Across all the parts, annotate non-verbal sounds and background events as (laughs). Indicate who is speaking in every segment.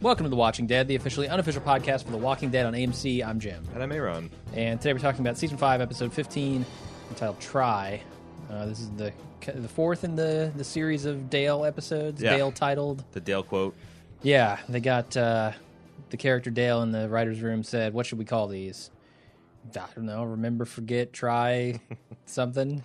Speaker 1: Welcome to The Watching Dead, the officially unofficial podcast for The Walking Dead on AMC. I'm Jim.
Speaker 2: And I'm Aaron.
Speaker 1: And today we're talking about Season 5, Episode 15, entitled Try. Uh, this is the the fourth in the, the series of Dale episodes,
Speaker 2: Yeah.
Speaker 1: Dale titled.
Speaker 2: The Dale quote.
Speaker 1: Yeah, they got uh, the character Dale in the writer's room said, What should we call these? I don't know. Remember, forget,
Speaker 2: (laughs)
Speaker 1: try something.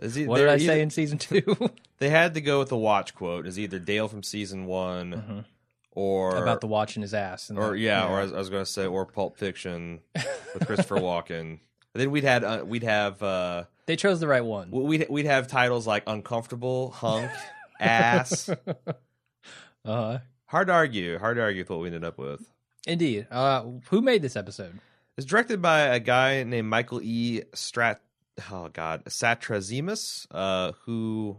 Speaker 2: Is he,
Speaker 1: What
Speaker 2: they're
Speaker 1: did I
Speaker 2: either-
Speaker 1: say in Season
Speaker 2: (laughs)
Speaker 1: 2?
Speaker 2: They had to go with the watch quote. Is either Dale from season one, or
Speaker 1: Mm-hmm. About the watch in his ass. And
Speaker 2: or
Speaker 1: the-
Speaker 2: yeah, or I was, I was going to say, or Pulp Fiction
Speaker 1: (laughs)
Speaker 2: with Christopher Walken. And then we'd had uh, we'd have uh,
Speaker 1: They chose the right one.
Speaker 2: we'd we'd have titles like
Speaker 1: (laughs)
Speaker 2: uncomfortable, hunk, ass.
Speaker 1: Uh-huh.
Speaker 2: Hard to argue. Hard to argue with what we ended up with.
Speaker 1: Indeed. Uh, who made this episode?
Speaker 2: It's directed by a guy named Michael E. Strat. Oh God, Satrazimus, uh, who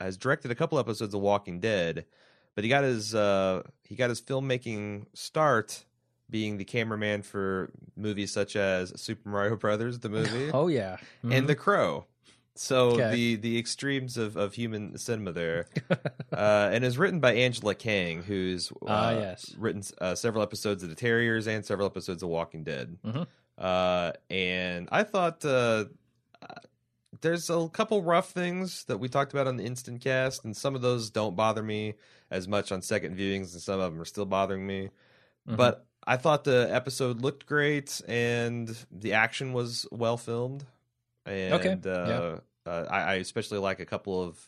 Speaker 2: has directed a couple episodes of Walking Dead, but he got his uh, he got his filmmaking start being the cameraman for movies such as Super Mario Brothers, the movie,
Speaker 1: (laughs) Oh, yeah. Mhm.
Speaker 2: and The Crow. So
Speaker 1: Okay.
Speaker 2: the the extremes of, of human cinema there,
Speaker 1: (laughs)
Speaker 2: uh, and is written by Angela Kang, who's uh,
Speaker 1: Ah, yes.
Speaker 2: written uh, several episodes of The Terriers and several episodes of Walking Dead.
Speaker 1: Mhm.
Speaker 2: Uh, and I thought uh, uh, there's a couple rough things that we talked about on the instant cast, and some of those don't bother me as much on second viewings, and some of them are still bothering me.
Speaker 1: Mhm.
Speaker 2: But I thought the episode looked great, and the action was well filmed. And
Speaker 1: Okay,
Speaker 2: uh, uh, I, I especially like a couple of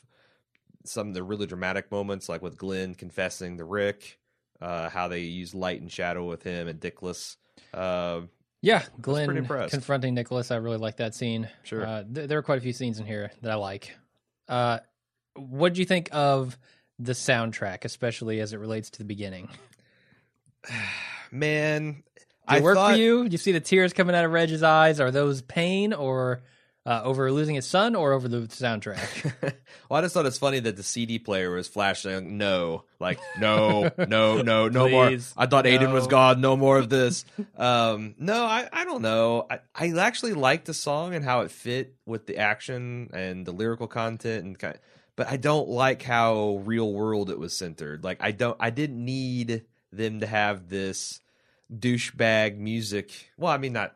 Speaker 2: some of the really dramatic moments, like with Glenn confessing to Rick, uh, how they use light and shadow with him and Dickless. Uh,
Speaker 1: Yeah,
Speaker 2: pretty
Speaker 1: Glenn
Speaker 2: impressed.
Speaker 1: confronting Nicholas. I really like that scene.
Speaker 2: Sure.
Speaker 1: Uh, th- there are quite a few scenes in here that I like. Uh, what do you think of the soundtrack, especially as it relates to the beginning? Did
Speaker 2: man,
Speaker 1: it
Speaker 2: I
Speaker 1: work
Speaker 2: thought
Speaker 1: for you? Do you see the tears coming out of Reg's eyes? Are those pain or uh, over losing his son or over the
Speaker 2: (laughs)
Speaker 1: soundtrack? (laughs)
Speaker 2: well, I just thought it's funny that the CD player was flashing no, like no, no, no, no more.
Speaker 1: Please,
Speaker 2: I thought Aiden was
Speaker 1: no.
Speaker 2: gone. No more of this. um, no, I, I don't know. I, I actually liked the song and how it fit with the action and the lyrical content and kind. But I don't like how real world it was centered. Like I don't. I didn't need them to have this douchebag music. Well, I mean not.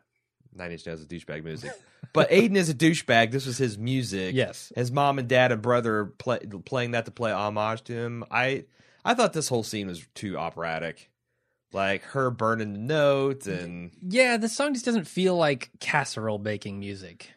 Speaker 2: Nine Inch Nails is douchebag music, but Aiden is a douchebag. This was his music
Speaker 1: yes.
Speaker 2: his mom and dad and brother are play, playing that to play homage to him. I I thought this whole scene was too operatic, like her burning the note and
Speaker 1: Yeah, the song just doesn't feel like casserole baking music.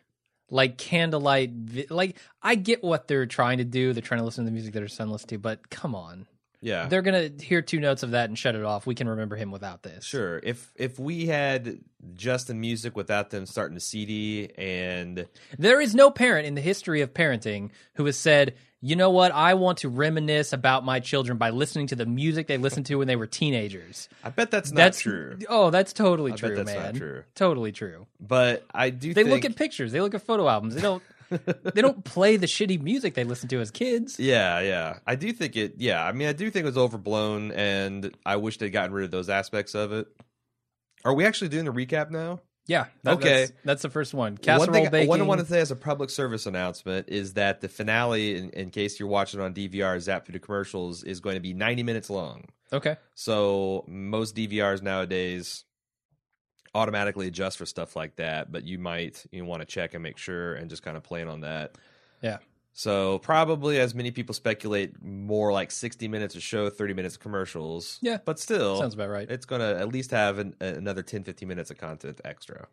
Speaker 1: Like candlelight, vi- like I get what they're trying to do. They're trying to listen to the music that her son listens to, but come on,
Speaker 2: yeah,
Speaker 1: they're gonna hear two notes of that and shut it off. We can remember him without this.
Speaker 2: sure. If if we had just the music without them starting to CD and
Speaker 1: There is no parent in the history of parenting who has said, you know what, I want to reminisce about my children by listening to the music they listened to when they were teenagers.
Speaker 2: I bet that's not
Speaker 1: that's
Speaker 2: true,
Speaker 1: Oh, that's totally
Speaker 2: I bet
Speaker 1: true,
Speaker 2: that's
Speaker 1: man.
Speaker 2: not true.
Speaker 1: Totally true.
Speaker 2: but I do.
Speaker 1: They
Speaker 2: think,
Speaker 1: look at pictures, they look at photo albums. They
Speaker 2: (laughs)
Speaker 1: don't they don't play the shitty music they listened to as kids.
Speaker 2: Yeah, yeah. I do think it. Yeah, I mean, I do think it was overblown, and I wish they'd gotten rid of those aspects of it. Are we actually doing the recap now?
Speaker 1: Yeah. that-
Speaker 2: Okay.
Speaker 1: That's, that's the first one. Casserole
Speaker 2: one thing
Speaker 1: baking.
Speaker 2: What I want to say as a public service announcement is that the finale, in, in case you're watching on DVR, zap through the commercials, is going to be 90 minutes long.
Speaker 1: okay.
Speaker 2: So most DVRs nowadays automatically adjust for stuff like that, but you might you want to check and make sure and just kind of plan on that.
Speaker 1: Yeah.
Speaker 2: So probably, as many people speculate, more like sixty minutes of show, thirty minutes of commercials.
Speaker 1: Yeah.
Speaker 2: but still,
Speaker 1: Sounds about right.
Speaker 2: it's going to at least have an, another 10, 15 minutes of content extra.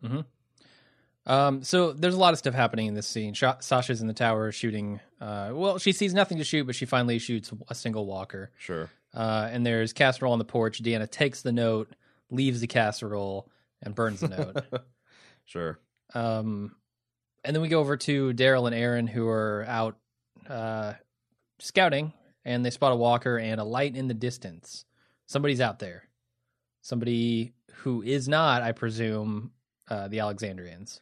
Speaker 1: Um, so there's a lot of stuff happening in this scene. Sha- Sasha's in the tower shooting. Uh, well, she sees nothing to shoot, but she finally shoots a single walker.
Speaker 2: Sure.
Speaker 1: Uh, and there's casserole on the porch. Deanna takes the note, leaves the casserole, and burns the note.
Speaker 2: Sure.
Speaker 1: Um, and then we go over to Daryl and Aaron, who are out uh, scouting, and they spot a walker and a light in the distance. Somebody's out there. Somebody who is not, I presume, uh, the Alexandrians.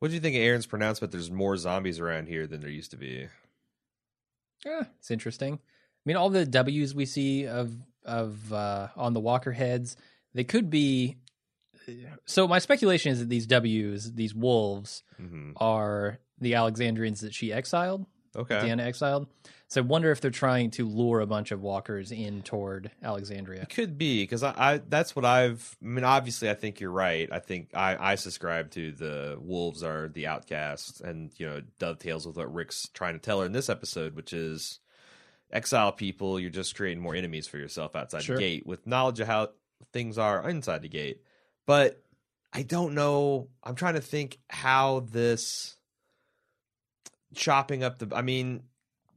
Speaker 2: What do you think of Aaron's pronouncement? There's more zombies around here than there used to be.
Speaker 1: Yeah, it's interesting. I mean, all the W's we see of of uh, on the Walker heads, they could be. So my speculation is that these W's, these wolves,
Speaker 2: hmm
Speaker 1: are the Alexandrians that she exiled.
Speaker 2: Okay.
Speaker 1: Deanna exiled. So I wonder if they're trying to lure a bunch of walkers in toward Alexandria.
Speaker 2: It could be because I, I that's what I've. I mean, obviously, I think you're right. I think I, I subscribe to the wolves are the outcasts, and you know dovetails with what Rick's trying to tell her in this episode, which is exile people. You're just creating more enemies for yourself outside
Speaker 1: Sure.
Speaker 2: the gate with knowledge of how things are inside the gate. But I don't know. I'm trying to think how this chopping up the. I mean,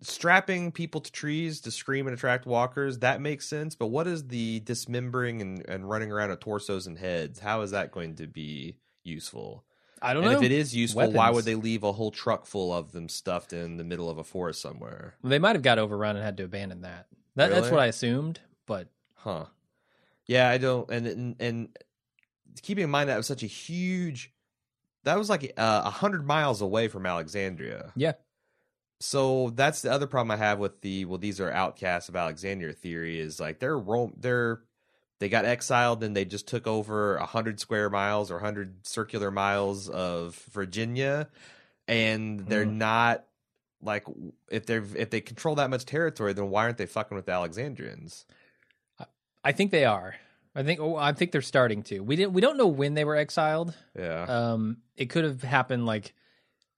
Speaker 2: strapping people to trees to scream and attract walkers that makes sense but what is the dismembering and, and running around of torsos and heads how is that going to be useful
Speaker 1: I don't
Speaker 2: and
Speaker 1: know.
Speaker 2: if it is useful why
Speaker 1: Weapons.
Speaker 2: would they leave a whole truck full of them stuffed in the middle of a forest somewhere
Speaker 1: they might have got overrun and had to abandon that. that That's
Speaker 2: Really?
Speaker 1: what I assumed, but
Speaker 2: huh yeah i don't and and, and keeping in mind that was such a huge that was like uh, a hundred miles away from alexandria
Speaker 1: yeah.
Speaker 2: so that's the other problem I have with the well, these are outcasts of Alexandria theory is like they're Rome, they're they got exiled and they just took over a hundred square miles or hundred circular miles of Virginia, and they're
Speaker 1: Hmm.
Speaker 2: not like if they're if they control that much territory, then why aren't they fucking with the Alexandrians?
Speaker 1: I think they are. I think oh, I think they're starting to. We didn't we don't know when they were exiled.
Speaker 2: Yeah,
Speaker 1: Um it could have happened like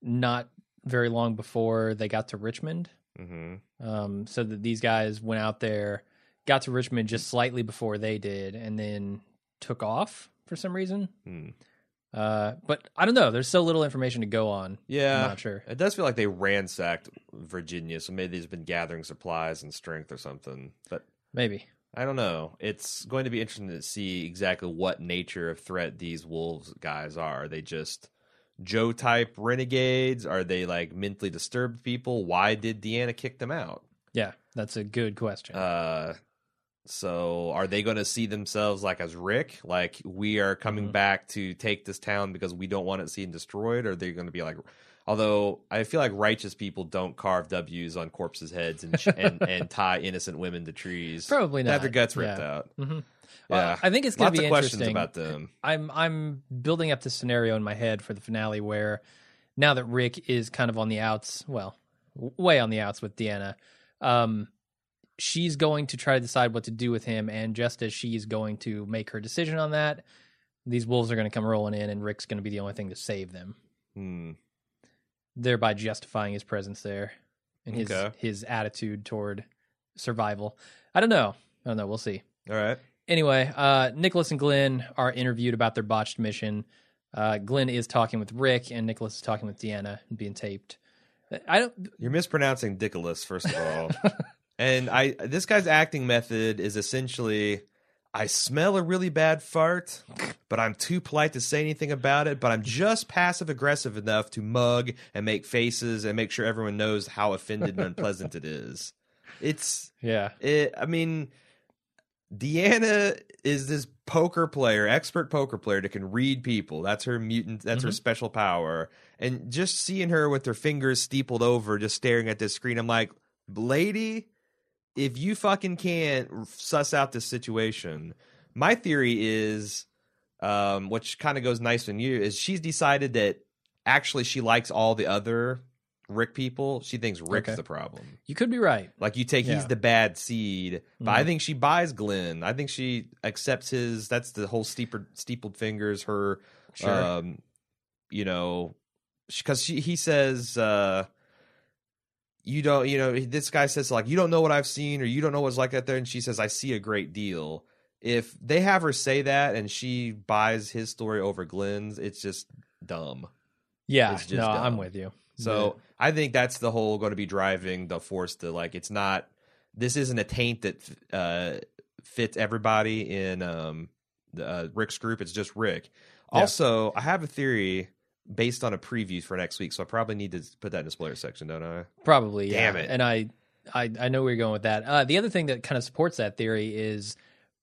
Speaker 1: not very long before they got to Richmond.
Speaker 2: mm-hmm.
Speaker 1: um, so that these guys went out there, got to Richmond just slightly before they did, and then took off for some reason.
Speaker 2: Hmm.
Speaker 1: Uh, but I don't know. There's so little information to go on.
Speaker 2: yeah.
Speaker 1: I'm not sure.
Speaker 2: It does feel like they ransacked Virginia, so maybe they've been gathering supplies and strength or something. But
Speaker 1: Maybe.
Speaker 2: I don't know. It's going to be interesting to see exactly what nature of threat these wolves guys are. Are they just Joe type renegades? Are they like mentally disturbed people? Why did Deanna kick them out?
Speaker 1: Yeah, that's a good question.
Speaker 2: Uh, so are they going to see themselves like as Rick, like we are coming
Speaker 1: Mhm.
Speaker 2: back to take this town because we don't want it seen destroyed? Or are they going to be like, although I feel like righteous people don't carve W's on corpses' heads and
Speaker 1: (laughs)
Speaker 2: and, and tie innocent women to trees.
Speaker 1: Probably
Speaker 2: They
Speaker 1: not.
Speaker 2: Have their guts ripped
Speaker 1: Yeah.
Speaker 2: out.
Speaker 1: hmm
Speaker 2: Yeah.
Speaker 1: I think it's going
Speaker 2: Lots
Speaker 1: to be
Speaker 2: of questions
Speaker 1: interesting.
Speaker 2: about them.
Speaker 1: I'm I'm building up this scenario in my head for the finale where now that Rick is kind of on the outs, well, w- way on the outs with Deanna, um, she's going to try to decide what to do with him, and just as she's going to make her decision on that, these wolves are going to come rolling in, and Rick's going to be the only thing to save them,
Speaker 2: Hmm.
Speaker 1: thereby justifying his presence there and his
Speaker 2: Okay.
Speaker 1: his attitude toward survival. I don't know. I don't know. We'll see
Speaker 2: Hmm. All right.
Speaker 1: anyway, uh, Nicholas and Glenn are interviewed about their botched mission. Uh, Glenn is talking with Rick, and Nicholas is talking with Deanna and being taped. I don't.
Speaker 2: You're mispronouncing Dickolas, first of all. and I this guy's acting method is essentially I smell a really bad fart, but I'm too polite to say anything about it, but I'm just passive aggressive enough to mug and make faces and make sure everyone knows how offended and unpleasant it is. It's
Speaker 1: Yeah,
Speaker 2: it, I mean, Deanna is this poker player, expert poker player that can read people. That's her mutant. That's her
Speaker 1: Mhm.
Speaker 2: special power. And just seeing her with her fingers steepled over, just staring at this screen, I'm like, lady, if you fucking can't suss out this situation, my theory is, um, which kind of goes nice on you, is she's decided that actually she likes all the other Rick people. She thinks Rick's
Speaker 1: Okay.
Speaker 2: the problem.
Speaker 1: you could be right.
Speaker 2: Like you take
Speaker 1: Yeah.
Speaker 2: he's the bad seed, but I
Speaker 1: Mhm.
Speaker 2: think she buys Glenn. I think she accepts his. That's the whole steeper, steepled fingers. Her,
Speaker 1: Sure.
Speaker 2: um, you know, because she, he says, uh, you don't you know this guy says like you don't know what i've seen or you don't know what's like out there and she says i see a great deal if they have her say that and she buys his story over glenn's it's just dumb
Speaker 1: Yeah,
Speaker 2: It's just
Speaker 1: no, I'm
Speaker 2: dumb.
Speaker 1: with you.
Speaker 2: so i think that's the whole going to be driving the force to like it's not this isn't a taint that uh fits everybody in um the uh, rick's group it's just rick
Speaker 1: Yeah.
Speaker 2: also i have a theory based on a preview for next week so i probably need to put that in the spoiler section don't i
Speaker 1: Probably, yeah.
Speaker 2: Damn it.
Speaker 1: And I, I, I know where you're going with that. Uh, the other thing that kind of supports that theory is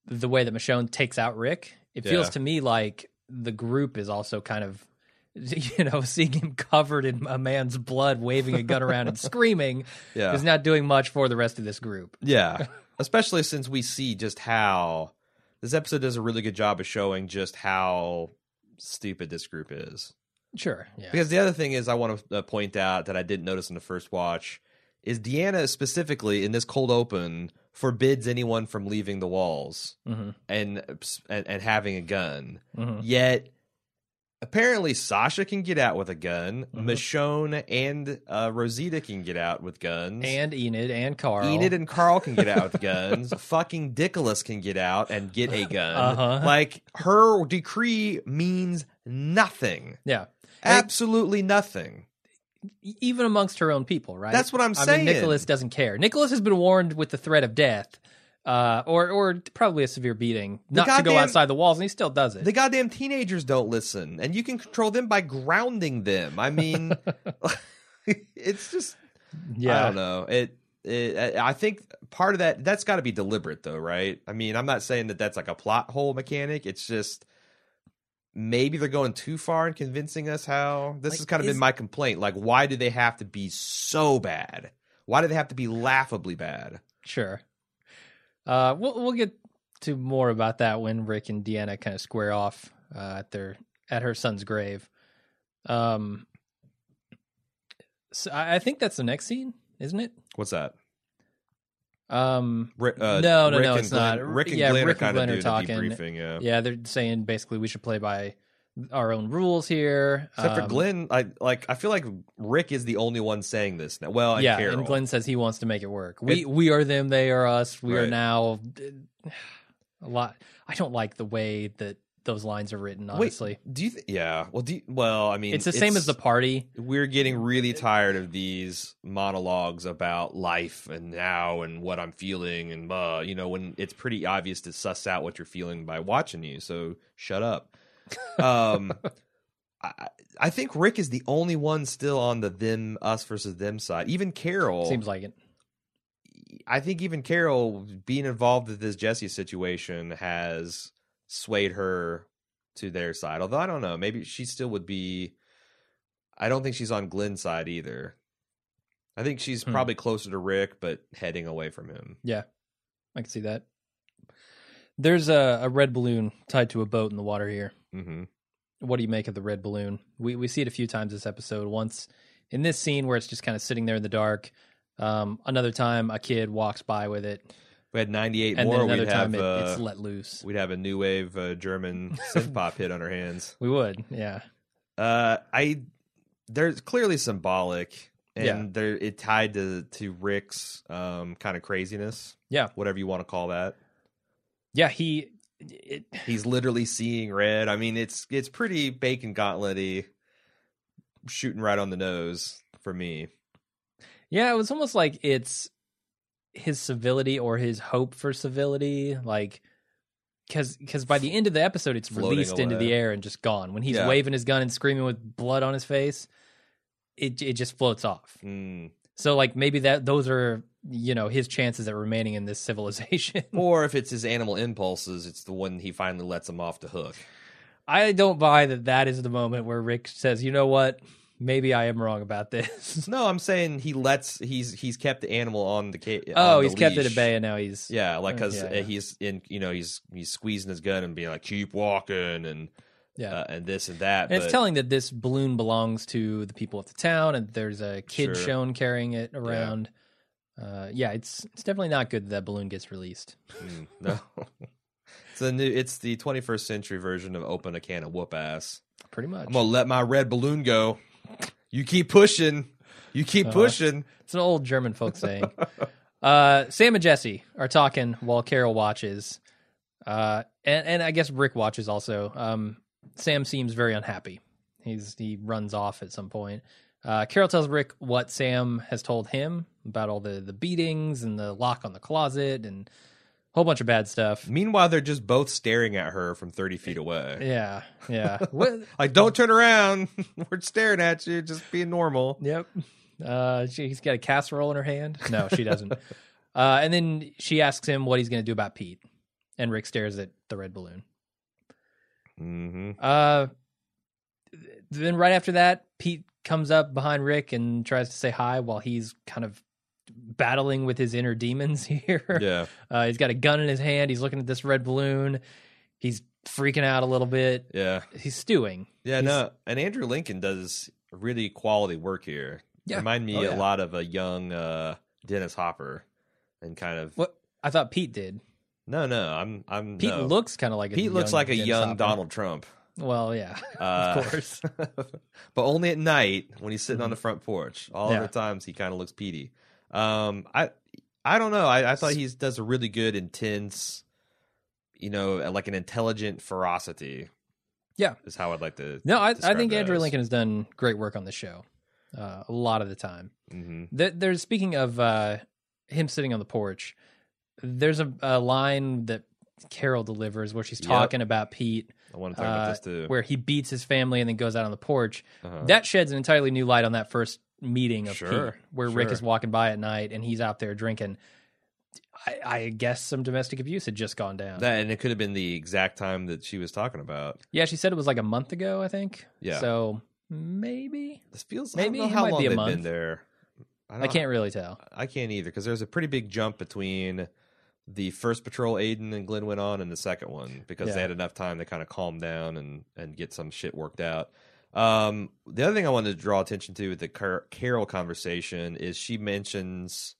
Speaker 1: the way that Michonne takes out Rick. It feels
Speaker 2: Yeah.
Speaker 1: to me like the group is also kind of, (laughs) you know, seeing him covered in a man's blood, waving a gun around and screaming
Speaker 2: yeah
Speaker 1: is not doing much for the rest of this group. (laughs)
Speaker 2: Yeah. Especially since we see just how this episode does a really good job of showing just how stupid this group is.
Speaker 1: Sure. Yeah.
Speaker 2: Because the other thing is, I want to uh, point out that I didn't notice in the first watch is Deanna specifically in this cold open forbids anyone from leaving the walls
Speaker 1: hmm
Speaker 2: and and, and having a gun.
Speaker 1: hmm
Speaker 2: Yet apparently Sasha can get out with a gun.
Speaker 1: Mhm.
Speaker 2: Michonne and uh, Rosita can get out with guns.
Speaker 1: And Enid and Carl.
Speaker 2: Enid and Carl can get
Speaker 1: (laughs)
Speaker 2: out with guns. Fucking Dickolas can get out and get a gun.
Speaker 1: Uh-huh.
Speaker 2: Like her decree means nothing.
Speaker 1: yeah.
Speaker 2: Absolutely nothing.
Speaker 1: E- Even amongst her own people, right?
Speaker 2: That's what I'm
Speaker 1: I
Speaker 2: saying.
Speaker 1: mean, Nicholas doesn't care. Nicholas has been warned with the threat of death, uh, or or probably a severe beating,
Speaker 2: The
Speaker 1: not to go
Speaker 2: goddamn-
Speaker 1: outside the walls, and he still does it.
Speaker 2: The goddamn teenagers don't listen, and you can control them by grounding them.
Speaker 1: (laughs)
Speaker 2: I mean, it's just I don't know. It, it I I think part of that that's got to be deliberate though, right? I mean, I'm not saying that that's like a plot hole mechanic. It's just maybe they're going too far in convincing us how this
Speaker 1: Like,
Speaker 2: has kind of
Speaker 1: is-
Speaker 2: been my complaint. Like why do they have to be so bad? Why do they have to be laughably bad?
Speaker 1: sure. Uh, we'll we'll get to more about that when Rick and Deanna kind of square off uh, at their at her son's grave. Um, so I, I think that's the next scene, isn't it?
Speaker 2: What's that?
Speaker 1: Um,
Speaker 2: Ri- uh,
Speaker 1: No, no,
Speaker 2: Rick
Speaker 1: no,
Speaker 2: and
Speaker 1: it's
Speaker 2: Glenn-
Speaker 1: not.
Speaker 2: Rick and
Speaker 1: Yeah,
Speaker 2: Glenn
Speaker 1: Rick
Speaker 2: are
Speaker 1: and
Speaker 2: kind
Speaker 1: Glenn are
Speaker 2: of doing
Speaker 1: talking.
Speaker 2: a debriefing, yeah.
Speaker 1: yeah, they're saying basically we should play by our own rules here.
Speaker 2: Except for
Speaker 1: Um,
Speaker 2: Glenn, I like. I feel like Rick is the only one saying this now. Well, and
Speaker 1: yeah,
Speaker 2: Carol.
Speaker 1: and Glenn says he wants to make it work. We
Speaker 2: It-
Speaker 1: we are them, they are us. We are
Speaker 2: Right.
Speaker 1: now (sighs) a lot. I don't like the way that those lines are written. Honestly,
Speaker 2: do you? Th- yeah. Well, do you, well. I mean,
Speaker 1: it's the same as the party.
Speaker 2: we're getting really tired of these monologues about life and now and what I'm feeling and blah, you know, when it's pretty obvious to suss out what you're feeling by watching you. So shut
Speaker 1: (laughs)
Speaker 2: up. Um, I, I think Rick is the only one still on the them us versus them side. Even Carol
Speaker 1: Seems like it.
Speaker 2: I think even Carol being involved with this Jesse situation has swayed her to their side. Although I don't know, maybe she still would be. I don't think she's on Glenn's side either. I think she's
Speaker 1: Hmm.
Speaker 2: probably closer to Rick, but heading away from him.
Speaker 1: I can see that. There's a, a red balloon tied to a boat in the water here.
Speaker 2: Mm-hmm.
Speaker 1: What do you make of the red balloon? We we see it a few times this episode. Once in this scene where it's just kind of sitting there in the dark. Um, another time a kid walks by with it,
Speaker 2: We had 98
Speaker 1: and
Speaker 2: more.
Speaker 1: then another
Speaker 2: We'd have
Speaker 1: time it,
Speaker 2: uh,
Speaker 1: it's let loose.
Speaker 2: we'd have a new wave uh, German
Speaker 1: (laughs)
Speaker 2: synth pop hit on our hands.
Speaker 1: We would, yeah.
Speaker 2: Uh, I there's clearly symbolic, and
Speaker 1: Yeah.
Speaker 2: there it tied to to Rick's um kind of craziness.
Speaker 1: Yeah.
Speaker 2: whatever you want to call that.
Speaker 1: Yeah, he. It,
Speaker 2: He's literally seeing red. I mean, it's it's pretty bacon gauntlet-y, shooting right on the nose for me.
Speaker 1: yeah, it was almost like it's his civility or his hope for civility, like because by the end of the episode, it's
Speaker 2: Floating
Speaker 1: released into
Speaker 2: away.
Speaker 1: the air and just gone. When he's
Speaker 2: Yeah.
Speaker 1: waving his gun and screaming with blood on his face, it it just floats off.
Speaker 2: Mm.
Speaker 1: So like maybe that those are you know his chances at remaining in this (laughs) civilization.
Speaker 2: Or if it's his animal impulses, it's the one he finally lets him off the hook.
Speaker 1: I don't buy that. That is the moment where Rick says, "You know what? Maybe I am wrong about this." (laughs)
Speaker 2: No, I'm saying he lets he's he's kept the animal on the cage.
Speaker 1: oh, he's kept it at bay, and now he's
Speaker 2: Yeah, like
Speaker 1: Uh,
Speaker 2: because
Speaker 1: yeah, yeah.
Speaker 2: he's in, you know, he's he's squeezing his gun and being like, "Keep walking," and
Speaker 1: yeah.
Speaker 2: uh, and this and that.
Speaker 1: And it's
Speaker 2: but-
Speaker 1: telling that this balloon belongs to the people of the town, and there's a kid
Speaker 2: Sure.
Speaker 1: shown carrying it around. Yeah. Uh, yeah, it's it's definitely not good that that balloon gets released.
Speaker 2: (laughs) Mm, no, it's the new. It's the 21st century version of open a can of whoop ass.
Speaker 1: Pretty much.
Speaker 2: I'm gonna let my red balloon go. You keep pushing. You keep
Speaker 1: Uh-huh.
Speaker 2: pushing.
Speaker 1: It's an old German folk saying. uh, Sam and Jesse are talking while Carol watches, uh, and, and I guess Rick watches also. Um, Sam seems very unhappy. He's he runs off at some point. Uh, Carol tells Rick what Sam has told him about all the the beatings and the lock on the closet and a whole bunch of bad stuff.
Speaker 2: Meanwhile, they're just both staring at her from 30 feet away.
Speaker 1: Yeah, yeah. What-
Speaker 2: (laughs) Like, don't turn around. (laughs) We're staring at you. Just being normal.
Speaker 1: Yep. Uh, she's got a casserole in her hand.
Speaker 2: (laughs)
Speaker 1: No, she doesn't. (laughs) uh, and then she asks him what he's going to do about Pete, and Rick stares at the red balloon.
Speaker 2: Mm-hmm.
Speaker 1: Uh, th- then right after that, Pete comes up behind Rick and tries to say hi while he's kind of battling with his inner demons (laughs) here.
Speaker 2: Yeah.
Speaker 1: Uh, he's got a gun in his hand. He's looking at this red balloon. He's freaking out a little bit.
Speaker 2: Yeah.
Speaker 1: He's stewing.
Speaker 2: Yeah.
Speaker 1: He's-
Speaker 2: No. And Andrew Lincoln does really quality work here.
Speaker 1: Yeah.
Speaker 2: Remind me
Speaker 1: Oh,
Speaker 2: a
Speaker 1: yeah.
Speaker 2: lot of a young uh, Dennis Hopper and kind of.
Speaker 1: What I thought Pete did.
Speaker 2: No, no. I'm. I'm.
Speaker 1: Pete
Speaker 2: no.
Speaker 1: looks kind of like a
Speaker 2: Pete looks
Speaker 1: young
Speaker 2: like a
Speaker 1: Dennis
Speaker 2: young
Speaker 1: Hopper.
Speaker 2: Donald Trump.
Speaker 1: Well, yeah, (laughs)
Speaker 2: Uh,
Speaker 1: of course.
Speaker 2: (laughs)
Speaker 1: Mm-hmm.
Speaker 2: but only at night when he's sitting on the front porch. All
Speaker 1: Yeah.
Speaker 2: other times he kind of looks peaty. Um, I I don't know. I, I thought he does a really good intense, you know, uh, like an intelligent ferocity.
Speaker 1: Yeah.
Speaker 2: is how I'd like to.
Speaker 1: No, I, I
Speaker 2: describe
Speaker 1: think Andrew
Speaker 2: those.
Speaker 1: Lincoln has done great work on the show. Uh, a lot of the time.
Speaker 2: Mhm.
Speaker 1: There, there's speaking of uh, him sitting on the porch. There's a, a line that Carol delivers where she's
Speaker 2: Yep.
Speaker 1: talking about Pete,
Speaker 2: I want to talk about
Speaker 1: Uh,
Speaker 2: this too.
Speaker 1: where he beats his family and then goes out on the porch.
Speaker 2: Uh-huh.
Speaker 1: That sheds an entirely new light on that first meeting of
Speaker 2: Sure,
Speaker 1: Pete, where Rick
Speaker 2: sure.
Speaker 1: is walking by at night and he's out there drinking. I, I guess some domestic abuse had just gone down.
Speaker 2: That- and it could have been the exact time that she was talking about.
Speaker 1: yeah, she said it was like a month ago, I think.
Speaker 2: Yeah.
Speaker 1: So maybe
Speaker 2: This feels.
Speaker 1: Maybe
Speaker 2: I don't
Speaker 1: it
Speaker 2: know how
Speaker 1: might
Speaker 2: long
Speaker 1: be a
Speaker 2: they've been
Speaker 1: month.
Speaker 2: there.
Speaker 1: I
Speaker 2: don't-
Speaker 1: can't really tell.
Speaker 2: I can't either because there's a pretty big jump between the first patrol Aiden and Glenn went on and the second one because
Speaker 1: Yeah.
Speaker 2: they had enough time to kind of calm down and and get some shit worked out. Um, the other thing I wanted to draw attention to with the Car- Carol conversation is
Speaker 1: (laughs)
Speaker 2: she mentions,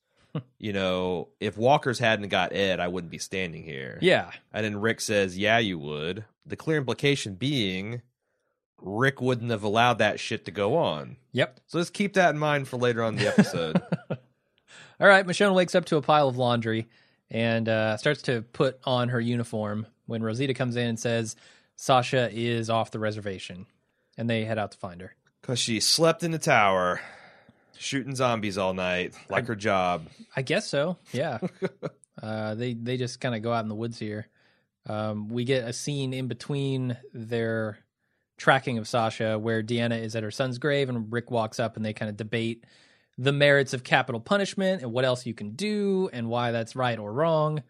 Speaker 2: you know, if Walkers hadn't got Ed, I wouldn't be standing here.
Speaker 1: Yeah,
Speaker 2: And then Rick says, "Yeah, you would." The clear implication being, Rick wouldn't have allowed that shit to go on.
Speaker 1: Yep.
Speaker 2: So let's keep that in mind for later on in the episode.
Speaker 1: All right. Michonne wakes up to a pile of laundry and uh, starts to put on her uniform when Rosita comes in and says Sasha is off the reservation, and they head out to find her.
Speaker 2: Because she slept in the tower, shooting zombies all night, like her job.
Speaker 1: I guess so. Yeah. uh, they they just kind of go out in the woods here. Um, we get a scene in between their tracking of Sasha where Deanna is at her son's grave and Rick walks up and they kind of debate the merits of capital punishment and what else you can do and why that's right or wrong.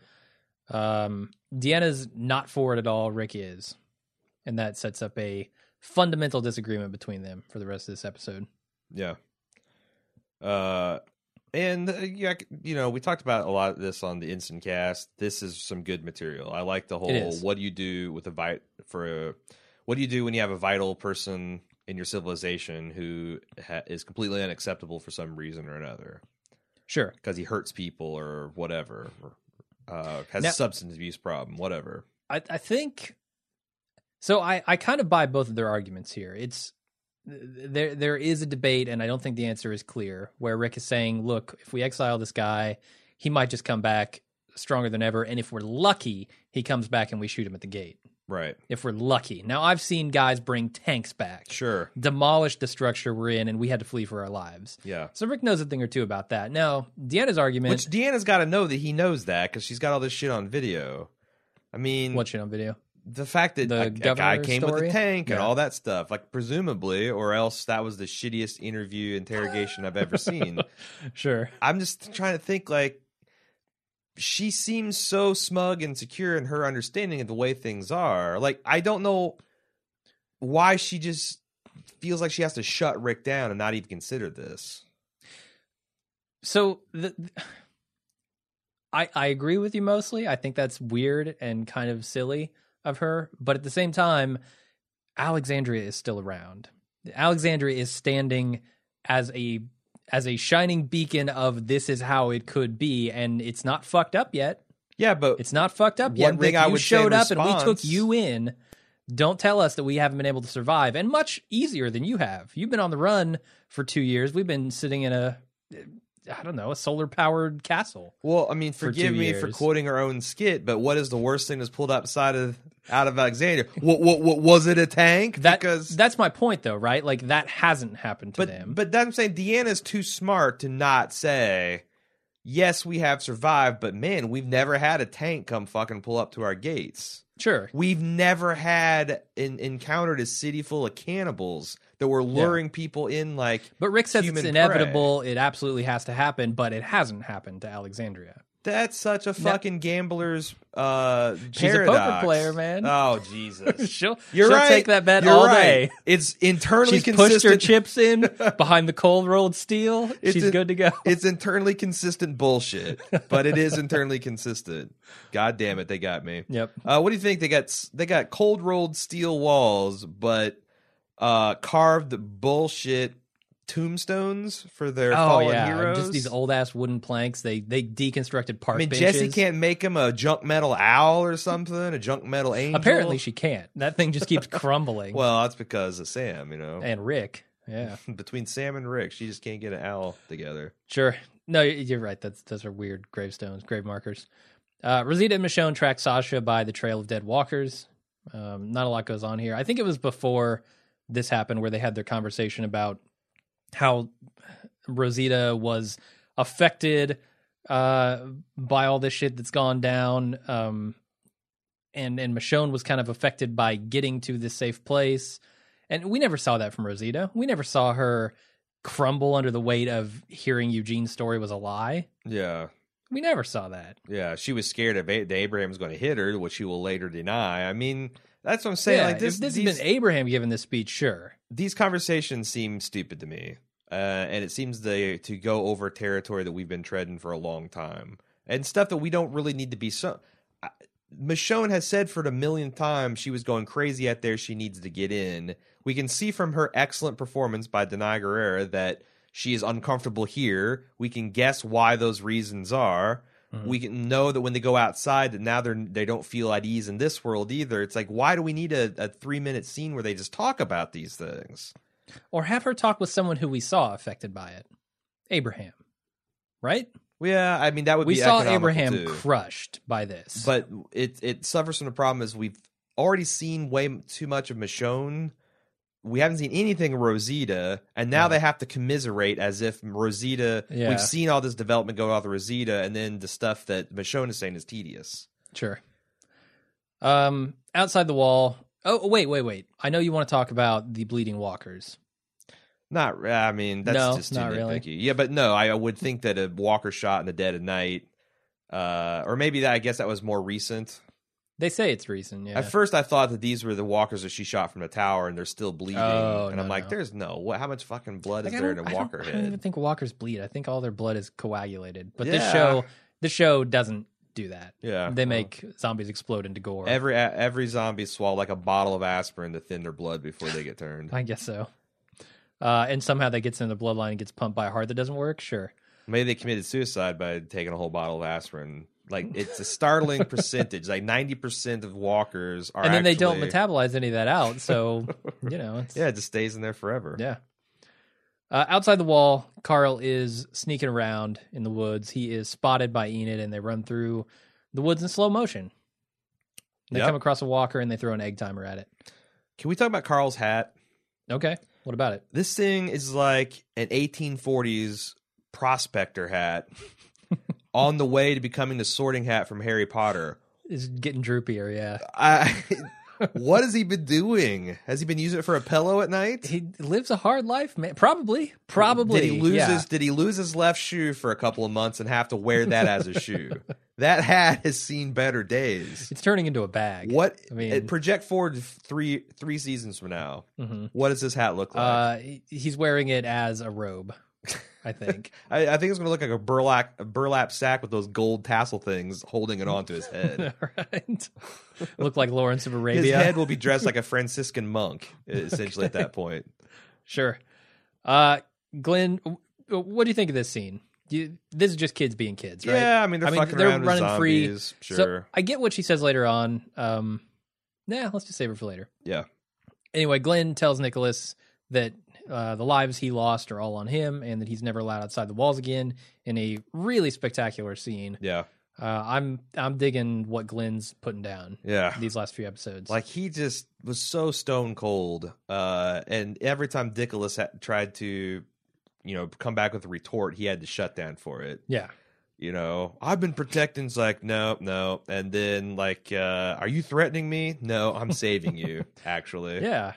Speaker 1: Um, Deanna's not for it at all. Rick is, and that sets up a fundamental disagreement between them for the rest of this episode.
Speaker 2: Yeah. Uh, and uh, yeah, c- you know, we talked about a lot of this on the instant cast. This is some good material. I like the whole
Speaker 1: is.
Speaker 2: what do you do with a vit for a, what do you do when you have a vital person in your civilization who ha- is completely unacceptable for some reason or another
Speaker 1: Sure.
Speaker 2: because he hurts people or whatever, or, uh, has
Speaker 1: Now-
Speaker 2: a substance abuse problem, whatever.
Speaker 1: I, I think so. I, I kind of buy both of their arguments here. It's there there is a debate, and I don't think the answer is clear. Where Rick is saying, "Look, if we exile this guy, he might just come back stronger than ever, and if we're lucky, he comes back and we shoot him at the gate.
Speaker 2: Right.
Speaker 1: If we're lucky." Now I've seen guys bring tanks back,
Speaker 2: Sure.
Speaker 1: demolish the structure we're in, and we had to flee for our lives.
Speaker 2: Yeah.
Speaker 1: So Rick knows a thing or two about that. Now Deanna's argument.
Speaker 2: Which Deanna's got to know that he knows that because she's got all this shit on video. I mean,
Speaker 1: Watch it on video.
Speaker 2: the fact that
Speaker 1: the
Speaker 2: a, a guy
Speaker 1: governor
Speaker 2: came with
Speaker 1: story?
Speaker 2: a tank and
Speaker 1: Yeah.
Speaker 2: all that stuff, like presumably, or else that was the shittiest interview interrogation I've
Speaker 1: (laughs)
Speaker 2: ever seen.
Speaker 1: Sure.
Speaker 2: I'm just trying to think, like, she seems so smug and secure in her understanding of the way things are. Like, I don't know why she just feels like she has to shut Rick down and not even consider this.
Speaker 1: so the, I I agree with you mostly. I think that's weird and kind of silly of her, but at the same time, Alexandria is still around. Alexandria is standing as a as a shining beacon of this is how it could be, and it's not fucked up yet.
Speaker 2: Yeah, but
Speaker 1: It's not fucked up yet.
Speaker 2: One
Speaker 1: Rick,
Speaker 2: thing I
Speaker 1: you
Speaker 2: would say in
Speaker 1: showed up and we took
Speaker 2: response-
Speaker 1: you in. Don't tell us that we haven't been able to survive, and much easier than you have. You've been on the run for two years. We've been sitting in a, I don't know, a solar powered castle.
Speaker 2: Well, I mean,
Speaker 1: For
Speaker 2: forgive
Speaker 1: two
Speaker 2: me for
Speaker 1: years.
Speaker 2: quoting our own skit, but what is the worst thing that's pulled outside of out of Alexandria? what, what what was it a tank?
Speaker 1: That
Speaker 2: because
Speaker 1: that's my point, though, right? Like that hasn't happened to
Speaker 2: but
Speaker 1: them.
Speaker 2: but that I'm saying Deanna's too smart to not say, yes, we have survived, but man, we've never had a tank come fucking pull up to our gates.
Speaker 1: sure,
Speaker 2: We've never had an, encountered a city full of cannibals that were luring people in like
Speaker 1: But Rick says
Speaker 2: human
Speaker 1: it's
Speaker 2: prey.
Speaker 1: inevitable. It absolutely has to happen, but it hasn't happened to Alexandria.
Speaker 2: That's such a fucking gambler's uh
Speaker 1: She's a poker
Speaker 2: paradox.
Speaker 1: player, man.
Speaker 2: Oh
Speaker 1: (laughs)
Speaker 2: Jesus.
Speaker 1: She'll,
Speaker 2: (laughs) You're
Speaker 1: she'll
Speaker 2: right.
Speaker 1: take that bet
Speaker 2: You're
Speaker 1: all
Speaker 2: right.
Speaker 1: day.
Speaker 2: It's internally
Speaker 1: She's
Speaker 2: consistent.
Speaker 1: pushed her chips in
Speaker 2: (laughs)
Speaker 1: behind the cold rolled steel.
Speaker 2: It's
Speaker 1: She's
Speaker 2: a-
Speaker 1: good to go.
Speaker 2: It's internally consistent bullshit, but it is internally consistent. God damn it, they got me.
Speaker 1: Yep.
Speaker 2: Uh, what do you think? They got s- they got cold rolled steel walls, but uh, carved bullshit tombstones for their
Speaker 1: Oh
Speaker 2: fallen
Speaker 1: yeah,
Speaker 2: heroes.
Speaker 1: just these old ass wooden planks. They they deconstructed park
Speaker 2: I mean,
Speaker 1: benches.
Speaker 2: Jesse can't make him a junk metal owl or something, a junk metal angel.
Speaker 1: Apparently, she can't. That thing just
Speaker 2: (laughs)
Speaker 1: keeps crumbling.
Speaker 2: Well, that's because of Sam, you know.
Speaker 1: and Rick. Yeah,
Speaker 2: (laughs) Between Sam and Rick, she just can't get an owl together.
Speaker 1: sure. No, y- you're right. That's those are weird gravestones, grave markers. Uh, Rosita and Michonne track Sasha by the trail of dead walkers. Um, not a lot goes on here. I think it was before this happened where they had their conversation about how Rosita was affected uh, by all this shit that's gone down. Um, and and Michonne was kind of affected by getting to this safe place. And we never saw that from Rosita. We never saw her crumble under the weight of hearing Eugene's story was a lie.
Speaker 2: Yeah.
Speaker 1: We never saw that.
Speaker 2: Yeah, she was scared of A- that Abraham's going to hit her, which she will later deny. I mean, that's what I'm saying.
Speaker 1: yeah,
Speaker 2: like this,
Speaker 1: if this
Speaker 2: these,
Speaker 1: has been Abraham giving this speech, sure.
Speaker 2: these conversations seem stupid to me, uh, and it seems they to go over territory that we've been treading for a long time and stuff that we don't really need to be. So, I, Michonne has said for the millionth time she was going crazy out there. She needs to get in. We can see from her excellent performance by Denai Guerrera that she is uncomfortable here. We can guess why those reasons are.
Speaker 1: Mhm.
Speaker 2: We can know that when they go outside, that now they're they don't feel at ease in this world either. It's like why do we need a, a three minute scene where they just talk about these things?
Speaker 1: Or have her talk with someone who we saw affected by it. Abraham. Right?
Speaker 2: Well, Yeah, I mean that would
Speaker 1: We
Speaker 2: be
Speaker 1: saw
Speaker 2: economical,
Speaker 1: Abraham
Speaker 2: too.
Speaker 1: crushed by this.
Speaker 2: but it it suffers from the problem is we've already seen way m- too much of Michonne. We haven't seen anything of Rosita, and now
Speaker 1: Right.
Speaker 2: they have to commiserate as if Rosita.
Speaker 1: Yeah.
Speaker 2: We've seen all this development go on with Rosita, and then the stuff that Michonne is saying is tedious.
Speaker 1: Sure. Um, outside the wall. Oh, wait, wait, wait. I know you want to talk about the bleeding walkers.
Speaker 2: Not, re- I mean, that's
Speaker 1: No,
Speaker 2: just too
Speaker 1: not really.
Speaker 2: nitpicky. Yeah, but no, I, I would think that a Walker shot in the dead of night, uh, or maybe that. I guess that was more recent.
Speaker 1: They say it's recent. Yeah.
Speaker 2: At first, I thought that these were the Walkers that she shot from the tower, and they're still bleeding.
Speaker 1: Oh,
Speaker 2: and
Speaker 1: no,
Speaker 2: I'm like,
Speaker 1: no.
Speaker 2: there's no what? How much fucking blood
Speaker 1: Like,
Speaker 2: is
Speaker 1: I
Speaker 2: there in
Speaker 1: don't-
Speaker 2: a
Speaker 1: I don't-
Speaker 2: Walker
Speaker 1: I don't, even
Speaker 2: head?
Speaker 1: think walkers bleed. I think all their blood is coagulated. But
Speaker 2: Yeah.
Speaker 1: this show, this show doesn't do that.
Speaker 2: Yeah,
Speaker 1: They
Speaker 2: well,
Speaker 1: make zombies explode into gore.
Speaker 2: every every zombie swallow like a bottle of aspirin to thin their blood before they get turned.
Speaker 1: I guess so. Uh, and somehow that gets in the bloodline and gets pumped by a heart that doesn't work. Sure.
Speaker 2: Maybe they committed suicide by taking a whole bottle of aspirin. Like it's a startling percentage. Like ninety percent of Walkers are,
Speaker 1: and then they don't
Speaker 2: actually-
Speaker 1: metabolize any of that
Speaker 2: (laughs)
Speaker 1: out. So, you know, it's,
Speaker 2: Yeah, it just stays in there forever.
Speaker 1: Yeah. Uh, outside the wall, Carl is sneaking around in the woods. He is spotted by Enid, and they run through the woods in slow motion. They
Speaker 2: Yep.
Speaker 1: come across a walker and they throw an egg timer at it.
Speaker 2: Can we talk about Carl's hat?
Speaker 1: Okay, what about it?
Speaker 2: This thing is like an 1840s prospector hat
Speaker 1: (laughs)
Speaker 2: on the way to becoming the sorting hat from Harry Potter.
Speaker 1: It's getting droopier. Yeah,
Speaker 2: I, (laughs) what has he been doing? Has he been using it for a pillow at night?
Speaker 1: he lives a hard life, man. Probably, probably.
Speaker 2: Did he lose
Speaker 1: yeah.
Speaker 2: his Did he lose his left shoe for a couple of months and have to wear that as
Speaker 1: (laughs)
Speaker 2: a shoe? That hat has seen better days.
Speaker 1: It's turning into a bag.
Speaker 2: What?
Speaker 1: I mean-
Speaker 2: it- project forward three three seasons from now.
Speaker 1: hmm
Speaker 2: What does this hat look like?
Speaker 1: Uh, he- he's wearing it as a robe. I
Speaker 2: (laughs)
Speaker 1: think.
Speaker 2: I, I think it's going to look like a burlap a burlap sack with those gold tassel things holding it onto his head. (laughs)
Speaker 1: All (laughs) right. Look like Lawrence of Arabia.
Speaker 2: his head will be dressed (laughs) like a Franciscan monk, e, essentially. At that point,
Speaker 1: Sure. Uh, Glenn, w- w- what do you think of this scene? You, this is just kids being kids, right?
Speaker 2: yeah. I mean, they're
Speaker 1: I mean,
Speaker 2: fucking
Speaker 1: they're
Speaker 2: around
Speaker 1: running
Speaker 2: with
Speaker 1: free,
Speaker 2: zombies.
Speaker 1: So
Speaker 2: Sure.
Speaker 1: I get what she says later on. Um, nah, let's just save her for later.
Speaker 2: Yeah.
Speaker 1: Anyway, Glenn tells Nicholas that uh, the lives he lost are all on him and that he's never allowed outside the walls again in a really spectacular scene.
Speaker 2: Yeah.
Speaker 1: Uh, I'm I'm digging what Glenn's putting down
Speaker 2: Yeah.
Speaker 1: these last few episodes.
Speaker 2: Like he just was so stone cold. Uh, and every time Dickolas ha- tried to, you know, come back with a retort, he had to shut down for it.
Speaker 1: yeah,
Speaker 2: You know, I've been protecting's like, no, no. And then like, uh, are you threatening me? No, I'm saving (laughs) you. actually,
Speaker 1: yeah.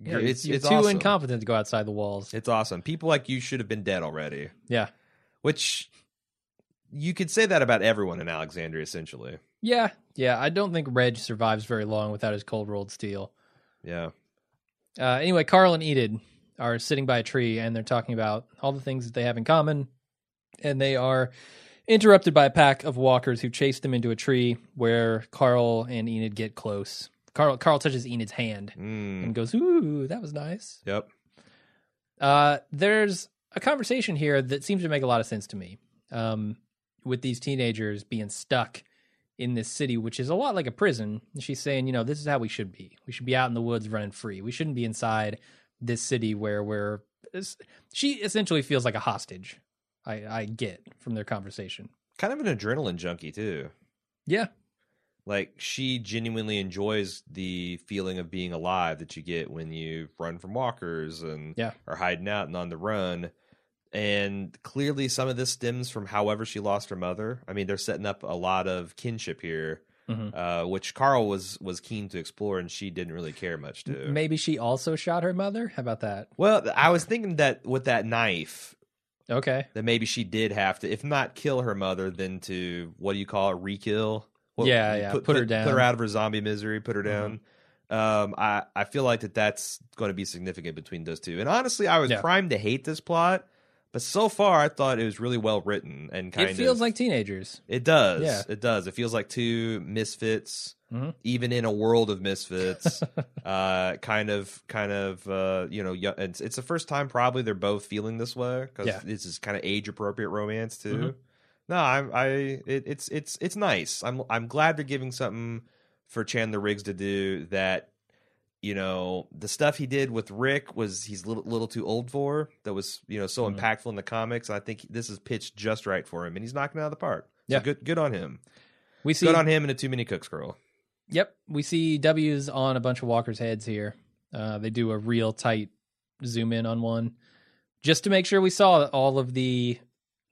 Speaker 1: Yeah,
Speaker 2: You're- it's
Speaker 1: you're
Speaker 2: it's
Speaker 1: too
Speaker 2: awesome.
Speaker 1: incompetent to go outside the walls.
Speaker 2: It's awesome. People like you should have been dead already.
Speaker 1: Yeah.
Speaker 2: Which you could say that about everyone in Alexandria, essentially.
Speaker 1: Yeah, yeah. I don't think Reg survives very long without his cold rolled steel.
Speaker 2: Yeah.
Speaker 1: Uh, anyway, Carl and Enid are sitting by a tree and they're talking about all the things that they have in common. And they are interrupted by a pack of walkers who chase them into a tree where Carl and Enid get close. Carl Carl touches Enid's hand
Speaker 2: Mm.
Speaker 1: and goes, "Ooh, that was nice."
Speaker 2: Yep.
Speaker 1: Uh, there's a conversation here that seems to make a lot of sense to me. Um, with these teenagers being stuck in this city, which is a lot like a prison. And she's saying, you know, this is how we should be. We should be out in the woods running free. We shouldn't be inside this city where we're. it's- She essentially feels like a hostage. I, I get from their conversation.
Speaker 2: Kind of an adrenaline junkie too.
Speaker 1: Yeah.
Speaker 2: Like she genuinely enjoys the feeling of being alive that you get when you run from walkers and
Speaker 1: Yeah.
Speaker 2: are hiding out and on the run. And clearly some of this stems from however she lost her mother. I mean, they're setting up a lot of kinship here,
Speaker 1: Mhm.
Speaker 2: uh, which Carl was was keen to explore and she didn't really care much to.
Speaker 1: Maybe she also shot her mother. How about that?
Speaker 2: Well, th- I was thinking that with that knife,
Speaker 1: Okay.
Speaker 2: that maybe she did have to, if not kill her mother, then to what do you call it, re-kill? What-
Speaker 1: Yeah, yeah, put her
Speaker 2: put
Speaker 1: down. Mm-hmm.
Speaker 2: her out of her zombie misery, put her down. Um, I I feel like that that's going to be significant between those two. And honestly, I was
Speaker 1: Yeah.
Speaker 2: primed to hate this plot, but so far I thought it was really well written and kind
Speaker 1: it feels
Speaker 2: of
Speaker 1: like teenagers.
Speaker 2: it does.
Speaker 1: Yeah.
Speaker 2: It does. It feels like two misfits,
Speaker 1: Mhm.
Speaker 2: even in a world of misfits. uh, kind of, kind of, uh, you know, yo- it's, it's the first time probably they're both feeling this way because
Speaker 1: Yeah.
Speaker 2: this is kind of age appropriate romance too.
Speaker 1: Mhm.
Speaker 2: No, I'm, I, it, it's, it's, it's nice. I'm, I'm glad they're giving something for Chandler Riggs to do that. You know, the stuff he did with Rick was he's a little, little too old for. That was you know so
Speaker 1: Mhm.
Speaker 2: impactful in the comics. And I think this is pitched just right for him, and he's knocking it out of the park. So
Speaker 1: Yeah.
Speaker 2: good, good on him.
Speaker 1: We see
Speaker 2: good on him and a too many cooks girl.
Speaker 1: Yep, we see W's on a bunch of walkers' heads here. Uh, they do a real tight zoom in on one, just to make sure we saw all of the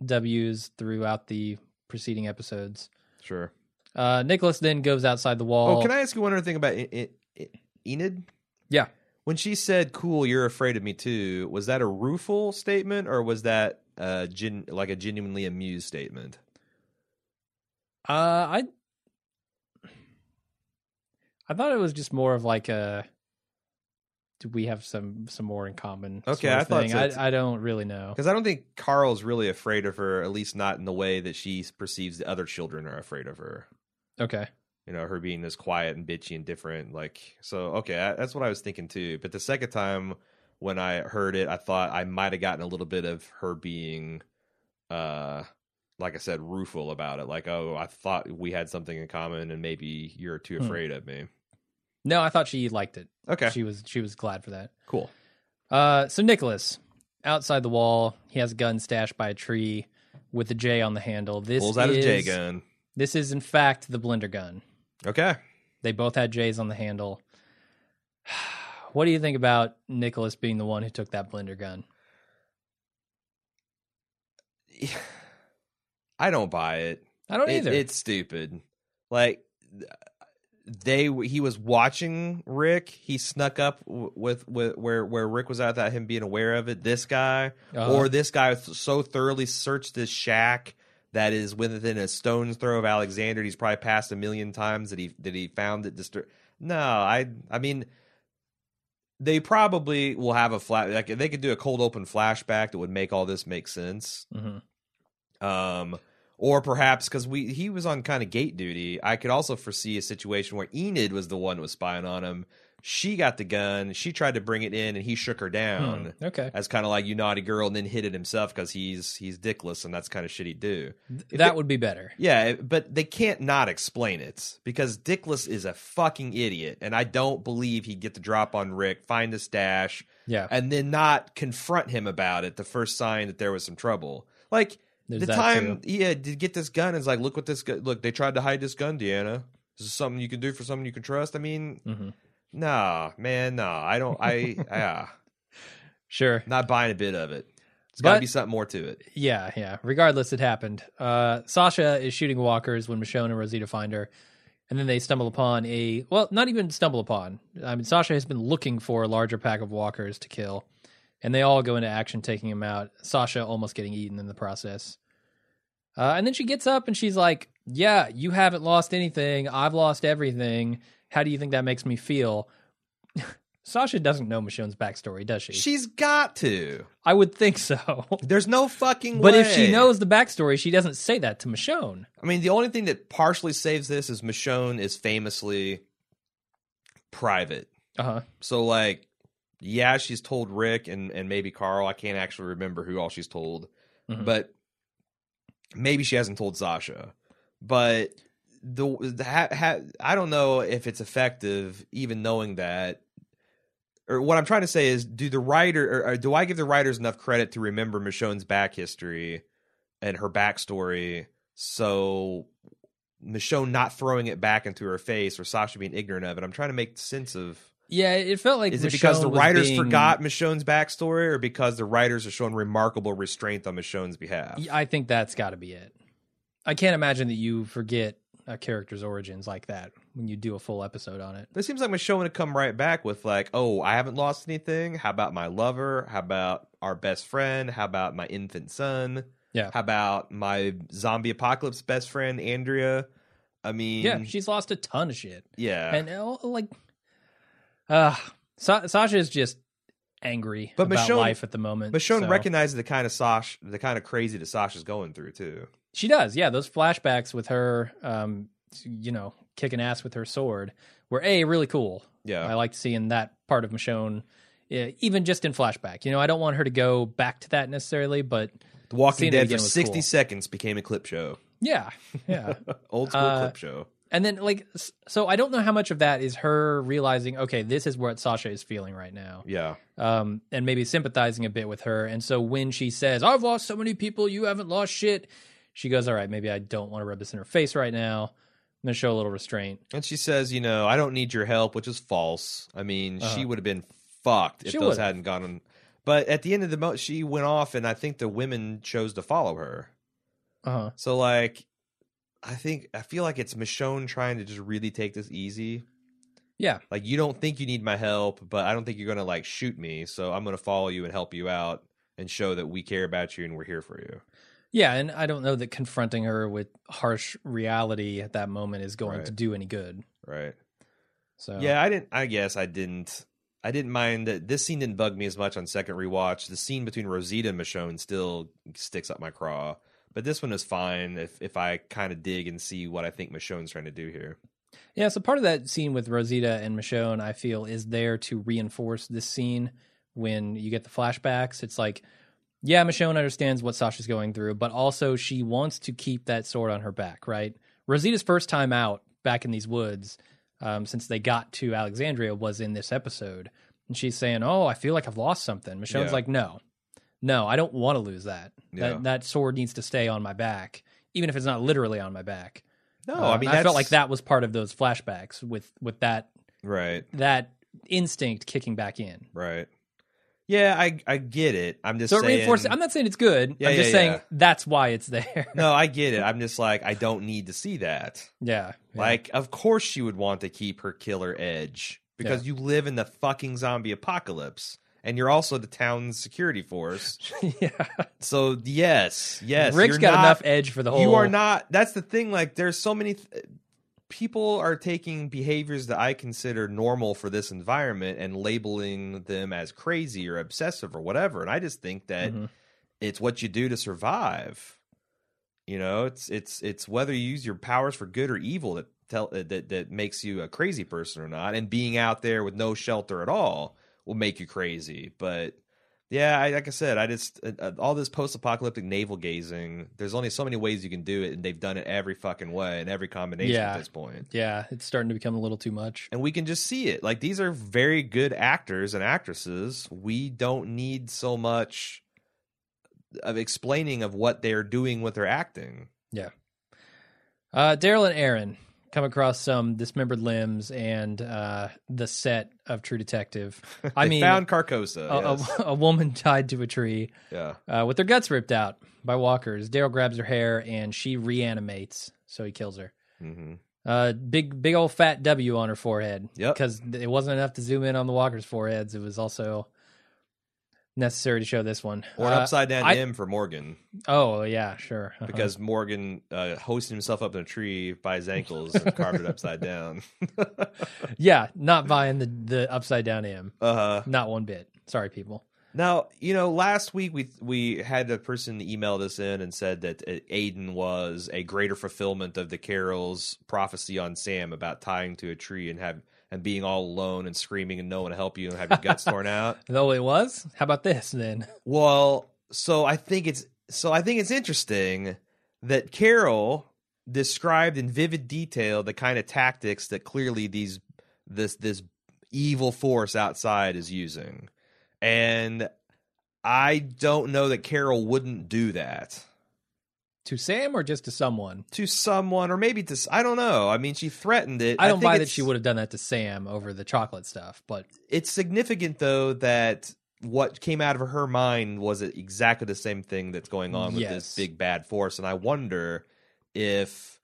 Speaker 1: W's throughout the preceding episodes.
Speaker 2: Sure.
Speaker 1: Uh, Nicholas then goes outside the wall.
Speaker 2: Oh, can I ask you one other thing about E- E- E- Enid?
Speaker 1: Yeah.
Speaker 2: When she said, "Cool, you're afraid of me too," was that a rueful statement or was that uh, gen- like a genuinely amused statement?
Speaker 1: Uh, I I thought it was just more of like a. Do we have some some more in common? sort
Speaker 2: Okay,
Speaker 1: of
Speaker 2: I thought
Speaker 1: thing.
Speaker 2: so, too.
Speaker 1: I, I don't really know.
Speaker 2: Because I don't think Carl's really afraid of her, at least not in the way that she perceives the other children are afraid of her.
Speaker 1: Okay,
Speaker 2: you know her being this quiet and bitchy and different like so okay I, that's what i was thinking too but the second time when i heard it i thought i might have gotten a little bit of her being uh like i said rueful about it like oh i thought we had something in common and maybe you're too
Speaker 1: Hmm.
Speaker 2: afraid of me
Speaker 1: no, I thought she liked it.
Speaker 2: okay
Speaker 1: She was she was glad for that.
Speaker 2: cool
Speaker 1: Uh, so Nicholas, outside the wall, he has a gun stashed by a tree with a J on the handle. This
Speaker 2: pulls out
Speaker 1: is
Speaker 2: his j gun
Speaker 1: This is in fact the blender gun.
Speaker 2: okay
Speaker 1: They both had J's on the handle. (sighs) What do you think about Nicholas being the one who took that blender gun?
Speaker 2: i don't buy it
Speaker 1: I don't
Speaker 2: It-
Speaker 1: either.
Speaker 2: It's stupid. Like th- they, he was watching Rick. He snuck up w- with, with where where Rick was at, without him being aware of it. This guy
Speaker 1: Uh,
Speaker 2: or this guy th- so thoroughly searched this shack that is within a stone's throw of Alexander. He's probably passed a million times that he that he found it distur No, I I mean. They probably will have a flat like if they could do a cold open flashback that would make all this make sense
Speaker 1: mhm.
Speaker 2: um or perhaps because we he was on kind of gate duty i could also foresee a situation where enid was the one who was spying on him She got the gun. She tried to bring it in, and he shook her down
Speaker 1: Hmm, okay.
Speaker 2: as kind of like you naughty girl, and then hit it himself because he's he's dickless, and that's kind of shit he do. If
Speaker 1: that
Speaker 2: it-
Speaker 1: would be better.
Speaker 2: Yeah, eh, but they can't not explain it because Dickless is a fucking idiot, and I don't believe he'd get the drop on Rick, find his stash,
Speaker 1: Yeah.
Speaker 2: and then not confront him about it the first sign that there was some trouble. Like
Speaker 1: There's
Speaker 2: the
Speaker 1: that
Speaker 2: time
Speaker 1: too.
Speaker 2: he had to get this gun is like, look what this gu- look. They tried to hide this gun, Deanna. This is something you can do for someone you can trust. I mean,
Speaker 1: Mhm.
Speaker 2: nah, man, nah. I don't.
Speaker 1: (laughs)
Speaker 2: I yeah,
Speaker 1: Sure.
Speaker 2: not buying a bit of it. It's got to
Speaker 1: But-
Speaker 2: be something more to it.
Speaker 1: Yeah, yeah. Regardless, it happened. Uh, Sasha is shooting walkers when Michonne and Rosita find her, and then they stumble upon a well, not even stumble upon. I mean, Sasha has been looking for a larger pack of walkers to kill, and they all go into action, taking him out. Sasha almost getting eaten in the process, uh, and then she gets up and she's like, "Yeah, you haven't lost anything. I've lost everything. How do you think that makes me feel?" (laughs) Sasha doesn't know Michonne's backstory, does she?
Speaker 2: She's got to.
Speaker 1: I would think so. (laughs)
Speaker 2: There's no fucking.
Speaker 1: But if she
Speaker 2: way.
Speaker 1: knows the backstory, she doesn't say that to Michonne.
Speaker 2: I mean, the only thing that partially saves this is Michonne is famously private.
Speaker 1: Uh huh.
Speaker 2: So, like, yeah, she's told Rick and, and maybe Carl. I can't actually remember who all she's told,
Speaker 1: Mhm.
Speaker 2: but maybe she hasn't told Sasha. But the, the ha, ha, I don't know if it's effective, even knowing that. Or what I'm trying to say is, do the writer or, or do I give the writers enough credit to remember Michonne's back history and her backstory? So Michonne not throwing it back into her face or Sasha being ignorant of it. I'm trying to make sense of
Speaker 1: Yeah, it felt like
Speaker 2: is it because
Speaker 1: Michonne
Speaker 2: the
Speaker 1: was
Speaker 2: writers
Speaker 1: being-
Speaker 2: forgot Michonne's backstory, or because the writers are showing remarkable restraint on Michonne's behalf?
Speaker 1: I think that's got to be it. I can't imagine that you forget a character's origins like that when you do a full episode on it.
Speaker 2: It seems like Michonne would come right back with like, "Oh, I haven't lost anything. How about my lover? How about our best friend? How about my infant son?
Speaker 1: Yeah.
Speaker 2: How about my zombie apocalypse best friend Andrea? I mean,
Speaker 1: Yeah, she's lost a ton of shit,
Speaker 2: Mm. yeah.
Speaker 1: and oh, like, uh, Sa- Sasha is just angry
Speaker 2: But
Speaker 1: about
Speaker 2: Michonne-
Speaker 1: life at the moment.
Speaker 2: Michonne
Speaker 1: so-
Speaker 2: recognizes the kind of Sash, the kind of crazy that Sasha's going through too.
Speaker 1: She does, yeah. Those flashbacks with her, um, you know, kicking ass with her sword were a really cool.
Speaker 2: Yeah.
Speaker 1: I liked seeing that part of Michonne, eh, even just in flashback. You know, I don't want her to go back to that necessarily, but
Speaker 2: The Walking
Speaker 1: Seeing it
Speaker 2: Dead
Speaker 1: again
Speaker 2: for
Speaker 1: was
Speaker 2: 60
Speaker 1: cool.
Speaker 2: seconds became a clip show,
Speaker 1: yeah,
Speaker 2: (laughs)
Speaker 1: yeah.
Speaker 2: old school
Speaker 1: Uh,
Speaker 2: clip show.
Speaker 1: and then like, s- so I don't know how much of that is her realizing, okay, this is what Sasha is feeling right now,
Speaker 2: Yeah.
Speaker 1: um, and maybe sympathizing a bit with her. And so when she says, "I've lost so many people, you haven't lost shit," she goes, "All right, maybe I don't want to rub this in her face right now. I'm gonna show a little restraint."
Speaker 2: And she says, you know, I don't need your help, which is false. I mean, she
Speaker 1: Uh-huh.
Speaker 2: would have been fucked if
Speaker 1: She
Speaker 2: those
Speaker 1: would've.
Speaker 2: hadn't gone on. But at the end of the month, she went off, and I think the women chose to follow her.
Speaker 1: Uh huh.
Speaker 2: So, like, I think, I feel like it's Michonne trying to just really take this easy.
Speaker 1: Yeah.
Speaker 2: Like, you don't think you need my help, but I don't think you're going to, like, shoot me. So I'm going to follow you and help you out and show that we care about you and we're here for you.
Speaker 1: Yeah, and I don't know that confronting her with harsh reality at that moment is going
Speaker 2: Right.
Speaker 1: to do any good.
Speaker 2: Right.
Speaker 1: So
Speaker 2: Yeah, I didn't. I guess I didn't. I didn't mind that this scene didn't bug me as much on second rewatch. The scene between Rosita and Michonne still sticks up my craw, but this one is fine if if I kind of dig and see what I think Michonne's trying to do here.
Speaker 1: yeah. So part of that scene with Rosita and Michonne, I feel, is there to reinforce this scene. When you get the flashbacks, it's like, yeah, Michonne understands what Sasha's going through, but also she wants to keep that sword on her back, right? Rosita's first time out back in these woods um, since they got to Alexandria was in this episode. And she's saying, Oh, I feel like I've lost something. Michonne's
Speaker 2: Yeah.
Speaker 1: like, No, no, I don't want to lose that.
Speaker 2: Yeah.
Speaker 1: That, that sword needs to stay on my back, even if it's not literally on my back.
Speaker 2: No,
Speaker 1: Uh,
Speaker 2: Oh, I mean
Speaker 1: I
Speaker 2: that's,
Speaker 1: felt like that was part of those flashbacks with, with that,
Speaker 2: Right,
Speaker 1: that instinct kicking back in.
Speaker 2: right. Yeah, I I get it. I'm just
Speaker 1: So it
Speaker 2: saying,
Speaker 1: reinforces. I'm not saying it's good.
Speaker 2: Yeah,
Speaker 1: I'm just
Speaker 2: yeah,
Speaker 1: saying
Speaker 2: yeah.
Speaker 1: that's why it's there. (laughs)
Speaker 2: no, I get it. I'm just like I don't need to see that.
Speaker 1: yeah, yeah.
Speaker 2: Like, of course she would want to keep her killer edge because you live in the fucking zombie apocalypse. And you're also the town's security force.
Speaker 1: (laughs) yeah.
Speaker 2: So yes, yes,
Speaker 1: Rick's
Speaker 2: you're
Speaker 1: got
Speaker 2: not-
Speaker 1: enough edge for the whole.
Speaker 2: You are not. That's the thing. Like there's so many th- people are taking behaviors that I consider normal for this environment and labeling them as crazy or obsessive or whatever. And I just think that
Speaker 1: Mhm.
Speaker 2: it's what you do to survive. You know, it's it's it's whether you use your powers for good or evil that tell uh, that that makes you a crazy person or not. And being out there with no shelter at all will make you crazy. But yeah, I, like I said, I just uh, uh, all this post-apocalyptic navel gazing. There's only so many ways you can do it, and they've done it every fucking way and every combination
Speaker 1: Yeah.
Speaker 2: at this point.
Speaker 1: Yeah, it's starting to become a little too much.
Speaker 2: And we can just see it. Like these are very good actors and actresses. We don't need so much of explaining of what they're doing with their acting.
Speaker 1: Uh, Daryl and Aaron come across some dismembered limbs and uh, the set of True
Speaker 2: (laughs)
Speaker 1: Detective. I
Speaker 2: They
Speaker 1: mean, uh,
Speaker 2: found Carcosa.
Speaker 1: a, a-
Speaker 2: yes.
Speaker 1: (laughs) a woman tied to a tree
Speaker 2: yeah.
Speaker 1: uh, with their guts ripped out by walkers. Daryl grabs her hair and she reanimates, so he kills her.
Speaker 2: hmm
Speaker 1: Uh, big, big old fat W on her forehead.
Speaker 2: Yep.
Speaker 1: Because it wasn't enough to zoom in on the walkers' foreheads. It was also necessary to show this one.
Speaker 2: Or an
Speaker 1: Uh,
Speaker 2: upside down
Speaker 1: I-
Speaker 2: M for Morgan
Speaker 1: oh yeah, sure. Uh-huh.
Speaker 2: because Morgan uh, hoisted himself up in a tree by
Speaker 1: (laughs)
Speaker 2: his ankles and carved it upside down.
Speaker 1: yeah, not buying the the upside down M.
Speaker 2: uh,
Speaker 1: Not one bit. Sorry, people.
Speaker 2: now, you know, last week we we had a person email this in and said that uh, Aiden was a greater fulfillment of the Carol's prophecy on Sam about tying to a tree and have and being all alone and screaming and no one to help you and have your guts torn out.
Speaker 1: Though it was. How about this then?
Speaker 2: Well, so I think it's so I think it's interesting that Carol described in vivid detail the kind of tactics that clearly these this this evil force outside is using. And I don't know that Carol wouldn't do that
Speaker 1: To Sam or just to someone?
Speaker 2: to someone or maybe to s- I don't know. I mean, she threatened it.
Speaker 1: I don't
Speaker 2: think
Speaker 1: buy that
Speaker 2: it's-
Speaker 1: she would have done that to Sam over the chocolate stuff, but
Speaker 2: it's significant though that what came out of her mind was exactly the same thing that's going on with
Speaker 1: Yes.
Speaker 2: this big bad force and i wonder if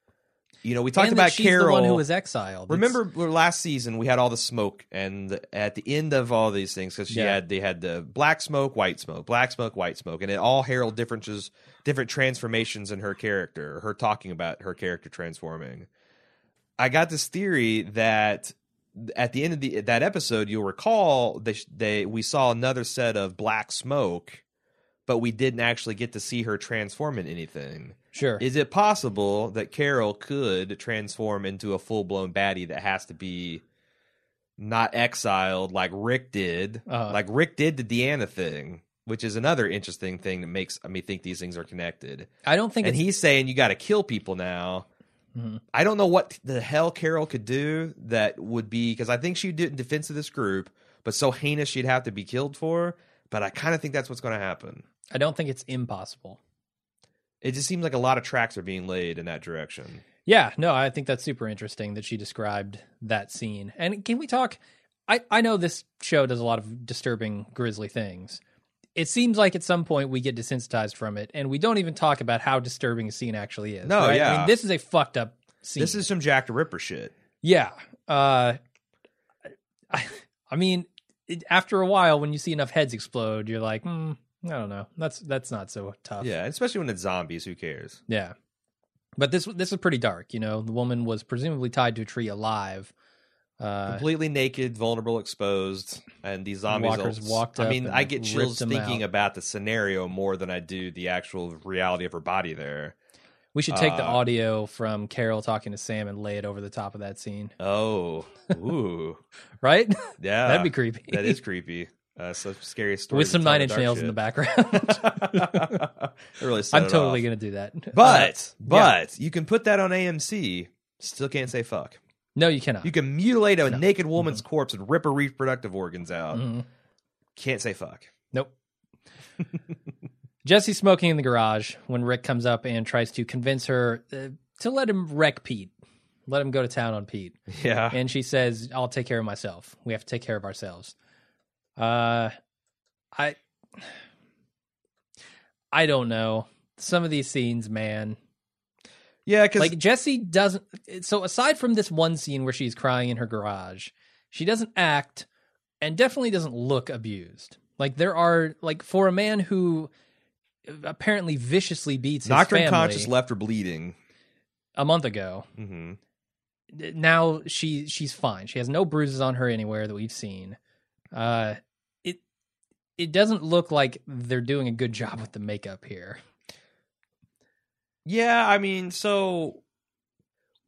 Speaker 2: you know we talked
Speaker 1: and that
Speaker 2: about
Speaker 1: she's
Speaker 2: carol
Speaker 1: the one who was exiled. It's-
Speaker 2: remember where last season we had all the smoke and at the end of all these things because she
Speaker 1: Yeah.
Speaker 2: had they had the black smoke white smoke black smoke white smoke and it all herald differences different transformations in her character her talking about her character transforming i got this theory that at the end of the that episode you'll recall they, they we saw another set of black smoke but we didn't actually get to see her transform in anything
Speaker 1: sure.
Speaker 2: is it possible that Carol could transform into a full blown baddie that has to be not exiled like Rick did?
Speaker 1: Uh-huh.
Speaker 2: Like Rick did the Deanna thing, which is another interesting thing that makes me think these things are connected.
Speaker 1: I don't think
Speaker 2: And
Speaker 1: it's
Speaker 2: he's saying you got to kill people now.
Speaker 1: Mhm.
Speaker 2: I don't know what the hell Carol could do that would be because I think she did in defense of this group, but so heinous she'd have to be killed for. But I kind of think that's what's going to happen.
Speaker 1: I don't think it's impossible.
Speaker 2: It just seems like a lot of tracks are being laid in that direction.
Speaker 1: Yeah, no, I think that's super interesting that she described that scene. And can we talk? I, I know this show does a lot of disturbing, grisly things. It seems like at some point we get desensitized from it, and we don't even talk about how disturbing a scene actually is.
Speaker 2: No,
Speaker 1: right? I
Speaker 2: yeah.
Speaker 1: mean, this is a fucked up scene.
Speaker 2: This is some Jack the Ripper shit.
Speaker 1: yeah. Uh, I, I mean, it, after a while, when you see enough heads explode, you're like, hmm, I don't know, that's that's not so tough.
Speaker 2: Yeah, especially when it's zombies. Who cares?
Speaker 1: Yeah. But this this is pretty dark, you know. The woman was presumably tied to a tree alive. Uh,
Speaker 2: Completely naked, vulnerable, exposed, and these zombies.
Speaker 1: walkers
Speaker 2: will-
Speaker 1: walked
Speaker 2: I
Speaker 1: up
Speaker 2: mean,
Speaker 1: and
Speaker 2: I get
Speaker 1: ripped
Speaker 2: chills
Speaker 1: them
Speaker 2: thinking
Speaker 1: out.
Speaker 2: about the scenario more than I do the actual reality of her body. There.
Speaker 1: we should take the
Speaker 2: uh,
Speaker 1: audio from Carol talking to Sam and lay it over the top of that scene, (laughs)
Speaker 2: Oh, ooh,
Speaker 1: right? (laughs)
Speaker 2: yeah,
Speaker 1: That'd be creepy. (laughs)
Speaker 2: that is creepy. Uh, so scary story
Speaker 1: With some nine inch nails in the
Speaker 2: (laughs)
Speaker 1: background. (laughs)
Speaker 2: back. really, set
Speaker 1: I'm
Speaker 2: (laughs) it
Speaker 1: totally
Speaker 2: off.
Speaker 1: gonna do that. Uh,
Speaker 2: But but you can put that on AMC. Still can't say fuck.
Speaker 1: no, you cannot.
Speaker 2: You can mutilate a
Speaker 1: No.
Speaker 2: naked woman's corpse and rip her reproductive organs out.
Speaker 1: Mhm.
Speaker 2: Can't say fuck.
Speaker 1: Nope. Jesse's smoking in the garage when Rick comes up and tries to convince her uh, to let him wreck Pete, let him go to town on Pete.
Speaker 2: (laughs) Yeah.
Speaker 1: (laughs) and she says, "I'll take care of myself. We have to take care of ourselves." Uh, I, I don't know. Some of these scenes, man,
Speaker 2: Yeah, because
Speaker 1: like Jesse doesn't. So aside from this one scene where she's crying in her garage, she doesn't act and definitely doesn't look abused. Like there are like for a man who apparently viciously beats
Speaker 2: knocked her
Speaker 1: his
Speaker 2: unconscious,
Speaker 1: family
Speaker 2: left her bleeding.
Speaker 1: a month ago.
Speaker 2: hmm
Speaker 1: now she she's fine. She has no bruises on her anywhere that we've seen. Uh, it it doesn't look like they're doing a good job with the makeup here.
Speaker 2: Yeah, I mean, so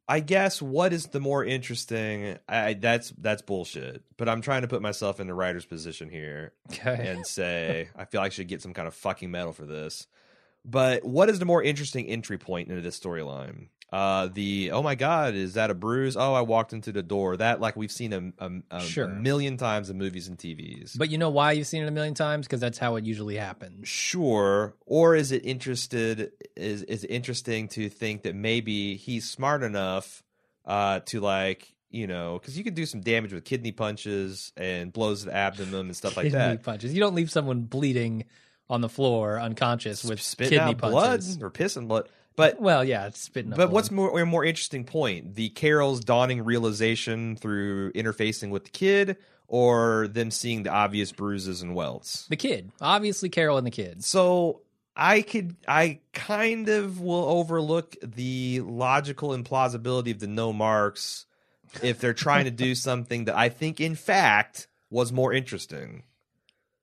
Speaker 2: I guess what is the more interesting? I that's that's bullshit. But I'm trying to put myself in the writer's position (laughs) here
Speaker 1: (laughs) Okay.
Speaker 2: and say I feel I should get some kind of fucking medal for this. But what is the more interesting entry point into this storyline? Uh, the oh my god, is that a bruise? Oh, I walked into the door. That like we've seen a, a, a
Speaker 1: Sure.
Speaker 2: million times in movies and TVs.
Speaker 1: But you know why you've seen it a million times? Because that's how it usually happens.
Speaker 2: sure or is it interested is is it interesting to think that maybe he's smart enough uh to like you know because you can do some damage with kidney punches and blows to the abdomen and stuff like
Speaker 1: Kidney
Speaker 2: that
Speaker 1: punches. You don't leave someone bleeding on the floor unconscious with
Speaker 2: spitting
Speaker 1: kidney
Speaker 2: out
Speaker 1: punches.
Speaker 2: blood or pissing blood but
Speaker 1: Well, yeah, it's spitting. up
Speaker 2: but what's
Speaker 1: blood.
Speaker 2: more a more interesting point the carol's dawning realization through interfacing with the kid or them seeing the obvious bruises and welts
Speaker 1: the kid? Obviously, Carol and the kids.
Speaker 2: So I could I kind of will overlook the logical implausibility of the no marks if they're trying to do something that I think in fact was more interesting.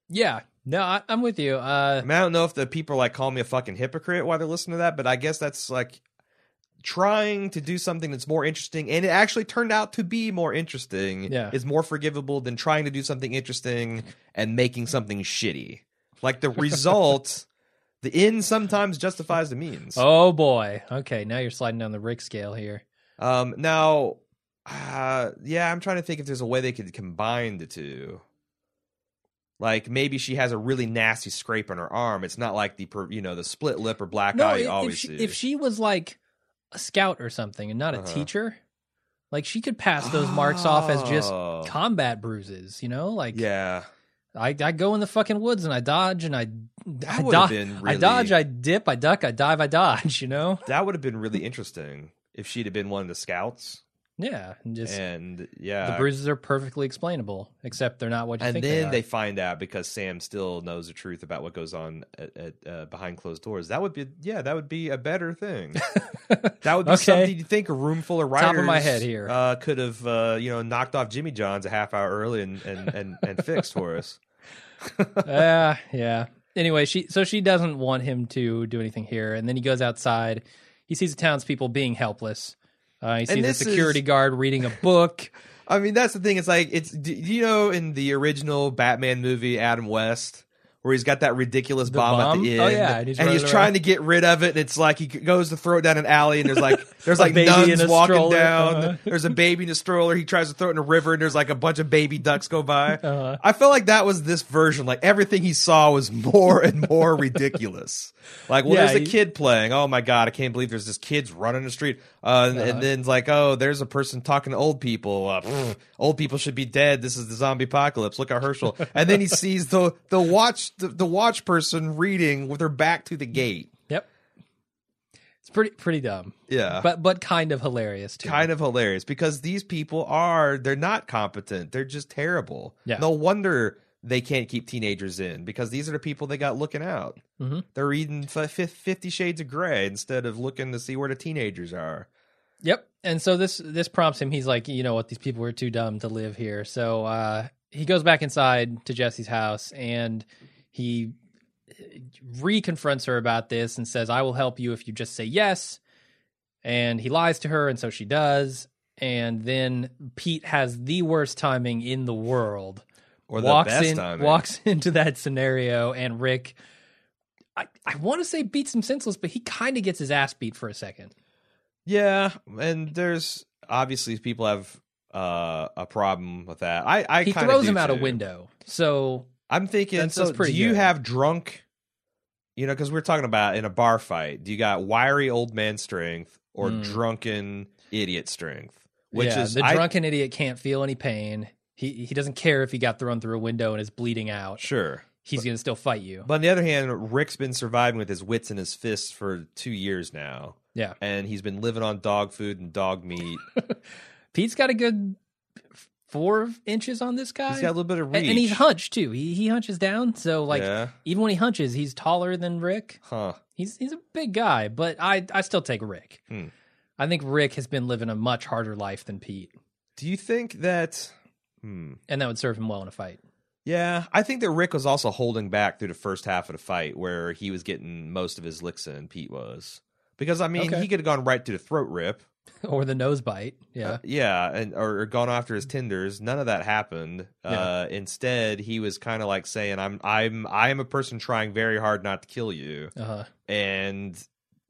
Speaker 1: Yeah. No, I, I'm with you. Uh,
Speaker 2: I mean, I don't know if the people like call me a fucking hypocrite while they're listening to that, but I guess that's like trying to do something that's more interesting and it actually turned out to be more interesting
Speaker 1: Yeah.
Speaker 2: is more forgivable than trying to do something interesting and making something shitty. Like
Speaker 1: (laughs)
Speaker 2: the result, the end sometimes justifies the means.
Speaker 1: oh boy. Okay, now you're sliding down the Rick scale here.
Speaker 2: Um, now, uh, yeah, I'm trying to think if there's a way they could combine the two. Like maybe she has a really nasty scrape on her arm. It's not like the per- you know the split lip or black
Speaker 1: no,
Speaker 2: eye
Speaker 1: if-
Speaker 2: you always
Speaker 1: if, she,
Speaker 2: see.
Speaker 1: if she was like a scout or something and not a
Speaker 2: Uh-huh.
Speaker 1: teacher, like she could pass those marks off as just
Speaker 2: Oh.
Speaker 1: combat bruises. You know, like
Speaker 2: yeah,
Speaker 1: I, I go in the fucking woods and I dodge and I I,
Speaker 2: that would have
Speaker 1: dodge,
Speaker 2: been
Speaker 1: I
Speaker 2: really,
Speaker 1: dodge, I dip, I duck, I dive, I dodge. (laughs) You know,
Speaker 2: that would have been really interesting if she'd have been one of the scouts.
Speaker 1: yeah, and just
Speaker 2: And yeah,
Speaker 1: the bruises are perfectly explainable, except they're not what you
Speaker 2: and
Speaker 1: think.
Speaker 2: then
Speaker 1: they,
Speaker 2: they
Speaker 1: are.
Speaker 2: find out because Sam still knows the truth about what goes on at, at, uh, behind closed doors. That would be yeah, that would be a better (laughs) thing. that would be
Speaker 1: Okay.
Speaker 2: something you think a room full of writers
Speaker 1: Top of my head here.
Speaker 2: uh, could have uh, you know knocked off Jimmy John's a half hour early and and and, and fixed for us.
Speaker 1: yeah, Uh, yeah. Anyway, she so she doesn't want him to do anything here, and then he goes outside. He sees the townspeople being helpless. Uh, he sees a
Speaker 2: this
Speaker 1: security
Speaker 2: is-
Speaker 1: guard reading a
Speaker 2: (laughs)
Speaker 1: book.
Speaker 2: (laughs) I mean, that's the thing. It's like it's do you know in the original Batman movie, Adam West. Where he's got that ridiculous
Speaker 1: The
Speaker 2: bomb,
Speaker 1: bomb?
Speaker 2: at the end,
Speaker 1: Oh, yeah, and he's running around.
Speaker 2: trying to get rid of it, and it's like he goes to throw it down an alley, and there's (laughs) like there's
Speaker 1: A
Speaker 2: like
Speaker 1: baby in
Speaker 2: nuns
Speaker 1: a
Speaker 2: walking
Speaker 1: stroller,
Speaker 2: down,
Speaker 1: uh-huh.
Speaker 2: there's a baby in a stroller, he tries to throw it in a river, and there's like a bunch of baby ducks go by.
Speaker 1: Uh,
Speaker 2: I felt like that was this version. Like everything he saw was more and more ridiculous. Like, well,
Speaker 1: Yeah,
Speaker 2: there's a
Speaker 1: he-
Speaker 2: kid playing. Oh my god, I can't believe there's this kid's running the street. Uh, and,
Speaker 1: Uh-huh.
Speaker 2: and then it's like, oh, there's a person talking to old people. Uh, pff, old people should be dead. This is the zombie apocalypse. Look at Herschel. and then he (laughs) sees the the watch the, the watch person reading with her back to the gate.
Speaker 1: yep, it's pretty pretty dumb,
Speaker 2: Yeah.
Speaker 1: but but kind of hilarious too.
Speaker 2: kind of hilarious because these people are they're not competent they're just terrible
Speaker 1: Yeah.
Speaker 2: no wonder they can't keep teenagers in because these are the people they got looking out
Speaker 1: Mhm.
Speaker 2: they're reading f- fif- 50 shades of gray instead of looking to see where the teenagers are
Speaker 1: Yep. And so this this prompts him. He's like, you know what? These people are too dumb to live here. So uh, he goes back inside to Jesse's house and he uh, reconfronts her about this and says, "I will help you if you just say yes." And he lies to her, and so she does. And then Pete has the worst timing in the world.
Speaker 2: or
Speaker 1: walks
Speaker 2: the best
Speaker 1: in,
Speaker 2: timing.
Speaker 1: walks (laughs) into that scenario, and Rick. I, I want to say beats him senseless, but he kind of gets his ass beat for a second.
Speaker 2: yeah and there's obviously people have uh, a problem with that i, I
Speaker 1: he
Speaker 2: kinda
Speaker 1: throws
Speaker 2: do
Speaker 1: him out a
Speaker 2: too.
Speaker 1: window. So
Speaker 2: I'm thinking.
Speaker 1: That's-
Speaker 2: so
Speaker 1: that's pretty
Speaker 2: do you
Speaker 1: good.
Speaker 2: have drunk? You know, because we're talking about in a bar fight. Do you got wiry old man strength or
Speaker 1: Mm.
Speaker 2: drunken idiot strength? Which
Speaker 1: yeah,
Speaker 2: is
Speaker 1: the
Speaker 2: I-
Speaker 1: drunken idiot can't feel any pain. He he doesn't care if he got thrown through a window and is bleeding out.
Speaker 2: sure.
Speaker 1: He's gonna still fight you.
Speaker 2: But on the other hand, Rick's been surviving with his wits and his fists for two years now,
Speaker 1: yeah,
Speaker 2: and he's been living on dog food and dog meat.
Speaker 1: Pete's got a good f- four inches on this guy,
Speaker 2: he's got a little bit of
Speaker 1: A-
Speaker 2: reach,
Speaker 1: and, he's hunched too. He he hunches down, so like
Speaker 2: yeah,
Speaker 1: even when he hunches, he's taller than Rick.
Speaker 2: huh?
Speaker 1: He's he's a big guy, but I I still take Rick.
Speaker 2: Hmm.
Speaker 1: I think Rick has been living a much harder life than Pete,
Speaker 2: Do you think that? Hmm.
Speaker 1: and that would serve him well in a fight. (laughs)
Speaker 2: Yeah, I think that Rick was also holding back through the first half of the fight where he was getting most of his licks in, Pete was. Because, I mean,
Speaker 1: Okay.
Speaker 2: he could have gone right to the throat rip,
Speaker 1: or the nose bite. Yeah.
Speaker 2: Uh, yeah, and or, or gone after his tenders. None of that happened. Uh, instead, he was kind of like saying, "I'm, I'm, I'm a person trying very hard not to kill you."
Speaker 1: Uh-huh.
Speaker 2: And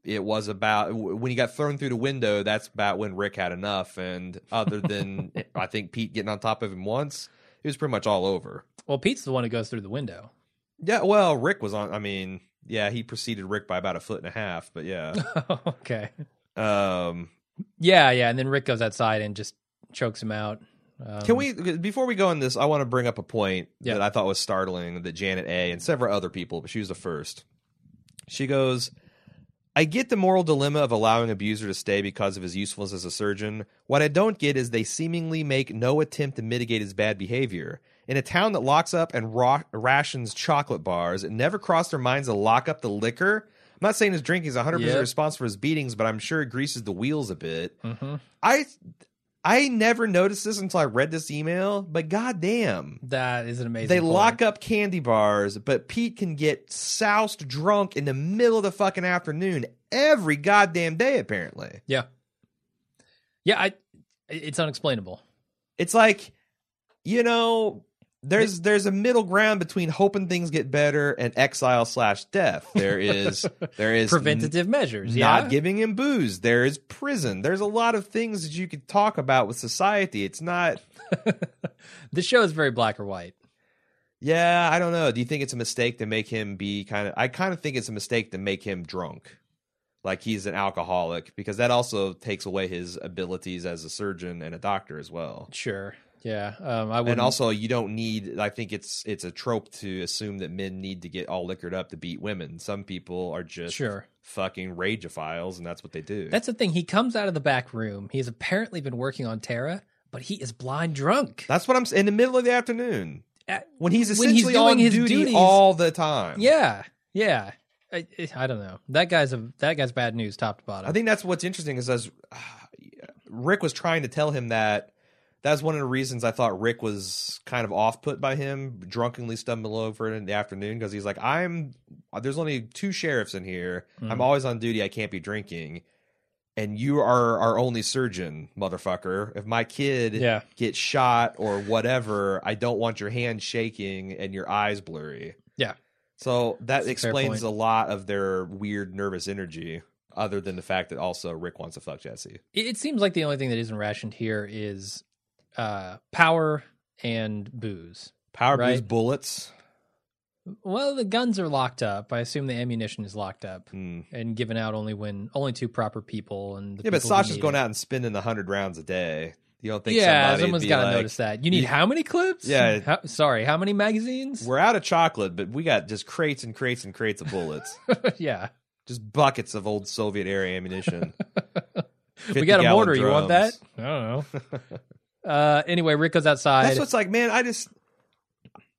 Speaker 2: it was about w- when he got thrown through the window. That's about when Rick had enough. And
Speaker 1: (laughs)
Speaker 2: other than I think Pete getting on top of him once, it was pretty much all over.
Speaker 1: Well, Pete's the one who goes through the window.
Speaker 2: Yeah, well, Rick was on. I mean, yeah, he preceded Rick by about a foot and a half. But yeah,
Speaker 1: (laughs) okay.
Speaker 2: um,
Speaker 1: Yeah, yeah. And then Rick goes outside and just chokes him out. Um,
Speaker 2: Can we before we go on this? I want to bring up a point
Speaker 1: Yeah.
Speaker 2: that I thought was startling that Janet A. and several other people, but she was the first. She goes, "I get the moral dilemma of allowing an abuser to stay because of his usefulness as a surgeon. What I don't get is they seemingly make no attempt to mitigate his bad behavior." In a town that locks up and ra- rations chocolate bars, it never crossed their minds to lock up the liquor. I'm not saying his drinking is 100%
Speaker 1: Yep.
Speaker 2: responsible for his beatings, but I'm sure it greases the wheels a bit.
Speaker 1: Mhm.
Speaker 2: I I never noticed this until I read this email, but goddamn.
Speaker 1: That is an amazing.
Speaker 2: They
Speaker 1: point.
Speaker 2: lock up candy bars, but Pete can get soused drunk in the middle of the fucking afternoon every goddamn day, apparently.
Speaker 1: Yeah. Yeah, I. It's unexplainable.
Speaker 2: It's like, you know, there's there's a middle ground between hoping things get better and exile slash death.
Speaker 1: (laughs)
Speaker 2: There is there is
Speaker 1: Preventative measures.
Speaker 2: not
Speaker 1: yeah.
Speaker 2: giving him booze. There is prison. There's a lot of things that you could talk about with society. It's not
Speaker 1: the show is very black or white.
Speaker 2: Yeah, I don't know. Do you think it's a mistake to make him be kind of? I kind of think it's a mistake to make him drunk, like he's an alcoholic, because that also takes away his abilities as a surgeon and a doctor as well.
Speaker 1: Sure. Yeah. Um, I would.
Speaker 2: And also, you don't need. I think it's it's a trope to assume that men need to get all liquored up to beat women. Some people are just
Speaker 1: Sure.
Speaker 2: fucking rageophiles, and that's what they do.
Speaker 1: That's the thing. He comes out of the back room. He's apparently been working on Terra, but he is blind drunk. Uh,
Speaker 2: that's what I'm s- in the middle of the afternoon
Speaker 1: At-
Speaker 2: when he's
Speaker 1: when he's
Speaker 2: essentially
Speaker 1: doing
Speaker 2: on
Speaker 1: his
Speaker 2: duty
Speaker 1: duties-
Speaker 2: all the time.
Speaker 1: yeah. Yeah. I, I don't know. That guy's a that guy's bad news top to bottom.
Speaker 2: I think that's what's interesting is as (sighs) Rick was trying to tell him that that's one of the reasons I thought Rick was kind of off put by him drunkenly stumbling over it in the afternoon because he's like, I'm there's only two sheriffs in here. I'm
Speaker 1: Mm.
Speaker 2: always on duty. I can't be drinking. And you are our only surgeon, motherfucker. If my kid
Speaker 1: Yeah.
Speaker 2: gets shot or whatever, I don't want your hand shaking and your eyes blurry.
Speaker 1: Yeah.
Speaker 2: So that
Speaker 1: That's a fair
Speaker 2: explains
Speaker 1: point.
Speaker 2: a lot of their weird nervous energy, other than the fact that also Rick wants to fuck Jesse.
Speaker 1: It, it seems like the only thing that isn't rationed here is uh, power and booze.
Speaker 2: Power
Speaker 1: Right.
Speaker 2: booze bullets.
Speaker 1: Well, the guns are locked up. I assume the ammunition is locked up
Speaker 2: Hmm.
Speaker 1: and given out only when only to proper people. And the
Speaker 2: Yeah, but
Speaker 1: people who
Speaker 2: Sasha's
Speaker 1: need it.
Speaker 2: going out and spending hundred rounds a day. You don't think?
Speaker 1: yeah,
Speaker 2: somebody
Speaker 1: someone's
Speaker 2: would be
Speaker 1: got to
Speaker 2: like,
Speaker 1: notice that. You need
Speaker 2: you-
Speaker 1: how many clips? (laughs)
Speaker 2: Yeah.
Speaker 1: How, sorry, how many magazines?
Speaker 2: We're out of chocolate, but we got just crates and crates and crates
Speaker 1: (laughs)
Speaker 2: of bullets,
Speaker 1: yeah.
Speaker 2: just buckets of old Soviet era
Speaker 1: (laughs)
Speaker 2: ammunition.
Speaker 1: We got a
Speaker 2: 50-gallon
Speaker 1: mortar. You want that?
Speaker 2: drums.
Speaker 1: I don't
Speaker 2: (laughs)
Speaker 1: know. uh, anyway, Rick goes outside.
Speaker 2: That's what's like, man. I just,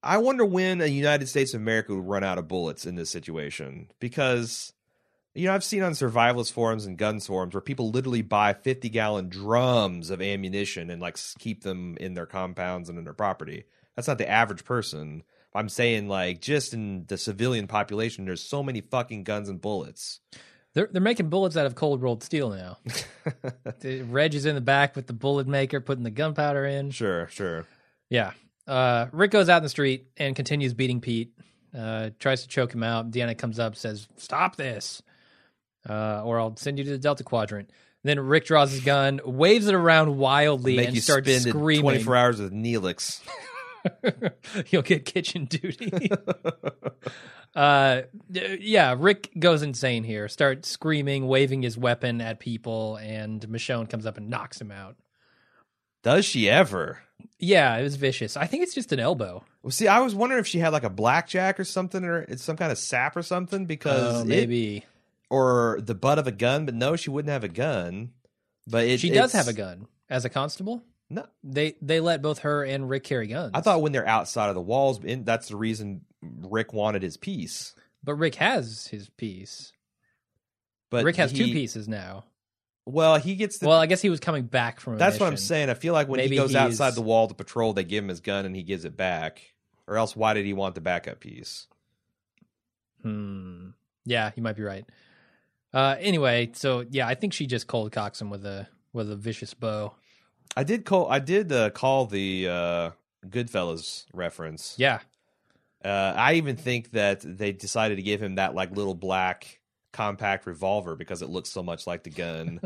Speaker 2: I wonder when a United States of America would run out of bullets in this situation because, you know, I've seen on survivalist forums and guns forums where people literally buy fifty gallon drums of ammunition and like s- keep them in their compounds and in their property. That's not the average person. I'm saying like just in the civilian population, there's so many fucking guns and bullets.
Speaker 1: They're, they're making bullets out of cold rolled steel
Speaker 2: (laughs)
Speaker 1: now. The- Reg is in the back with the bullet maker, putting the gunpowder in.
Speaker 2: Sure, sure.
Speaker 1: Yeah. Uh, Rick goes out in the street and continues beating Pete. Uh, tries to choke him out. Deanna comes up, says, "Stop this, uh, or I'll send you to the Delta Quadrant." Then Rick draws his gun, waves it around wildly,
Speaker 2: Make
Speaker 1: and
Speaker 2: you
Speaker 1: starts
Speaker 2: spend
Speaker 1: screaming.
Speaker 2: twenty four hours with Neelix.
Speaker 1: (laughs) You'll get kitchen duty. uh, d- yeah, Rick goes insane here. Starts screaming, waving his weapon at people, and Michonne comes up and knocks him out.
Speaker 2: Does she ever?
Speaker 1: Yeah, it was vicious. I think it's just an elbow.
Speaker 2: Well, see, I was wondering if she had like a blackjack or something, or it's some kind of sap or something, because
Speaker 1: Oh,
Speaker 2: Um, it-
Speaker 1: maybe
Speaker 2: or the butt of a gun. But no, she wouldn't have a gun. But it,
Speaker 1: she does
Speaker 2: it's-
Speaker 1: have a gun as a constable.
Speaker 2: No.
Speaker 1: they they let both her and Rick carry guns.
Speaker 2: I thought when they're outside of the walls, and that's the reason Rick wanted his piece.
Speaker 1: but Rick has his piece.
Speaker 2: But
Speaker 1: Rick has two
Speaker 2: he-
Speaker 1: pieces now.
Speaker 2: Well, he gets the.
Speaker 1: well, I guess he was coming back from. A
Speaker 2: that's what I'm
Speaker 1: mission.
Speaker 2: saying. I feel like when
Speaker 1: Maybe
Speaker 2: he goes
Speaker 1: he's-
Speaker 2: outside the wall to patrol, they give him his gun and he gives it back. Or else, why did he want the backup piece?
Speaker 1: Hmm. Yeah, you might be right. Uh, anyway, so yeah, I think she just cold cocks him with a with a vicious bow.
Speaker 2: I did call. I did uh, call the uh, Goodfellas reference.
Speaker 1: Yeah,
Speaker 2: Uh, I even think that they decided to give him that like little black compact revolver because it looks so much like the gun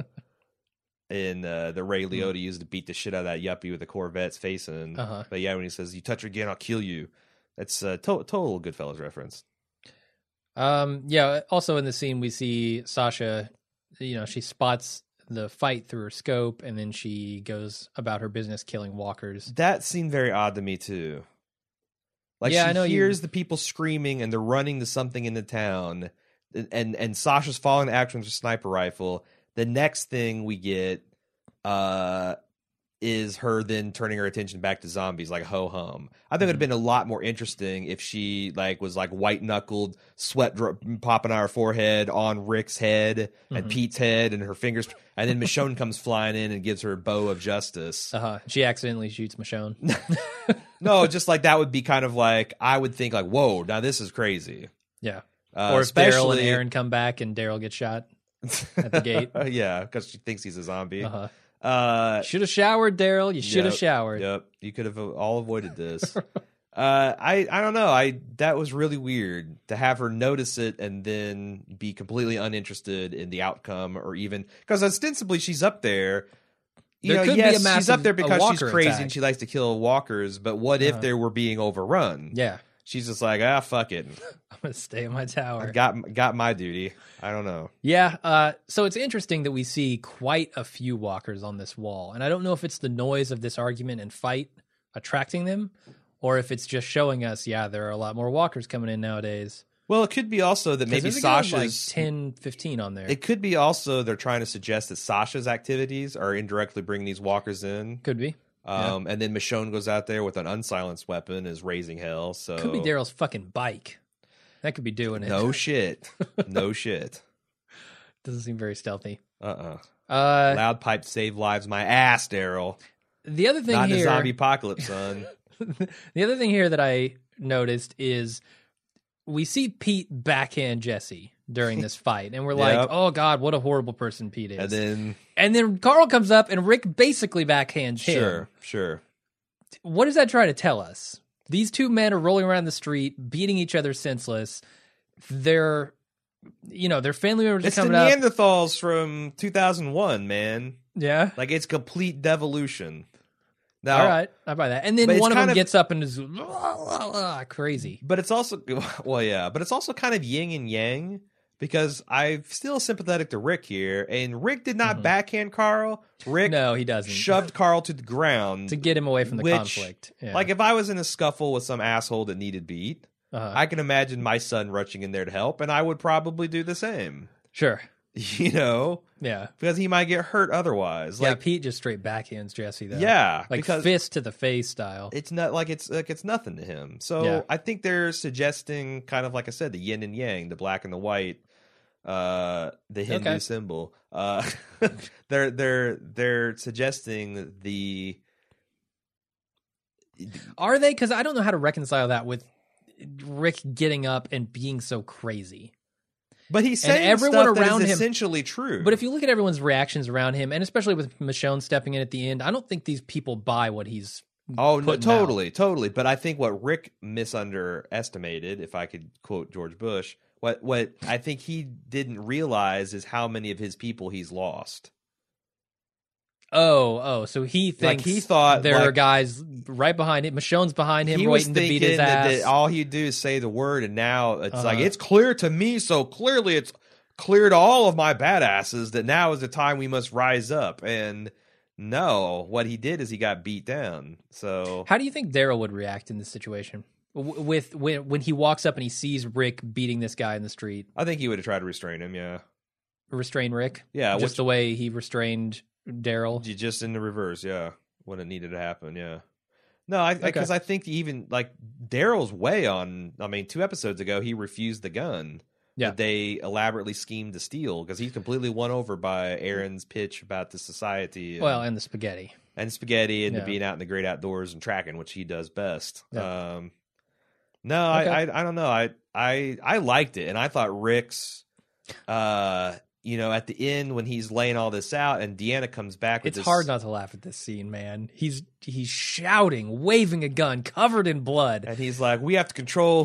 Speaker 2: in uh, the Ray Liotta used to beat the shit out of that yuppie with the Corvette's face in.
Speaker 1: Uh-huh.
Speaker 2: But yeah, when he says "You touch her again, I'll kill you," that's a to- total Goodfellas reference.
Speaker 1: Um, yeah. Also in the scene, we see Sasha. You know, she spots the fight through her scope, and then she goes about her business killing walkers.
Speaker 2: That seemed very odd to me too. Like
Speaker 1: Yeah,
Speaker 2: she
Speaker 1: I know you-
Speaker 2: hears the people screaming and they're running to something in the town, and and, and Sasha's following after with a sniper rifle. The next thing we get uh, is her then turning her attention back to zombies, like ho hum. I think
Speaker 1: Mm-hmm.
Speaker 2: it'd have been a lot more interesting if she like was like white knuckled, sweat dro- popping on her forehead, on Rick's head and
Speaker 1: Mhm.
Speaker 2: Pete's head, and her fingers, and then Michonne comes flying in and gives her a bow of justice.
Speaker 1: Uh-huh. She accidentally shoots Michonne.
Speaker 2: (laughs) No, just like that would be kind of like I would think like, whoa, now this is crazy.
Speaker 1: Yeah.
Speaker 2: Uh,
Speaker 1: or if Daryl and
Speaker 2: especially-
Speaker 1: Aaron come back, and Daryl gets shot. at the
Speaker 2: (laughs)
Speaker 1: gate.
Speaker 2: Uh, yeah, because she thinks he's a zombie. uh
Speaker 1: Uh-huh. Should have showered, Daryl. You should have
Speaker 2: Yep,
Speaker 1: showered.
Speaker 2: yep, you could have all
Speaker 1: (laughs)
Speaker 2: avoided this. uh, I I don't know. I that was really weird to have her notice it and then be completely uninterested in the outcome or even because ostensibly she's up there. You
Speaker 1: There
Speaker 2: know,
Speaker 1: could be a
Speaker 2: yes, she's
Speaker 1: massive-
Speaker 2: up there
Speaker 1: a
Speaker 2: because she's
Speaker 1: walker
Speaker 2: crazy
Speaker 1: attack.
Speaker 2: and she likes to kill walkers. But what if
Speaker 1: Uh-huh.
Speaker 2: they were being overrun?
Speaker 1: Yeah. (laughs)
Speaker 2: She's just like, ah, fuck it.
Speaker 1: I'm gonna stay in my tower.
Speaker 2: I got got my duty. I don't know.
Speaker 1: Yeah, uh, so it's interesting that we see quite a few walkers on this wall, and I don't know if it's the noise of this argument and fight attracting them, or if it's just showing us, yeah, there are a lot more walkers coming in nowadays.
Speaker 2: Well, it could be also that
Speaker 1: 'Cause
Speaker 2: maybe
Speaker 1: there's a good,
Speaker 2: Sasha's.
Speaker 1: like 10, 15 on there.
Speaker 2: it could be also they're trying to suggest that Sasha's activities are indirectly bringing these walkers in.
Speaker 1: could be,
Speaker 2: Um, and then Michonne goes out there with an unsilenced weapon, is raising hell. So
Speaker 1: could be Daryl's fucking bike. That could be doing it.
Speaker 2: Oh. No shit. No shit.
Speaker 1: (laughs) doesn't seem very stealthy.
Speaker 2: Uh uh
Speaker 1: Uh,
Speaker 2: Loud pipe save lives. My ass, Daryl.
Speaker 1: the other thing
Speaker 2: Not in
Speaker 1: here,
Speaker 2: a zombie
Speaker 1: (laughs)
Speaker 2: apocalypse, son.
Speaker 1: the other thing here that I noticed is we see Pete backhand Jesse during
Speaker 2: (laughs)
Speaker 1: this fight, and we're like,
Speaker 2: Yep.
Speaker 1: "Oh God, what a horrible person Pete is!"
Speaker 2: and then
Speaker 1: And then Carl comes up, and Rick basically backhands him.
Speaker 2: sure, sure.
Speaker 1: What does that try to tell us? These two men are rolling around the street, beating each other senseless. They're, you know, their family members
Speaker 2: It's
Speaker 1: are
Speaker 2: the
Speaker 1: coming up.
Speaker 2: Neanderthals from 2001, man.
Speaker 1: yeah.
Speaker 2: Like it's complete devolution. Now,
Speaker 1: All right, I buy that. And then
Speaker 2: But it's
Speaker 1: one of them
Speaker 2: kind of-
Speaker 1: gets up and is "Blah, blah, blah," crazy.
Speaker 2: but it's also (laughs) well, yeah, but it's also kind of yin and yang because I'm still sympathetic to Rick here, and Rick did not
Speaker 1: Mhm.
Speaker 2: backhand Carl. Rick
Speaker 1: No, he doesn't.
Speaker 2: shoved Carl to the ground.
Speaker 1: to get him away from the
Speaker 2: Which,
Speaker 1: conflict. Yeah.
Speaker 2: Like if I was in a scuffle with some asshole that needed beat,
Speaker 1: Uh-huh.
Speaker 2: I can imagine my son rushing in there to help, and I would probably do the same. (laughs)
Speaker 1: sure.
Speaker 2: You know,
Speaker 1: Yeah.
Speaker 2: because he might get hurt otherwise.
Speaker 1: yeah,
Speaker 2: Like,
Speaker 1: Pete just straight backhands Jesse though.
Speaker 2: yeah,
Speaker 1: Like
Speaker 2: because
Speaker 1: fist to the face style.
Speaker 2: it's not like it's like it's nothing to him. So
Speaker 1: Yeah.
Speaker 2: I think they're suggesting kind of like I said, the yin and yang, the black and the white, uh, the Hindu
Speaker 1: Okay.
Speaker 2: symbol. Uh, (laughs) they're they're they're suggesting the
Speaker 1: Are they? Because I don't know how to reconcile that with Rick getting up and being so crazy.
Speaker 2: but he's saying
Speaker 1: everyone
Speaker 2: stuff that is
Speaker 1: around him-
Speaker 2: essentially true.
Speaker 1: But if you look at everyone's reactions around him, and especially with Michonne stepping in at the end, I don't think these people buy what he's.
Speaker 2: oh no,
Speaker 1: putting
Speaker 2: totally, totally. But I think what Rick misunderestimated, if I could quote George Bush, what what I think he didn't realize is how many of his people he's lost.
Speaker 1: Oh, oh, so he
Speaker 2: Like
Speaker 1: thinks
Speaker 2: he thought
Speaker 1: there
Speaker 2: like,
Speaker 1: are guys right behind him. Michonne's behind him,
Speaker 2: he was
Speaker 1: waiting to
Speaker 2: thinking
Speaker 1: beat his
Speaker 2: that,
Speaker 1: ass.
Speaker 2: that all he'd do is say the word, and now it's like
Speaker 1: Uh-huh.
Speaker 2: it's clear to me. So clearly, it's clear to all of my badasses that now is the time we must rise up. And no, what he did is he got beat down. So
Speaker 1: How do you think Daryl would react in this situation? W- With when when he walks up and he sees Rick beating this guy in the street,
Speaker 2: I think he would have tried to restrain him. Yeah,
Speaker 1: restrain Rick,
Speaker 2: yeah,
Speaker 1: just
Speaker 2: just
Speaker 1: the way he restrained Daryl.
Speaker 2: which, just in the reverse. Yeah, when it needed to happen. Yeah. No, I
Speaker 1: Okay.
Speaker 2: because I think even like Daryl's way on. I mean, two episodes ago, he refused the gun.
Speaker 1: Yeah.
Speaker 2: that they elaborately schemed to steal because he's completely won over by Aaron's pitch about the society. And,
Speaker 1: Well, and the spaghetti.
Speaker 2: and spaghetti and to
Speaker 1: Yeah.
Speaker 2: being out in the great outdoors and tracking, which he does best. Um, no,
Speaker 1: Okay.
Speaker 2: I, I I don't know. I I I liked it, and I thought Rick's, uh, you know, at the end when he's laying all this out and Deanna comes back with
Speaker 1: It's
Speaker 2: this
Speaker 1: hard not to laugh at this scene, man. He's he's shouting, waving a gun, covered in blood.
Speaker 2: and he's like, We have to control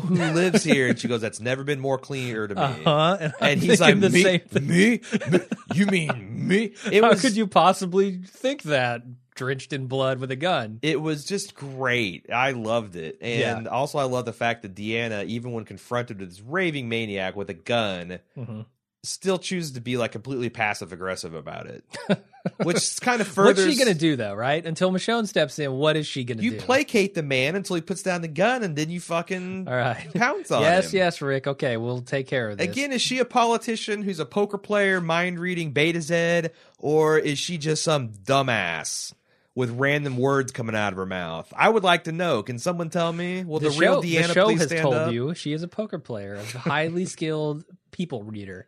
Speaker 1: (laughs)
Speaker 2: who lives here and she goes, That's never been more clear to me.
Speaker 1: Uh huh. And, I'm
Speaker 2: And he's like,
Speaker 1: thinking
Speaker 2: me,
Speaker 1: the same thing.
Speaker 2: me, me, you mean me? It
Speaker 1: How
Speaker 2: was
Speaker 1: could you possibly think that drenched in blood with a gun?
Speaker 2: It was just great. I loved it.
Speaker 1: Yeah.
Speaker 2: And also I love the fact that Deanna, even when confronted with this raving maniac with a gun,
Speaker 1: Mhm.
Speaker 2: still chooses to be like completely passive aggressive
Speaker 1: (laughs)
Speaker 2: about it. Which is kind of
Speaker 1: What's
Speaker 2: further
Speaker 1: she gonna do though? Right until Michonne steps in, what is she gonna
Speaker 2: You
Speaker 1: do?
Speaker 2: placate the man until he puts down the gun and then you fucking
Speaker 1: All
Speaker 2: (laughs)
Speaker 1: right.
Speaker 2: pounce on
Speaker 1: Yes,
Speaker 2: him.
Speaker 1: yes, Rick. Okay, we'll take care of this.
Speaker 2: Again, is she a politician who's a poker player, mind reading beta Z, or is she just some dumbass with random words coming out of her mouth? I would like to know. Can someone tell me? Will the,
Speaker 1: show,
Speaker 2: real Deanna
Speaker 1: the show
Speaker 2: please
Speaker 1: has
Speaker 2: stand
Speaker 1: told
Speaker 2: up?
Speaker 1: you she is a poker player, a highly skilled people reader.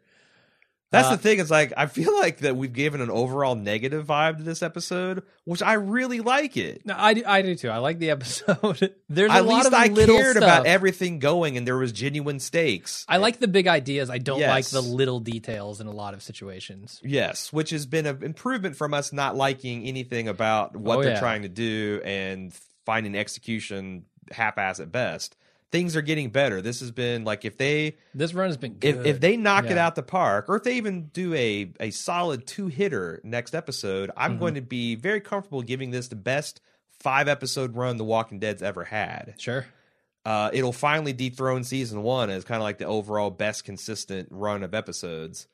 Speaker 2: That's
Speaker 1: uh,
Speaker 2: the thing. It's like I feel like that we've given an overall negative vibe to this episode, which I really like it.
Speaker 1: No, I do, I do too. I like the (laughs) episode. There's a
Speaker 2: At
Speaker 1: lot
Speaker 2: least
Speaker 1: of
Speaker 2: I
Speaker 1: little
Speaker 2: cared
Speaker 1: stuff.
Speaker 2: about everything going, and there was genuine stakes.
Speaker 1: I like the big ideas. I don't like
Speaker 2: Yes.
Speaker 1: the little details in a lot of situations.
Speaker 2: Yes, which has been an improvement from us not liking anything about what
Speaker 1: Oh,
Speaker 2: they're
Speaker 1: yeah.
Speaker 2: trying to do and finding execution half-ass at best. Things are getting better. This has been like if they
Speaker 1: This run has been good.
Speaker 2: if, if they knock it
Speaker 1: Yeah.
Speaker 2: out the park, or if they even do a a solid two-hitter next episode, I'm
Speaker 1: Mm-hmm.
Speaker 2: going to be very comfortable giving this the best five-episode run The Walking Dead's ever had.
Speaker 1: sure,
Speaker 2: Uh, it'll finally dethrone season one as kind of like the overall best consistent run of episodes.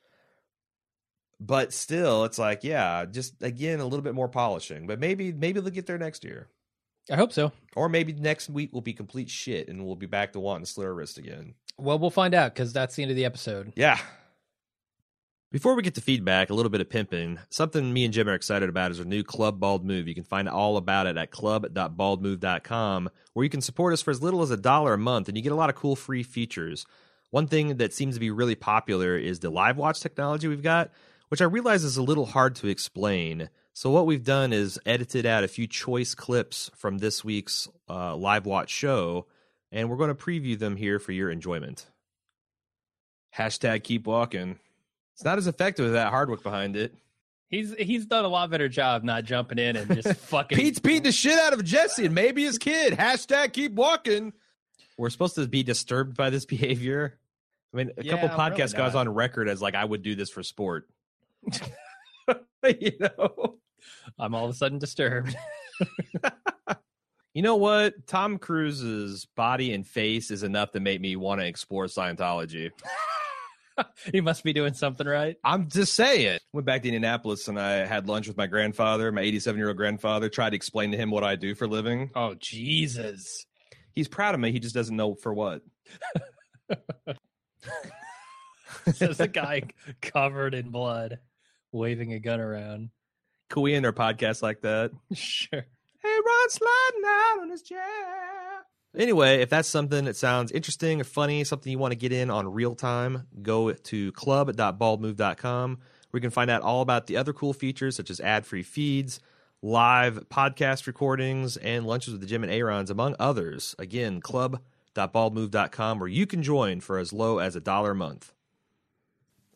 Speaker 2: But still, it's like, yeah, just again a little bit more polishing. But maybe maybe they'll get there next year,
Speaker 1: I hope so.
Speaker 2: or maybe next week will be complete shit, and we'll be back to wanting to slit our wrist again.
Speaker 1: Well, we'll find out because that's the end of the episode.
Speaker 2: Yeah. Before we get to feedback, a little bit of pimping. Something me and Jim are excited about is our new Club Bald Move. You can find all about it at club.baldmove.com, where you can support us for as little as a dollar a month and you get a lot of cool free features. One thing that seems to be really popular is the live watch technology we've got, which I realize is a little hard to explain. So, what we've done is edited out a few choice clips from this week's uh, live watch show, and we're going to preview them here for your enjoyment. Hashtag keep walking. It's not as effective with that Hardwick behind it.
Speaker 1: He's he's done a lot better job not jumping in and
Speaker 2: (laughs)
Speaker 1: just fucking.
Speaker 2: Pete's beating the shit out of Jesse and maybe his kid. Hashtag keep walking. We're supposed to be disturbed by this behavior. I mean, a
Speaker 1: Yeah,
Speaker 2: couple
Speaker 1: I'm really
Speaker 2: podcast guys
Speaker 1: not.
Speaker 2: on record as like, I would do this for sport. you know?
Speaker 1: I'm all of a sudden disturbed. (laughs)
Speaker 2: You know what? Tom Cruise's body and face is enough to make me want to explore Scientology.
Speaker 1: he must be doing something right.
Speaker 2: I'm just saying. Went back to Indianapolis and I had lunch with my grandfather, my 87 year old grandfather, tried to explain to him what I do for a living.
Speaker 1: Oh Jesus!
Speaker 2: He's proud of me. He just doesn't know for what.
Speaker 1: Says the guy (laughs) covered in blood, waving a gun around. (laughs)
Speaker 2: Can we end our podcast like that?
Speaker 1: Sure.
Speaker 2: Hey, Ron sliding out on his chair. Anyway, if that's something that sounds interesting or funny, something you want to get in on real time, go to club.baldmove.com where you can find out all about the other cool features such as ad free feeds, live podcast recordings, and lunches with the Jim and Aarons, among others. Again, club.baldmove.com where you can join for as low as a dollar a month.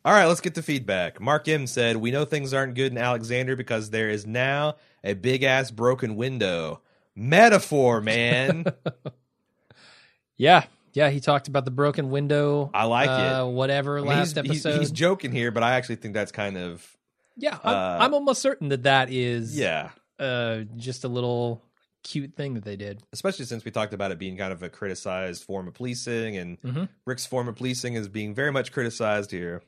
Speaker 2: All right, let's get the feedback. Mark M said, "We know things aren't good in Alexander because there is now a big ass broken window."
Speaker 1: (laughs)
Speaker 2: Metaphor, man.
Speaker 1: Yeah, yeah. He talked about the broken window.
Speaker 2: I like
Speaker 1: uh, Whatever
Speaker 2: it. I mean,
Speaker 1: last
Speaker 2: he's- he's-
Speaker 1: episode.
Speaker 2: he's joking here, but I actually think that's kind of
Speaker 1: yeah, I'm,
Speaker 2: uh,
Speaker 1: I'm almost certain that that is
Speaker 2: yeah,
Speaker 1: uh, just a little cute thing that they did.
Speaker 2: especially since we talked about it being kind of a criticized form of policing, and
Speaker 1: Mhm.
Speaker 2: Rick's form of policing is being very much criticized here.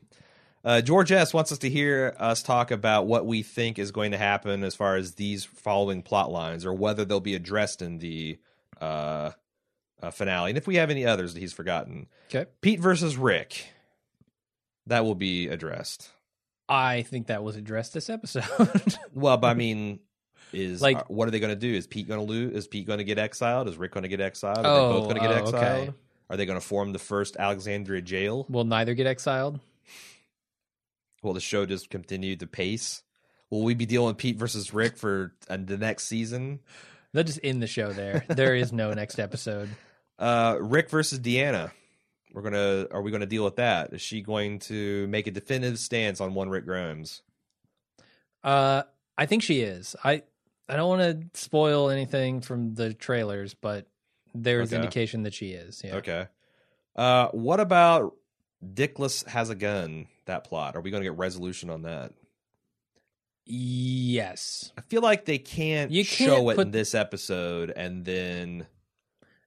Speaker 2: Uh, George S wants us to hear us talk about what we think is going to happen as far as these following plot lines, or whether they'll be addressed in the uh, uh, finale, and if we have any others that he's forgotten.
Speaker 1: Okay,
Speaker 2: Pete versus Rick, that will be addressed.
Speaker 1: I think that was addressed this
Speaker 2: (laughs)
Speaker 1: episode.
Speaker 2: Well,
Speaker 1: (laughs)
Speaker 2: but I mean, is
Speaker 1: Like-
Speaker 2: like what are they going to do? Is Pete going to lose? Is Pete going to get exiled? Is Rick going to get exiled? Are
Speaker 1: Oh,
Speaker 2: they both going to get
Speaker 1: oh,
Speaker 2: exiled?
Speaker 1: okay.
Speaker 2: Are they going to form the first Alexandria jail?
Speaker 1: Will neither get exiled?
Speaker 2: Will the show just continue to pace? Will we be dealing with Pete versus Rick for uh, the next season? (laughs)
Speaker 1: They'll just end the show there. There is no next episode.
Speaker 2: Uh, Rick versus Deanna. we're gonna are we gonna deal with that? Is she going to make a definitive stance on one Rick Grimes?
Speaker 1: Uh, I think she is. I I don't want to spoil anything from the trailers, but there's
Speaker 2: Okay.
Speaker 1: indication that she is. Yeah.
Speaker 2: Okay. Uh, what about Dickless has a gun? That plot. Are we gonna get resolution on that?
Speaker 1: Yes.
Speaker 2: I feel like they can't,
Speaker 1: You
Speaker 2: show
Speaker 1: can't
Speaker 2: it in
Speaker 1: put-
Speaker 2: this episode and then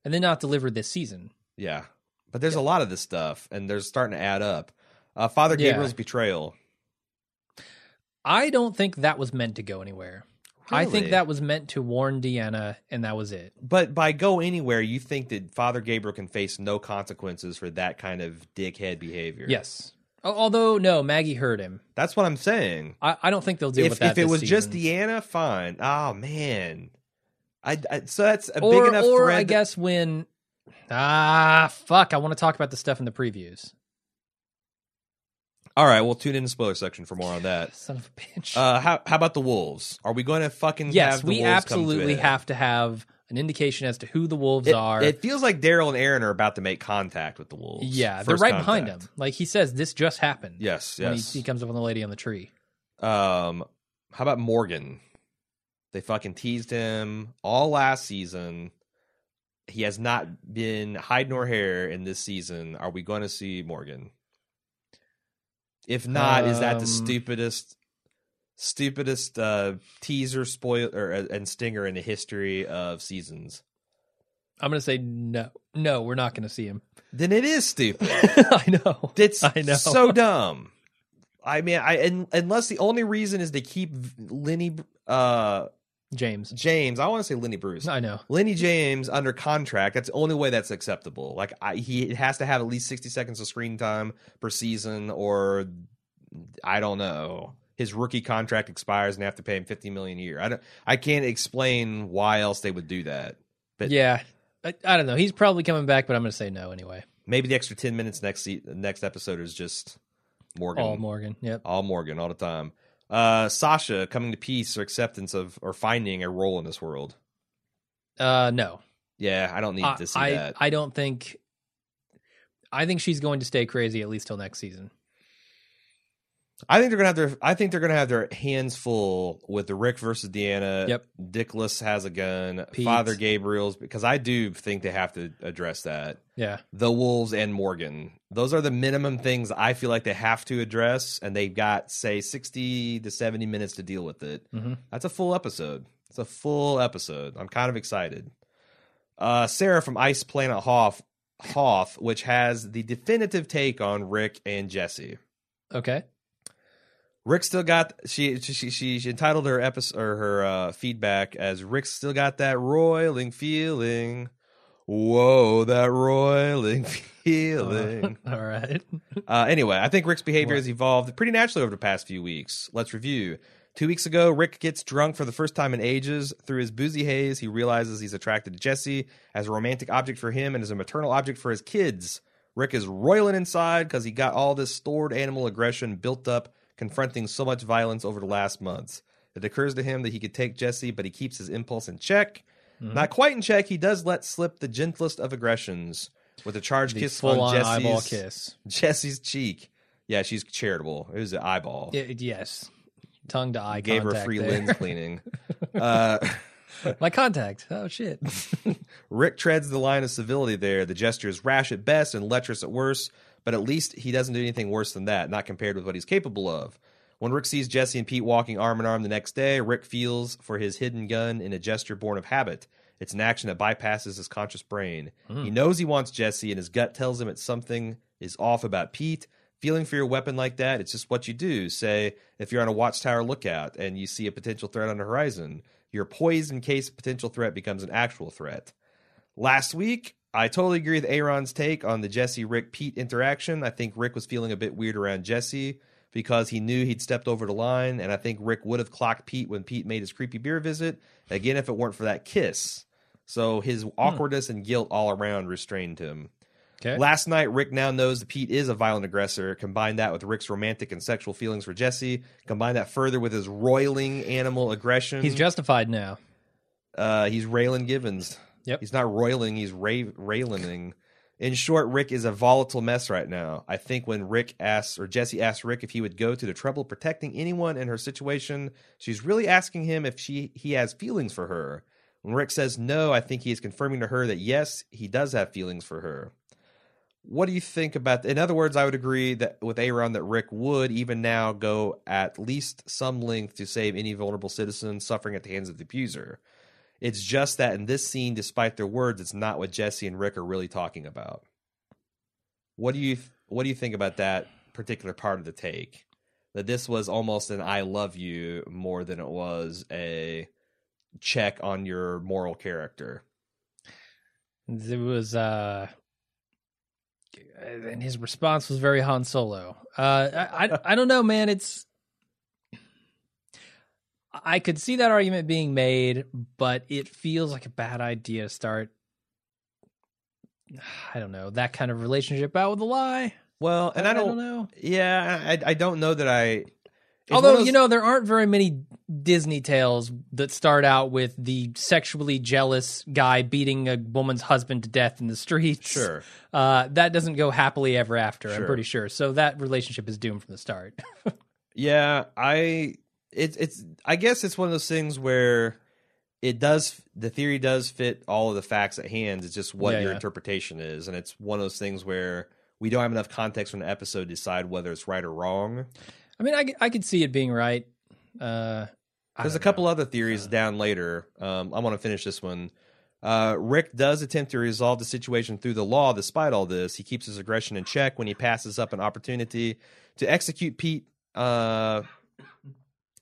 Speaker 1: And then not delivered this season.
Speaker 2: yeah. But there's a lot of this stuff and they're starting to add up. Uh, Father
Speaker 1: Yeah.
Speaker 2: Gabriel's betrayal.
Speaker 1: I don't think that was meant to go anywhere. I think
Speaker 2: Really?
Speaker 1: that was meant to warn Deanna, and that was it.
Speaker 2: But by go anywhere, you think that Father Gabriel can face no consequences for that kind of dickhead behavior.
Speaker 1: Yes. Al- Although no, Maggie heard him.
Speaker 2: That's what I'm saying.
Speaker 1: I, I don't think they'll deal with
Speaker 2: If,
Speaker 1: that.
Speaker 2: if it
Speaker 1: this
Speaker 2: was just
Speaker 1: season.
Speaker 2: Deanna, fine. Oh, man. I, I- so that's a
Speaker 1: or,
Speaker 2: big enough
Speaker 1: or
Speaker 2: thread.
Speaker 1: I
Speaker 2: that-
Speaker 1: guess when ah fuck, I want to talk about the stuff in the previews.
Speaker 2: All right, we'll tune in the spoiler section for more on that.
Speaker 1: Son of a bitch.
Speaker 2: Uh, how, how about the wolves? Are we going to fucking
Speaker 1: yes,
Speaker 2: have the
Speaker 1: we
Speaker 2: wolves come to
Speaker 1: absolutely
Speaker 2: it?
Speaker 1: have to have an indication as to who the wolves
Speaker 2: It,
Speaker 1: are.
Speaker 2: it feels like Daryl and Aaron are about to make contact with the wolves.
Speaker 1: yeah, they're
Speaker 2: First
Speaker 1: right behind him.
Speaker 2: contact.
Speaker 1: Like he says, this just happened.
Speaker 2: Yes,
Speaker 1: when
Speaker 2: yes.
Speaker 1: he, he comes up on the lady on the tree.
Speaker 2: Um, how about Morgan? They fucking teased him all last season. He has not been hide nor hair in this season. Are we going to see Morgan? If not, is that the
Speaker 1: Um,
Speaker 2: stupidest, stupidest uh, teaser spoiler and stinger in the history of seasons?
Speaker 1: I'm gonna say no, no, we're not gonna see
Speaker 2: (laughs)
Speaker 1: him. (laughs)
Speaker 2: Then it is stupid.
Speaker 1: I know. (laughs)
Speaker 2: That's
Speaker 1: I know.
Speaker 2: so dumb. I mean, I un unless the only reason is to keep Lenny uh,
Speaker 1: James.
Speaker 2: James. I want to say Lenny Bruce.
Speaker 1: I know.
Speaker 2: Lenny James under contract. That's the only way that's acceptable. Like I, he has to have at least sixty seconds of screen time per season, or I don't know. His rookie contract expires and they have to pay him fifty million a year. I don't. I can't explain why else they would do that. But-
Speaker 1: yeah. I, I don't know. He's probably coming back, but I'm gonna say no anyway.
Speaker 2: Maybe the extra ten minutes next se- next episode is just Morgan,
Speaker 1: All Morgan. Yep.
Speaker 2: all Morgan, all the time. Uh, Sasha coming to peace or acceptance of or finding a role in this world.
Speaker 1: Uh, no.
Speaker 2: Yeah, I don't need
Speaker 1: I,
Speaker 2: to see
Speaker 1: I,
Speaker 2: that.
Speaker 1: I don't think. I think she's going to stay crazy at least till next season.
Speaker 2: I think they're gonna have their. I think they're gonna have their hands full with the Rick versus Deanna.
Speaker 1: Yep.
Speaker 2: Dickless has a gun.
Speaker 1: Pete.
Speaker 2: Father Gabriel's because I do think they have to address that.
Speaker 1: Yeah.
Speaker 2: The Wolves and Morgan. Those are the minimum things I feel like they have to address, and they've got say sixty to seventy minutes to deal with it.
Speaker 1: Mhm.
Speaker 2: That's a full episode. It's a full episode. I'm kind of excited. Uh, Sarah from Ice Planet Hoth, Hoth, which has the definitive take on Rick and Jesse.
Speaker 1: Okay.
Speaker 2: Rick still got she she she, she, she entitled her episode or her uh, feedback as Rick still got that roiling feeling. Whoa, that roiling feeling.
Speaker 1: Uh, (laughs) all right.
Speaker 2: Uh, anyway, I think Rick's behavior has evolved pretty naturally over the past few weeks. Let's review. Two weeks ago, Rick gets drunk for the first time in ages. Through his boozy haze, he realizes he's attracted to Jesse as a romantic object for him and as a maternal object for his kids. Rick is roiling inside because he got all this stored animal aggression built up, confronting so much violence over the last months. It occurs to him that he could take Jesse, but he keeps his impulse in check.
Speaker 1: Mm-hmm.
Speaker 2: Not quite in check, he does let slip the gentlest of aggressions with a charged
Speaker 1: The
Speaker 2: kiss
Speaker 1: full
Speaker 2: on
Speaker 1: on eyeball
Speaker 2: Jesse's
Speaker 1: kiss.
Speaker 2: Jesse's cheek. Yeah, she's charitable. It was an eyeball.
Speaker 1: Y- yes. Tongue to eye.
Speaker 2: I gave her
Speaker 1: contact
Speaker 2: free
Speaker 1: there. (laughs)
Speaker 2: lens cleaning. uh,
Speaker 1: My contact. Oh
Speaker 2: (laughs)
Speaker 1: shit.
Speaker 2: Rick treads the line of civility there. The gesture is rash at best and lecherous at worst, but at least he doesn't do anything worse than that, not compared with what he's capable of. When Rick sees Jesse and Pete walking arm in arm the next day, Rick feels for his hidden gun in a gesture born of habit. It's an action that bypasses his conscious brain. He knows he wants Jesse, and his gut tells him it's something is off about Pete. Feeling for your weapon like that, it's just what you do. Say, if you're on a watchtower lookout and you see a potential threat on the horizon, you're poised in case a potential threat becomes an actual threat. Last week, I totally agree with Aaron's take on the Jesse Rick Pete interaction. I think Rick was feeling a bit weird around Jesse because he knew he'd stepped over the line, and I think Rick would have clocked Pete when Pete made his creepy beer visit again if it weren't for that kiss. So his awkwardness and guilt all around restrained him.
Speaker 1: Okay.
Speaker 2: Last night, Rick now knows that Pete is a violent aggressor. Combine that with Rick's romantic and sexual feelings for Jesse. Combine that further with his roiling animal aggression.
Speaker 1: He's justified now.
Speaker 2: uh, he's Raylan Givens.
Speaker 1: Yep.
Speaker 2: He's not roiling. He's ra- railing. In short, Rick is a volatile mess right now. I think when Rick asks, or Jesse asks Rick if he would go to the trouble of protecting anyone in her situation, she's really asking him if she he has feelings for her. When Rick says no, I think he is confirming to her that yes, he does have feelings for her. What do you think about? In other words, I would agree that with Aaron that Rick would even now go at least some length to save any vulnerable citizen suffering at the hands of the abuser. It's just that in this scene, despite their words, it's not what Jesse and Rick are really talking about. What do you What do you think about that particular part of the take? That this was almost an "I love you" more than it was a check on your moral character.
Speaker 1: It was, uh, and his response was very Han Solo. Uh, I,
Speaker 2: (laughs)
Speaker 1: I, I don't know, man. It's I could see that argument being made, but it feels like a bad idea to start. I don't know that kind of relationship out with a lie.
Speaker 2: Well, and I, I, don't, I don't,
Speaker 1: know.
Speaker 2: Yeah, I, I don't know that I.
Speaker 1: Although those, you know there aren't very many Disney tales that start out with the sexually jealous guy beating a woman's husband to death in the streets.
Speaker 2: Sure,
Speaker 1: uh, that doesn't go happily ever after.
Speaker 2: Sure.
Speaker 1: I'm pretty sure. So that relationship is doomed from the start. (laughs)
Speaker 2: yeah, I it's it's I guess it's one of those things where it does the theory does fit all of the facts at hand. It's just what
Speaker 1: Yeah,
Speaker 2: your
Speaker 1: yeah.
Speaker 2: interpretation is, and it's one of those things where we don't have enough context from the episode to decide whether it's right or wrong.
Speaker 1: I mean, I, c- I could see it being right. Uh, I
Speaker 2: There's a
Speaker 1: don't
Speaker 2: couple
Speaker 1: know.
Speaker 2: other theories down later. Um, I'm going to finish this one. Uh, Rick does attempt to resolve the situation through the law. Despite all this, he keeps his aggression in check when he passes up an opportunity to execute Pete uh,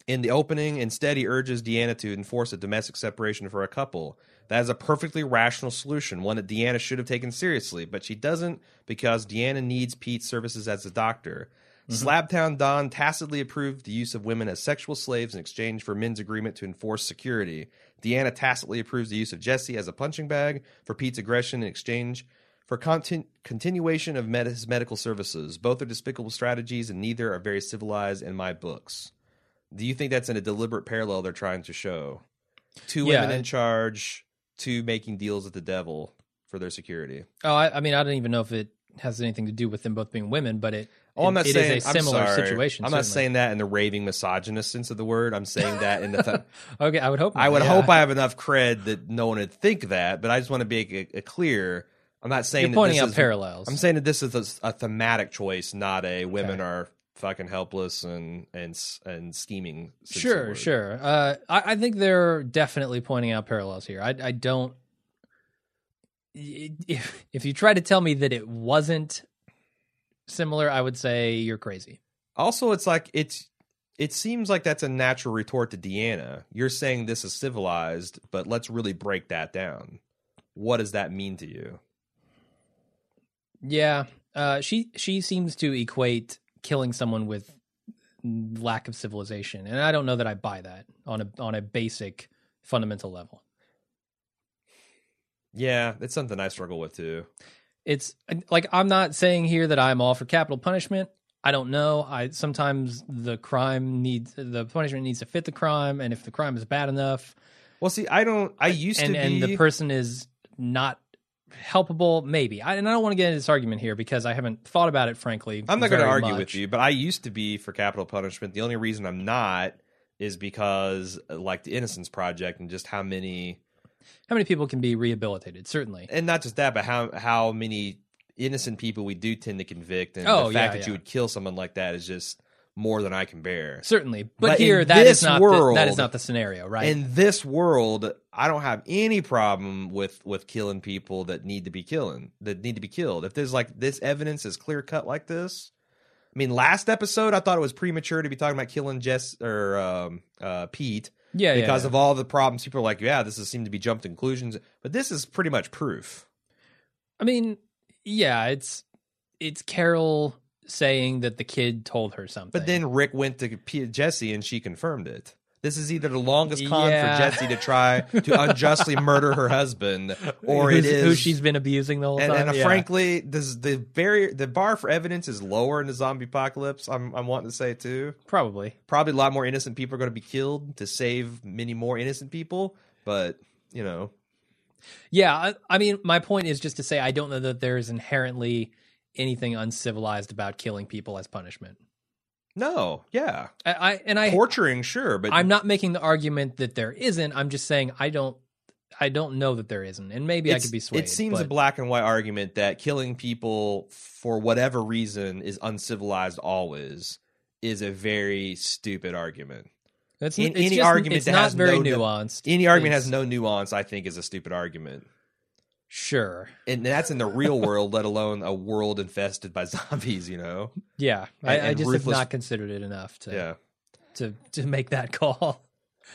Speaker 2: in the opening. Instead, he urges Deanna to enforce a domestic separation for a couple. That is a perfectly rational solution, one that Deanna should have taken seriously, but she doesn't because Deanna needs Pete's services as a doctor. Slabtown Don tacitly approved the use of women as sexual slaves in exchange for men's agreement to enforce security. Deanna tacitly approves the use of Jesse as a punching bag for Pete's aggression in exchange for contin- continuation of med- his medical services. Both are despicable strategies, and neither are very civilized in my books. Do you think that's in a deliberate parallel they're trying to show? Two
Speaker 1: Yeah,
Speaker 2: women in
Speaker 1: I-
Speaker 2: charge, two making deals with the devil for their security.
Speaker 1: Oh, I, I mean, I don't even know if it has anything to do with them both being women, but it.
Speaker 2: (laughs) Oh, I'm not
Speaker 1: it- it is
Speaker 2: saying
Speaker 1: a similar
Speaker 2: I'm sorry.
Speaker 1: situation.
Speaker 2: I'm not
Speaker 1: certainly.
Speaker 2: saying that in the raving misogynist sense of the word. I'm saying that in
Speaker 1: (laughs)
Speaker 2: the. Th-
Speaker 1: Okay, I would hope.
Speaker 2: I would
Speaker 1: yeah.
Speaker 2: hope I have enough cred that no one would think that, but I just want to be a, a clear. I'm not saying
Speaker 1: You're
Speaker 2: that
Speaker 1: pointing
Speaker 2: this
Speaker 1: out
Speaker 2: is-
Speaker 1: parallels.
Speaker 2: I'm saying that this is a, a thematic choice, not a
Speaker 1: Okay.
Speaker 2: women are fucking helpless and and s- and scheming. sense of the
Speaker 1: sure,
Speaker 2: word.
Speaker 1: sure. Uh, I, I think they're definitely pointing out parallels here. I, I don't. If, if you try to tell me that it wasn't similar, I would say you're crazy.
Speaker 2: Also, it's like it's. It seems like that's a natural retort to Deanna. You're saying this is civilized, but let's really break that down. What does that mean to you?
Speaker 1: Yeah, uh, she she seems to equate killing someone with lack of civilization, and I don't know that I buy that on a on a basic fundamental level.
Speaker 2: Yeah, it's something I struggle with too.
Speaker 1: it's like I'm not saying here that I'm all for capital punishment. I don't know. I sometimes the crime needs the punishment needs to fit the crime, and if the crime is bad enough,
Speaker 2: Well, see, I don't. I used
Speaker 1: and
Speaker 2: to
Speaker 1: and
Speaker 2: be.
Speaker 1: the person is not helpable, maybe. I, and I don't want to get into this argument here because I haven't thought about it frankly.
Speaker 2: I'm not going to
Speaker 1: very
Speaker 2: argue
Speaker 1: much.
Speaker 2: with you, but I used to be for capital punishment. The only reason I'm not is because uh, like the Innocence Project and just how many,
Speaker 1: How many people can be rehabilitated? Certainly.
Speaker 2: and not just that, but how how many innocent people we do tend to convict, and
Speaker 1: Oh,
Speaker 2: the
Speaker 1: yeah,
Speaker 2: fact that
Speaker 1: yeah.
Speaker 2: you would kill someone like that is just more than I can bear.
Speaker 1: Certainly. But,
Speaker 2: But in
Speaker 1: here that is
Speaker 2: this
Speaker 1: not
Speaker 2: world-
Speaker 1: the, that is not the scenario, right?
Speaker 2: In this world, I don't have any problem with with killing people that need to be killing that need to be killed. If there's like this evidence is clear cut like this, I mean, last episode I thought it was premature to be talking about killing Jess or um, uh, Pete
Speaker 1: yeah, yeah,
Speaker 2: because
Speaker 1: yeah.
Speaker 2: of all the problems. People are like, yeah, this is seem to be jumped to conclusions, but this is pretty much proof.
Speaker 1: I mean, yeah, it's it's Carol saying that the kid told her something.
Speaker 2: But then Rick went to P- Jesse and she confirmed it. This is either the longest con
Speaker 1: Yeah.
Speaker 2: for Jesse to try to unjustly murder
Speaker 1: (laughs)
Speaker 2: her husband, or it
Speaker 1: Who's-
Speaker 2: is
Speaker 1: who she's been abusing the whole
Speaker 2: and,
Speaker 1: time.
Speaker 2: and uh,
Speaker 1: yeah.
Speaker 2: frankly, this, the very the bar for evidence is lower in the zombie apocalypse. I'm I'm wanting to say too.
Speaker 1: probably.
Speaker 2: Probably a lot more innocent people are going to be killed to save many more innocent people. But you know,
Speaker 1: Yeah, I, I mean, my point is just to say I don't know that there is inherently anything uncivilized about killing people as punishment.
Speaker 2: No, yeah,
Speaker 1: I, I and I
Speaker 2: torturing, sure, but
Speaker 1: I'm not making the argument that there isn't. I'm just saying I don't I don't know that there isn't, and maybe I
Speaker 2: it's-
Speaker 1: could be swayed.
Speaker 2: It seems
Speaker 1: but
Speaker 2: a black and white argument that killing people for whatever reason is uncivilized. Always is a very stupid argument.
Speaker 1: it's,
Speaker 2: in-
Speaker 1: it's
Speaker 2: any
Speaker 1: just-
Speaker 2: argument
Speaker 1: it's
Speaker 2: that
Speaker 1: not
Speaker 2: has
Speaker 1: very
Speaker 2: no-
Speaker 1: nuanced.
Speaker 2: Any argument
Speaker 1: It's-
Speaker 2: has no nuance. I think is a stupid argument,
Speaker 1: Sure,
Speaker 2: and that's in the real world, let alone a world infested by (laughs) zombies. You know,
Speaker 1: yeah, I,
Speaker 2: And-
Speaker 1: I
Speaker 2: and
Speaker 1: just
Speaker 2: ruthless-
Speaker 1: have not considered it enough to
Speaker 2: yeah.
Speaker 1: to to make that
Speaker 2: (laughs)
Speaker 1: call.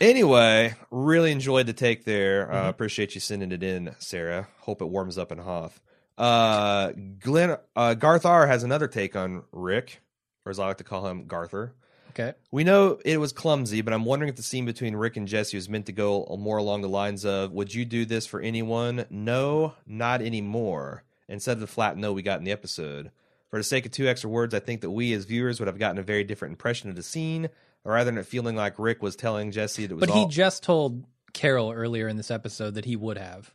Speaker 2: Anyway, really enjoyed the take there. Uh,
Speaker 1: Mhm.
Speaker 2: appreciate you sending it in, Sarah. Hope it warms up in Hoth. Uh, Glenn uh, Garth R has another take on Rick, or as I like to call him, Garther.
Speaker 1: Okay,
Speaker 2: We know it was clumsy, but I'm wondering if the scene between Rick and Jesse was meant to go more along the lines of "Would you do this for anyone?" No, not anymore. Instead of the flat no we got in the episode. For the sake of two extra words, I think that we as viewers would have gotten a very different impression of the scene, rather than it feeling like Rick was telling Jesse that it was
Speaker 1: but
Speaker 2: all.
Speaker 1: he just told Carol earlier in this episode that he would have.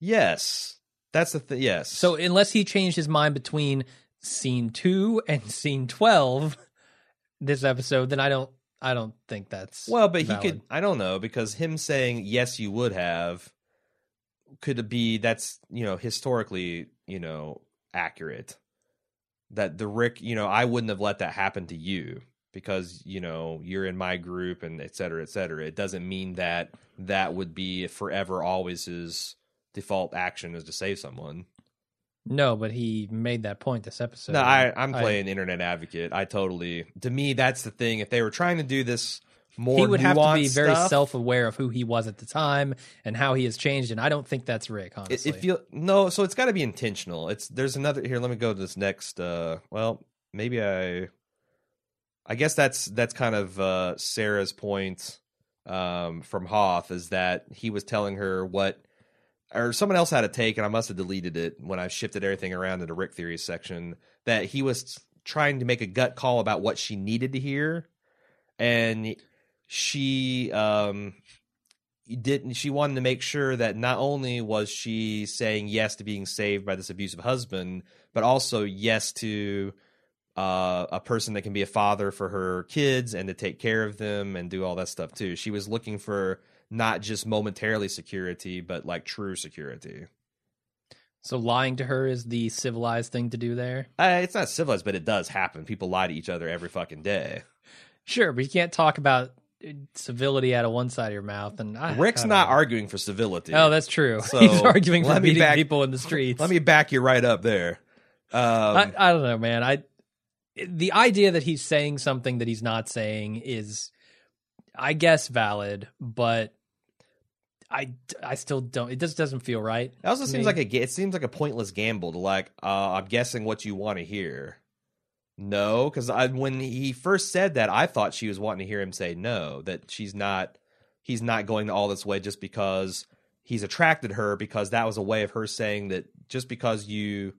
Speaker 2: Yes, that's the thing. Yes.
Speaker 1: So unless he changed his mind between scene two and scene twelve (laughs) this episode, then I don't I don't think that's
Speaker 2: well, but
Speaker 1: valid.
Speaker 2: he could. I don't know because him saying yes, you would have could be that's you know historically you know accurate that the Rick you know I wouldn't have let that happen to you because you know you're in my group and et cetera et cetera. It doesn't mean that that would be forever always his default action is to save someone.
Speaker 1: No, but he made that point this episode.
Speaker 2: no, I, I'm playing internet advocate. I totally. To me, that's the thing. If they were trying to do this more,
Speaker 1: he would have to be
Speaker 2: nuanced
Speaker 1: very
Speaker 2: stuff,
Speaker 1: self-aware of who he was at the time and how he has changed, and I don't think that's Rick.
Speaker 2: It,
Speaker 1: Honestly,
Speaker 2: it feel no. So it's got to be intentional. It's there's another here. Let me go to this next. Uh, well, maybe I. I guess that's that's kind of uh, Sarah's point um, from Hoth is that he was telling her what, or someone else had a take, and I must have deleted it when I shifted everything around into Rick Theory section. That he was trying to make a gut call about what she needed to hear, and she um, didn't. She wanted to make sure that not only was she saying yes to being saved by this abusive husband, but also yes to uh, a person that can be a father for her kids and to take care of them and do all that stuff too. She was looking for not just momentarily security, but like true security.
Speaker 1: so lying to her is the civilized thing to do there.
Speaker 2: Uh, it's not civilized, but it does happen. People lie to each other every fucking day.
Speaker 1: Sure, but you can't talk about uh, civility out of one side of your mouth. And I,
Speaker 2: Rick's
Speaker 1: I
Speaker 2: not
Speaker 1: arguing.
Speaker 2: arguing for civility.
Speaker 1: Oh, that's true. (laughs)
Speaker 2: So,
Speaker 1: He's arguing for
Speaker 2: let me
Speaker 1: beating
Speaker 2: back-
Speaker 1: people in the streets.
Speaker 2: Let me back you right up there. Um,
Speaker 1: I, I don't know, man. I the idea that he's saying something that he's not saying is, I guess, valid, but I I still don't. It just doesn't feel right.
Speaker 2: It also
Speaker 1: to
Speaker 2: seems
Speaker 1: me.
Speaker 2: like a ga- it seems like a pointless gamble to like uh, I'm guessing what you want to hear. No, because I when he first said that, I thought she was wanting to hear him say no, that she's not, he's not going all this way just because he's attracted her, because that was a way of her saying that just because you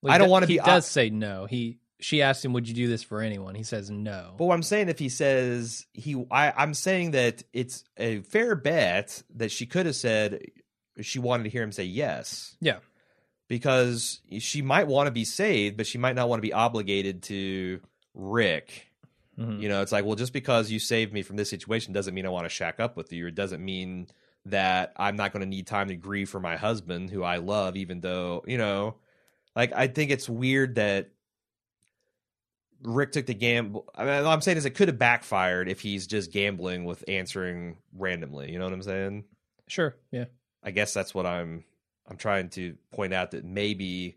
Speaker 1: Well, he
Speaker 2: I don't
Speaker 1: do-
Speaker 2: wanna
Speaker 1: He
Speaker 2: be-
Speaker 1: does say no. He she asked him, "Would you do this for anyone?" He says no.
Speaker 2: But what I'm saying, if he says he, I, I'm saying that it's a fair bet that she could have said she wanted to hear him say yes.
Speaker 1: Yeah.
Speaker 2: Because she might want to be saved, but she might not want to be obligated to Rick.
Speaker 1: Mhm.
Speaker 2: You know, it's like, well, just because you saved me from this situation doesn't mean I want to shack up with you. It doesn't mean that I'm not going to need time to grieve for my husband who I love, even though, you know, like, I think it's weird that Rick took the gamble. I mean, what I'm saying is it could have backfired if he's just gambling with answering randomly. You know what I'm saying?
Speaker 1: Sure, yeah.
Speaker 2: I guess that's what I'm I'm trying to point out that maybe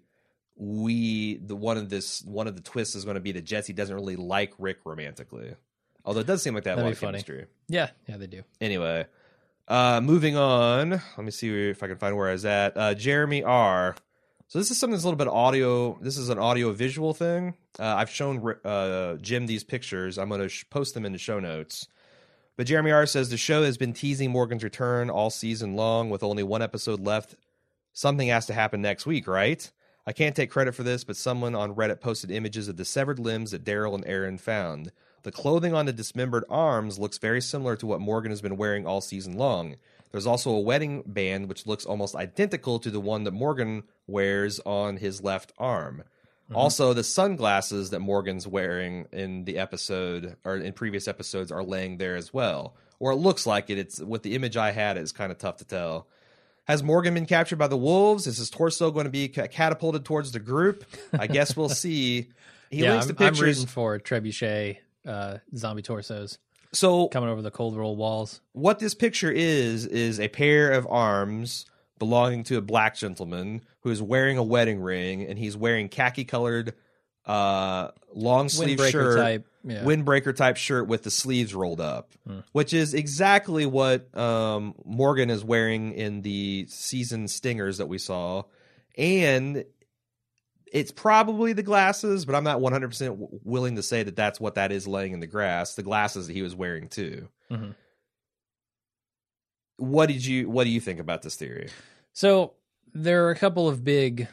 Speaker 2: we the one of this one of the twists is going to be that Jesse doesn't really like Rick romantically. Although it does seem like that
Speaker 1: That'd
Speaker 2: a lot
Speaker 1: be
Speaker 2: of
Speaker 1: funny.
Speaker 2: chemistry.
Speaker 1: Yeah, yeah, they do.
Speaker 2: Anyway, uh moving on. Let me see if I can find where I was at. Uh Jeremy R. So this is something that's a little bit audio. This is an audio visual thing. Uh, I've shown Ri- uh, Jim these pictures. I'm going to sh- post them in the show notes. But Jeremy R says the show has been teasing Morgan's return all season long with only one episode left. Something has to happen next week, right? I can't take credit for this, but someone on Reddit posted images of the severed limbs that Daryl and Aaron found. The clothing on the dismembered arms looks very similar to what Morgan has been wearing all season long. There's also a wedding band which looks almost identical to the one that Morgan wears on his left arm.
Speaker 1: Mhm.
Speaker 2: Also, the sunglasses that Morgan's wearing in the episode or in previous episodes are laying there as well. Or it looks like it. It's with the image I had, it's kind of tough to tell. Has Morgan been captured by the wolves? Is his torso going to be ca- catapulted towards the group? I
Speaker 1: (laughs)
Speaker 2: guess we'll see. He
Speaker 1: yeah,
Speaker 2: links
Speaker 1: I'm,
Speaker 2: the
Speaker 1: I'm
Speaker 2: pictures.
Speaker 1: rooting for trebuchet uh, zombie torsos
Speaker 2: so
Speaker 1: coming over the cold roll walls.
Speaker 2: what this picture is is a pair of arms belonging to a black gentleman who is wearing a wedding ring and he's wearing khaki colored uh long sleeve
Speaker 1: Windbreaker
Speaker 2: shirt
Speaker 1: type. Yeah.
Speaker 2: windbreaker type shirt with the sleeves rolled up
Speaker 1: Hmm.
Speaker 2: which is exactly what um morgan is wearing in the season stingers that we saw and it's probably the glasses but i'm not 100% w- willing to say that that's what that is laying in the grass the glasses that he was wearing too
Speaker 1: Mhm.
Speaker 2: what did you what do you think about this theory
Speaker 1: so there are a couple of big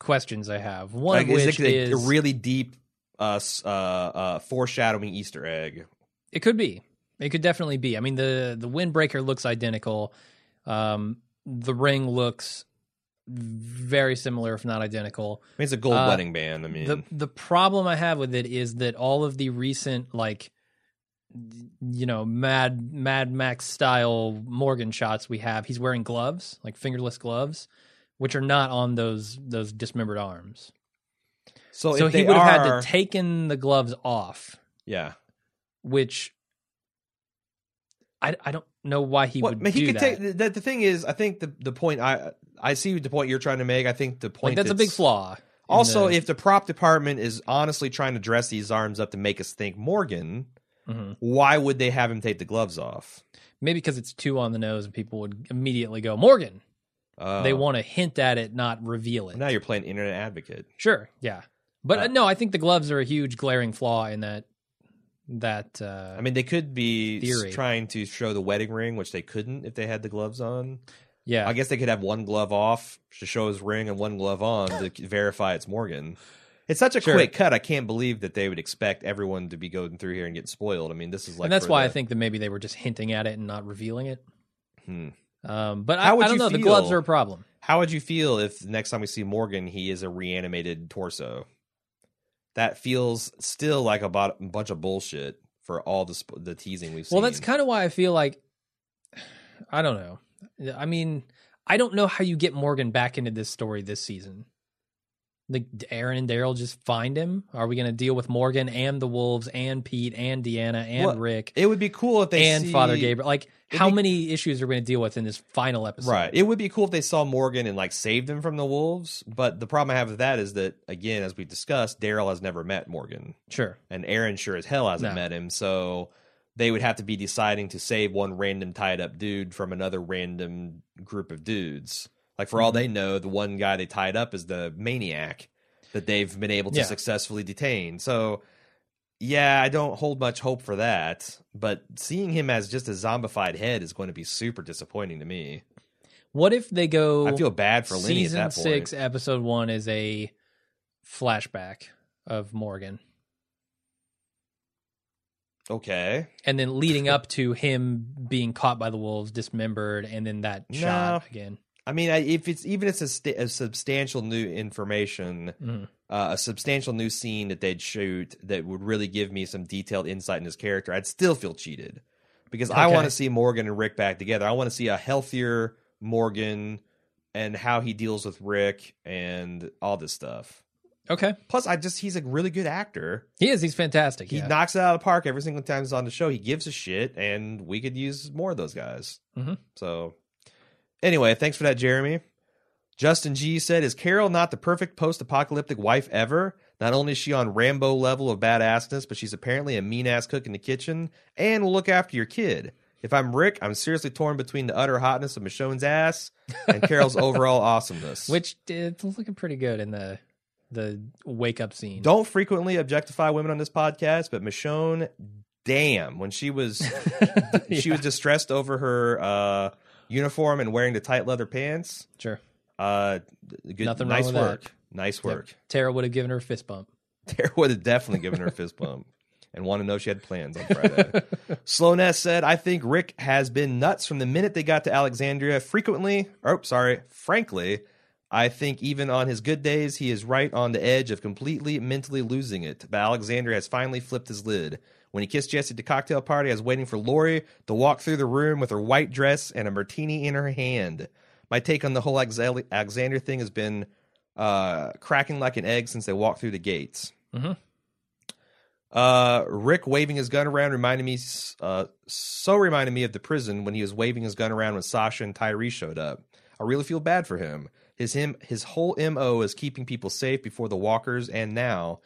Speaker 1: questions I have. One
Speaker 2: like
Speaker 1: of
Speaker 2: is
Speaker 1: which
Speaker 2: it a,
Speaker 1: is
Speaker 2: a really deep uh, s- uh uh foreshadowing easter egg
Speaker 1: It could be. It could definitely be. I mean, the the windbreaker looks identical. Um, the ring looks very similar, if not identical.
Speaker 2: i mean it's a gold
Speaker 1: Uh,
Speaker 2: wedding band i mean
Speaker 1: the the problem I have with it is that all of the recent like you know mad mad max style morgan shots we have he's wearing gloves like fingerless gloves which are not on those those dismembered arms
Speaker 2: so,
Speaker 1: so
Speaker 2: if
Speaker 1: he
Speaker 2: they
Speaker 1: would have
Speaker 2: are-
Speaker 1: had to taken the gloves off
Speaker 2: yeah
Speaker 1: which I, I don't know why he
Speaker 2: Well,
Speaker 1: would
Speaker 2: man,
Speaker 1: do
Speaker 2: could
Speaker 1: that.
Speaker 2: take the, the thing is i think the the point i i see the point you're trying to make i think the point
Speaker 1: like that's a big
Speaker 2: that's-
Speaker 1: flaw. in
Speaker 2: also
Speaker 1: the-
Speaker 2: if the prop department is honestly trying to dress these arms up to make us think morgan
Speaker 1: Mhm.
Speaker 2: why would they have him take the gloves off
Speaker 1: maybe because it's two on the nose, and people would immediately go Morgan.
Speaker 2: uh,
Speaker 1: they want to hint at it, not reveal it.
Speaker 2: now you're playing internet advocate
Speaker 1: Sure, yeah, but uh,
Speaker 2: Uh,
Speaker 1: no, I think the gloves are a huge glaring flaw in that. That uh,
Speaker 2: I mean, they could be s-
Speaker 1: Theory.
Speaker 2: trying to show the wedding ring, which they couldn't if they had the gloves on.
Speaker 1: yeah,
Speaker 2: I guess they could have one glove off to show his ring and one glove on to (laughs) c- verify it's Morgan. It's such a
Speaker 1: Sure.
Speaker 2: quick cut. I can't believe that they would expect everyone to be going through here and getting spoiled. I mean, this is like,
Speaker 1: and that's
Speaker 2: for
Speaker 1: why I
Speaker 2: the-
Speaker 1: think that maybe they were just hinting at it and not revealing it.
Speaker 2: Hmm.
Speaker 1: Um, but
Speaker 2: How
Speaker 1: I,
Speaker 2: would
Speaker 1: I don't
Speaker 2: you
Speaker 1: know. The gloves
Speaker 2: feel?
Speaker 1: are a problem.
Speaker 2: How would you feel if the next time we see Morgan, he is a reanimated torso? That feels still like a bo- bunch of bullshit for all the sp- the teasing we've seen.
Speaker 1: Well, that's kind of why I feel like I don't know. I mean, I don't know how you get Morgan back into this story this season. Like Aaron and Daryl just find him. Are we going to deal with Morgan and the Wolves and Pete and Deanna and
Speaker 2: Well,
Speaker 1: Rick
Speaker 2: it would be cool if they
Speaker 1: and Father
Speaker 2: see-
Speaker 1: Gabriel? Like,
Speaker 2: it'd
Speaker 1: how
Speaker 2: be-
Speaker 1: many issues are we going to deal with in this final episode?
Speaker 2: Right. It would be cool if they saw Morgan and like saved him from the wolves, but the problem I have with that is that again, as we've discussed, Daryl has never met Morgan,
Speaker 1: Sure.
Speaker 2: and Aaron sure as hell hasn't
Speaker 1: No.
Speaker 2: met him. So they would have to be deciding to save one random tied up dude from another random group of dudes. Like for all
Speaker 1: Mm-hmm.
Speaker 2: they know, the one guy they tied up is the maniac that they've been able to
Speaker 1: Yeah.
Speaker 2: successfully detain. So yeah, I don't hold much hope for that, but seeing him as just a zombified head is going to be super disappointing to me.
Speaker 1: What if they go?
Speaker 2: I feel bad for Lenny at
Speaker 1: season
Speaker 2: that
Speaker 1: six,
Speaker 2: point.
Speaker 1: episode one is a flashback of Morgan.
Speaker 2: Okay.
Speaker 1: and then leading up to him being caught by the wolves, dismembered, and then that shot again.
Speaker 2: I mean, I, if it's even if it's a, st- a substantial new information,
Speaker 1: Mhm.
Speaker 2: uh, a substantial new scene that they'd shoot that would really give me some detailed insight in his character, I'd still feel cheated because I
Speaker 1: Okay.
Speaker 2: want to see Morgan and Rick back together. I want to see a healthier Morgan and how he deals with Rick and all this stuff.
Speaker 1: Okay,
Speaker 2: Plus, I just he's a really good actor.
Speaker 1: he is. He's fantastic.
Speaker 2: He
Speaker 1: yeah.
Speaker 2: knocks it out of the park every single time he's on the show. He gives a shit, and we could use more of those guys.
Speaker 1: Mhm.
Speaker 2: So, anyway, thanks for that, Jeremy. Justin G said, "Is Carol not the perfect post-apocalyptic wife ever? Not only is she on Rambo level of badassness, but she's apparently a mean ass cook in the kitchen and will look after your kid. If I'm Rick, I'm seriously torn between the utter hotness of Michonne's ass
Speaker 1: (laughs)
Speaker 2: and Carol's overall awesomeness.
Speaker 1: Which it's looking pretty good in the the wake up scene.
Speaker 2: Don't frequently objectify women on this podcast, but Michonne, damn, when
Speaker 1: (laughs)
Speaker 2: she was she
Speaker 1: Yeah,
Speaker 2: was distressed over her uh, uniform and wearing the tight leather pants.
Speaker 1: sure.
Speaker 2: Uh, good,
Speaker 1: Nothing wrong
Speaker 2: nice
Speaker 1: with
Speaker 2: work.
Speaker 1: that.
Speaker 2: Nice work.
Speaker 1: Tara would have given her a fist bump.
Speaker 2: (laughs) Tara would have definitely given her a fist bump. and want to know she had plans on Friday. Sloaness said, I think Rick has been nuts from the minute they got to Alexandria. Frequently, or sorry, frankly, I think even on his good days, he is right on the edge of completely mentally losing it. But Alexandria has finally flipped his lid. When he kissed Jesse at the cocktail party, I was waiting for Lori to walk through the room with her white dress and a martini in her hand. My take on the whole Alex- Alexander thing has been uh, cracking like an egg since they walked through the gates.
Speaker 1: Mhm.
Speaker 2: Uh, Rick waving his gun around reminded me, uh, so reminded me of the prison when he was waving his gun around when Sasha and Tyree showed up. I really feel bad for him. His him his whole mo is keeping people safe before the walkers, and now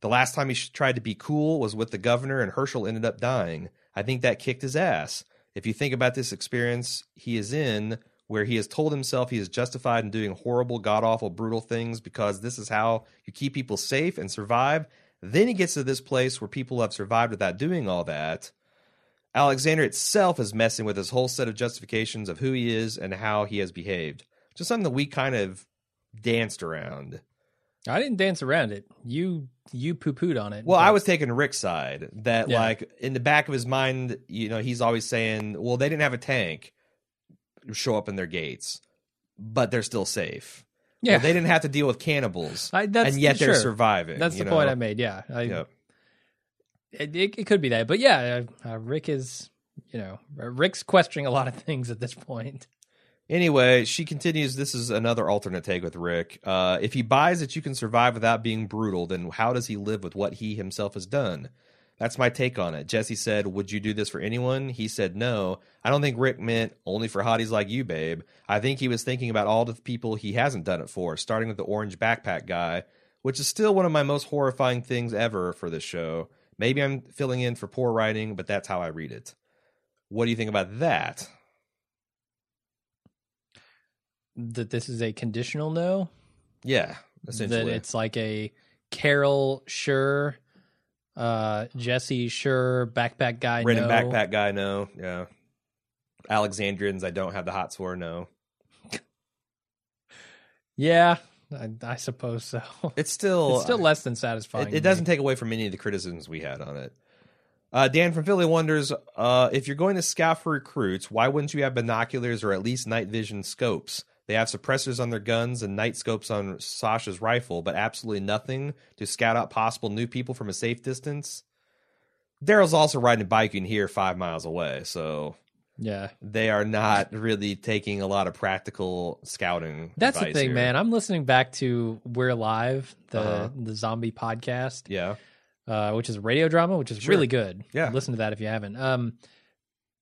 Speaker 2: the last time he sh- tried to be cool was with the governor, and Herschel ended up dying. I think that kicked his ass. If you think about this experience he is in, where he has told himself he is justified in doing horrible, god awful, brutal things because this is how you keep people safe and survive, then he gets to this place where people have survived without doing all that. Alexander itself is messing with his whole set of justifications of who he is and how he has behaved, which is something that we kind of danced around.
Speaker 1: I didn't dance around it. You you poo pooed on it.
Speaker 2: Well, I
Speaker 1: but-
Speaker 2: was taking Rick's side that,
Speaker 1: Yeah.
Speaker 2: like, in the back of his mind, you know, he's always saying, well, they didn't have a tank show up in their gates, but they're still safe.
Speaker 1: yeah.
Speaker 2: Well, they didn't have to deal with cannibals,
Speaker 1: I, (laughs) that's
Speaker 2: and yet they're
Speaker 1: sure.
Speaker 2: surviving.
Speaker 1: That's
Speaker 2: you
Speaker 1: the point
Speaker 2: know?
Speaker 1: I made. Yeah, I,
Speaker 2: Yeah.
Speaker 1: it, it, it could be that, but yeah, uh, uh, Rick is you know uh, Rick's questioning a lot of (laughs) things at this point.
Speaker 2: Anyway, she continues. This is another alternate take with Rick. Uh, if he buys that you can survive without being brutal, then how does he live with what he himself has done? That's my take on it. Jesse said, Would you do this for anyone? He said, No. I don't think Rick meant only for hotties like you, babe. I think he was thinking about all the people he hasn't done it for, starting with the orange backpack guy, which is still one of my most horrifying things ever for this show. Maybe I'm filling in for poor writing, but that's how I read it. What do you think about that?
Speaker 1: That this is a conditional no.
Speaker 2: Yeah, essentially.
Speaker 1: That it's like a Carol sure, uh, Jesse sure, backpack guy.
Speaker 2: Red and
Speaker 1: no.
Speaker 2: backpack guy, no. Yeah. Alexandrians, I don't have the hots for, no.
Speaker 1: Yeah, I, I suppose so. (laughs)
Speaker 2: It's still uh,
Speaker 1: it's still less than satisfying.
Speaker 2: It,
Speaker 1: to me.
Speaker 2: it doesn't take away from any of the criticisms we had on it. Uh, Dan from Philly wonders uh, if you're going to scout for recruits, why wouldn't you have binoculars or at least night vision scopes? They have suppressors on their guns and night scopes on Sasha's rifle, but absolutely nothing to scout out possible new people from a safe distance. Daryl's also riding a bike in here five miles away, so
Speaker 1: Yeah,
Speaker 2: they are not really taking a lot of practical scouting.
Speaker 1: that's the
Speaker 2: advice
Speaker 1: thing,
Speaker 2: here.
Speaker 1: man. I'm listening back to We're Live, the
Speaker 2: Uh-huh.
Speaker 1: the zombie podcast.
Speaker 2: Yeah,
Speaker 1: uh, which is a radio drama, which is
Speaker 2: Sure.
Speaker 1: really good.
Speaker 2: Yeah.
Speaker 1: listen to that if you haven't. Um,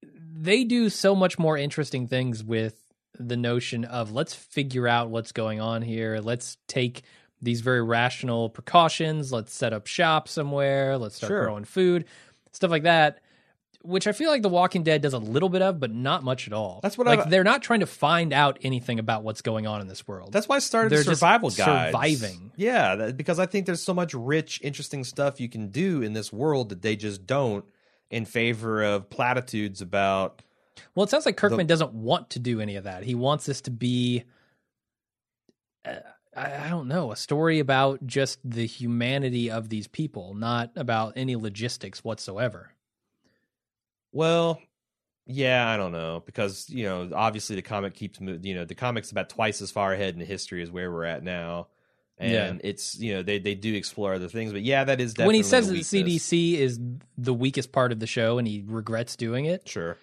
Speaker 1: they do so much more interesting things with the notion of let's figure out what's going on here. Let's take these very rational precautions. Let's set up shop somewhere. Let's start
Speaker 2: Sure.
Speaker 1: growing food, stuff like that. Which I feel like The Walking Dead does a little bit of, but not much at all.
Speaker 2: That's what
Speaker 1: like
Speaker 2: I've-
Speaker 1: they're not trying to find out anything about what's going on in this world.
Speaker 2: that's why I started
Speaker 1: They're just
Speaker 2: survival guides.
Speaker 1: surviving.
Speaker 2: Yeah, that, because I think there's so much rich, interesting stuff you can do in this world that they just don't in favor of platitudes about.
Speaker 1: Well, it sounds like Kirkman doesn't want to do any of that. He wants this to be, uh, I I don't know, a story about just the humanity of these people, not about any logistics whatsoever.
Speaker 2: Well, yeah, I don't know because you know obviously the comic keeps mo- you know the comic's about twice as far ahead in history as where we're at now. And it's you know they they do explore other things, but yeah, that is definitely
Speaker 1: when he says
Speaker 2: a
Speaker 1: that the
Speaker 2: weakness.
Speaker 1: CDC is the weakest part of the show and he regrets doing it,
Speaker 2: Sure,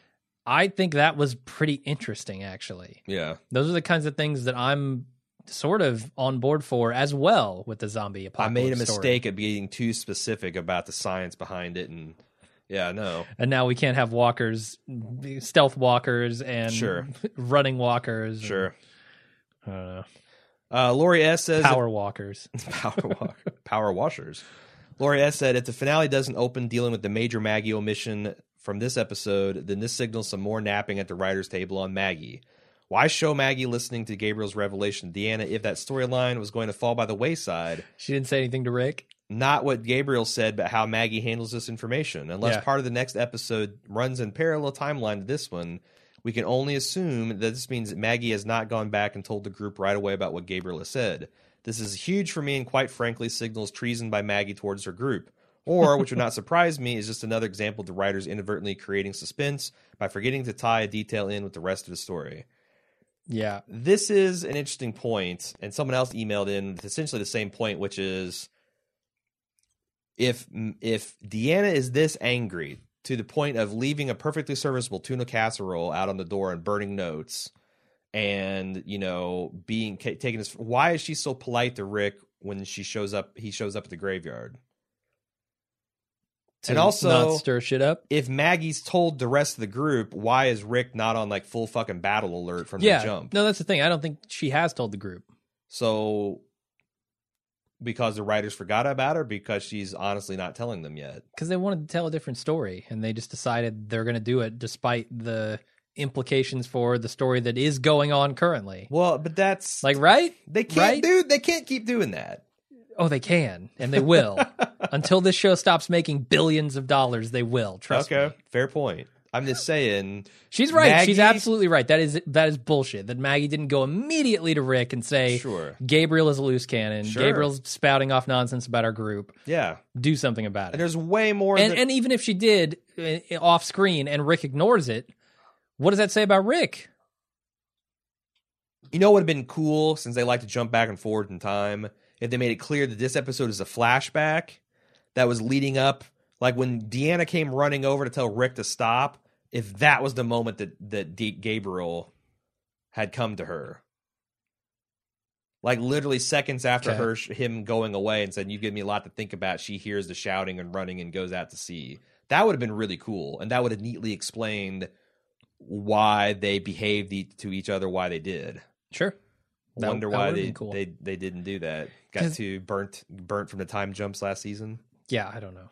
Speaker 1: I think that was pretty interesting, actually.
Speaker 2: yeah,
Speaker 1: Those are the kinds of things that I'm sort of on board for as well with the zombie
Speaker 2: I
Speaker 1: apocalypse.
Speaker 2: made a
Speaker 1: story.
Speaker 2: mistake at being too specific about the science behind it, and yeah, no,
Speaker 1: and now we can't have walkers, stealth walkers, and
Speaker 2: Sure.
Speaker 1: (laughs) running walkers. and-
Speaker 2: sure.
Speaker 1: I don't know,
Speaker 2: Uh, Lori S says
Speaker 1: power
Speaker 2: (laughs)
Speaker 1: walkers.
Speaker 2: power, wa- power washers. Lori S said if the finale doesn't open dealing with the major Maggie omission from this episode, then this signals some more napping at the writers' table on Maggie. Why show Maggie listening to Gabriel's revelation, to Deanna, if that storyline was going to fall by the wayside?
Speaker 1: She didn't say anything to Rick.
Speaker 2: not what Gabriel said, but how Maggie handles this information. Unless
Speaker 1: Yeah.
Speaker 2: part of the next episode runs in parallel timeline to this one, we can only assume that this means that Maggie has not gone back and told the group right away about what Gabriel has said. This is huge for me and quite frankly signals treason by Maggie towards her group. Or, which would not surprise me, is just another example of the writers inadvertently creating suspense by forgetting to tie a detail in with the rest of the story.
Speaker 1: Yeah.
Speaker 2: This is an interesting point, and someone else emailed in with essentially the same point, which is if if Deanna is this angry to the point of leaving a perfectly serviceable tuna casserole out on the door and burning notes, and you know being ca- taken as why is she so polite to Rick when she shows up? He shows up at the graveyard.
Speaker 1: To
Speaker 2: And also-
Speaker 1: not stir shit up.
Speaker 2: If Maggie's told the rest of the group, why is Rick not on like full fucking battle alert from
Speaker 1: Yeah.
Speaker 2: the jump?
Speaker 1: No, that's the thing. I don't think she has told the group.
Speaker 2: So because the writers forgot about her because she's honestly not telling them yet.
Speaker 1: because they wanted to tell a different story and they just decided they're going to do it despite the implications for the story that is going on currently.
Speaker 2: Well, but that's
Speaker 1: Like, right?
Speaker 2: they can't
Speaker 1: right?
Speaker 2: do they can't keep doing that.
Speaker 1: Oh, they can and they
Speaker 2: (laughs)
Speaker 1: will. Until this show stops making billions of dollars, they will. Trust me.
Speaker 2: Fair point. I'm
Speaker 1: (laughs)
Speaker 2: just saying
Speaker 1: She's right. She's
Speaker 2: Maggie-
Speaker 1: absolutely right. That is that is bullshit. That Maggie didn't go immediately to Rick and say,
Speaker 2: sure.
Speaker 1: "Gabriel is a loose cannon.
Speaker 2: Sure.
Speaker 1: Gabriel's spouting off nonsense about our group.
Speaker 2: Yeah.
Speaker 1: Do something about it."
Speaker 2: And there's way more
Speaker 1: and
Speaker 2: that-
Speaker 1: and even if she did uh, off screen and Rick ignores it, what does that say about Rick?
Speaker 2: you know what would have been cool since they like to jump back and forward in time if they made it clear that this episode is a flashback that was leading up like when Deanna came running over to tell Rick to stop if that was the moment that that D- Gabriel had come to her like literally seconds after
Speaker 1: Okay.
Speaker 2: her him going away and said you give me a lot to think about she hears the shouting and running and goes out to see that would have been really cool and that would have neatly explained why they behaved e- to each other why they did
Speaker 1: Sure. That-
Speaker 2: Wonder
Speaker 1: that
Speaker 2: why
Speaker 1: would've
Speaker 2: they,
Speaker 1: been cool.
Speaker 2: they they didn't do that. Got
Speaker 1: 'Cause-
Speaker 2: too burnt burnt from the time jumps last season.
Speaker 1: Yeah, I don't know.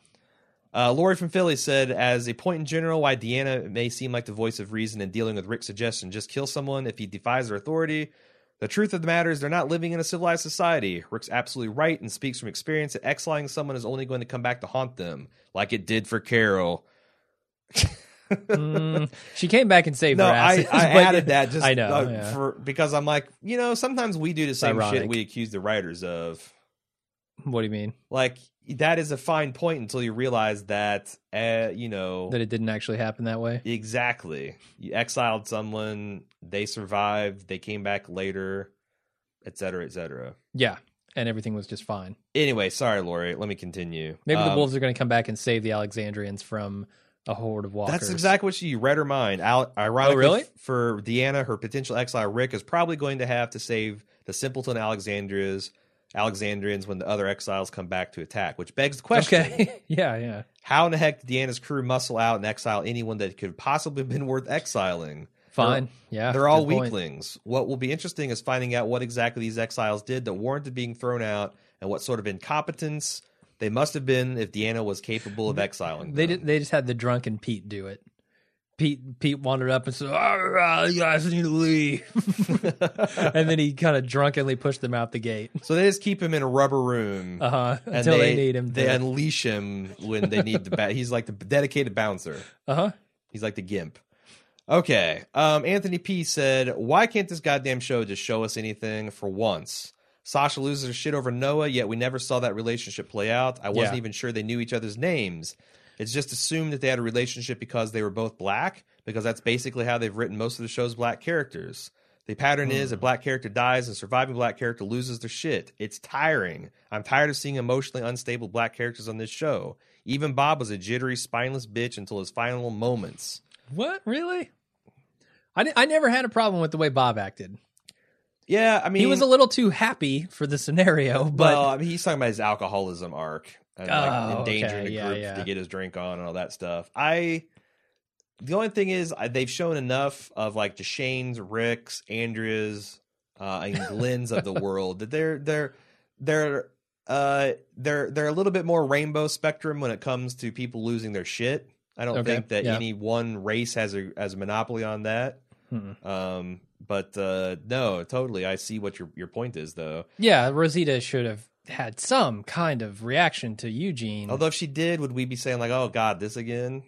Speaker 2: Uh, Lori from Philly said, as a point in general, why Deanna may seem like the voice of reason in dealing with Rick's suggestion, just kill someone if he defies their authority. The truth of the matter is they're not living in a civilized society. Rick's absolutely right and speaks from experience that exiling someone is only going to come back to haunt them, like it did for Carol.
Speaker 1: Mm, she came back and saved
Speaker 2: No,
Speaker 1: her
Speaker 2: I,
Speaker 1: asses, (laughs)
Speaker 2: I
Speaker 1: but-
Speaker 2: added that just
Speaker 1: I know.
Speaker 2: uh,
Speaker 1: yeah.
Speaker 2: for, because I'm like, you know, sometimes we do the same shit
Speaker 1: ironic.
Speaker 2: we accuse the writers of.
Speaker 1: what do you mean?
Speaker 2: like that is a fine point until you realize that uh, you know
Speaker 1: That it didn't actually happen that way?
Speaker 2: exactly you exiled someone they survived they came back later et cetera, et cetera.
Speaker 1: Yeah. And everything was just fine.
Speaker 2: anyway sorry lori let me continue
Speaker 1: Maybe the
Speaker 2: Um,
Speaker 1: wolves are going to come back and save the Alexandrians from a horde of walkers.
Speaker 2: That's exactly what she read her mind. Al- ironically,
Speaker 1: Oh, really?
Speaker 2: f- for Deanna, her potential exile Rick is probably going to have to save the simpleton Alexandrias, Alexandrians when the other exiles come back to attack, which begs the question:
Speaker 1: Okay. (laughs) yeah, yeah.
Speaker 2: How in the heck did Deanna's crew muscle out and exile anyone that could possibly have been worth exiling?
Speaker 1: Fine. yeah.
Speaker 2: They're all
Speaker 1: good point.
Speaker 2: weaklings. What will be interesting is finding out what exactly these exiles did that warranted being thrown out and what sort of incompetence they must have been if Deanna was capable of exiling.
Speaker 1: They
Speaker 2: them.
Speaker 1: did, they just had the drunken Pete do it. Pete Pete wandered up and said, "All right, "You guys need to leave," (laughs) and then he kind of drunkenly pushed them out the gate
Speaker 2: So they just keep him in a rubber room
Speaker 1: uh-huh,
Speaker 2: and
Speaker 1: until they, need him.
Speaker 2: They
Speaker 1: to-
Speaker 2: unleash him when they need the bat. He's like the dedicated bouncer.
Speaker 1: uh-huh.
Speaker 2: He's like the gimp. Okay. Um, Anthony P said, Why can't this goddamn show just show us anything for once? Sasha loses her shit over Noah, yet we never saw that relationship play out. I wasn't
Speaker 1: Yeah.
Speaker 2: even sure they knew each other's names. It's just assumed that they had a relationship because they were both black, because that's basically how they've written most of the show's black characters. The pattern is a black character dies and surviving black character loses their shit. It's tiring. I'm tired of seeing emotionally unstable black characters on this show. Even Bob was a jittery, spineless bitch until his final moments.
Speaker 1: What really? I di- I never had a problem with the way Bob acted.
Speaker 2: Yeah, I mean,
Speaker 1: He was a little too happy for the scenario, (laughs) but
Speaker 2: well, I mean, he's talking about his alcoholism arc and like
Speaker 1: Oh,
Speaker 2: endangering
Speaker 1: okay,
Speaker 2: a
Speaker 1: yeah,
Speaker 2: group
Speaker 1: yeah.
Speaker 2: to get his drink on and all that stuff. I the only thing is I, they've shown enough of like Deshane's, Rick's, Andrea's, uh, and
Speaker 1: (laughs)
Speaker 2: Glenn's of the world that they're they're they're uh they're they're a little bit more rainbow spectrum when it comes to people losing their shit. I don't
Speaker 1: Okay,
Speaker 2: think that
Speaker 1: yeah.
Speaker 2: any one race has a as a monopoly on that.
Speaker 1: Hmm.
Speaker 2: Um, but uh, no, totally. I see what your your point is though.
Speaker 1: yeah, Rosita should have had some kind of reaction to Eugene.
Speaker 2: Although if she did, would we be saying like, "Oh God, this again"?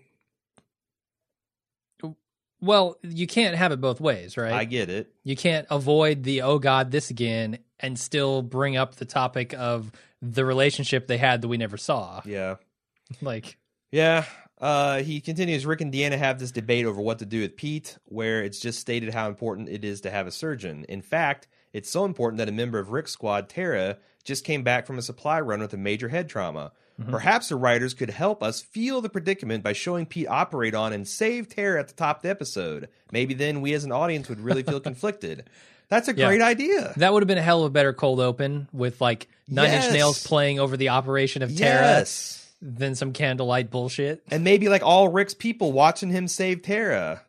Speaker 1: well, you can't have it both ways, right?
Speaker 2: I get it.
Speaker 1: you can't avoid the oh god this again and still bring up the topic of the relationship they had that we never saw.
Speaker 2: Yeah,
Speaker 1: (laughs) Like,
Speaker 2: Yeah. Uh, he continues Rick and Deanna have this debate over what to do with Pete, where it's just stated how important it is to have a surgeon. In fact, it's so important that a member of Rick's squad, Tara, just came back from a supply run with a major head trauma.
Speaker 1: Mm-hmm.
Speaker 2: Perhaps the writers could help us feel the predicament by showing Pete operate on and save Tara at the top of the episode. Maybe then we as an audience would really
Speaker 1: (laughs)
Speaker 2: feel conflicted. That's a
Speaker 1: Yeah.
Speaker 2: great idea.
Speaker 1: That would have been a hell of a better cold open with like Nine Inch Nails
Speaker 2: Yes.
Speaker 1: playing over the operation of Tara
Speaker 2: Yes.
Speaker 1: than some candlelight bullshit.
Speaker 2: and maybe like all Rick's people watching him save Tara.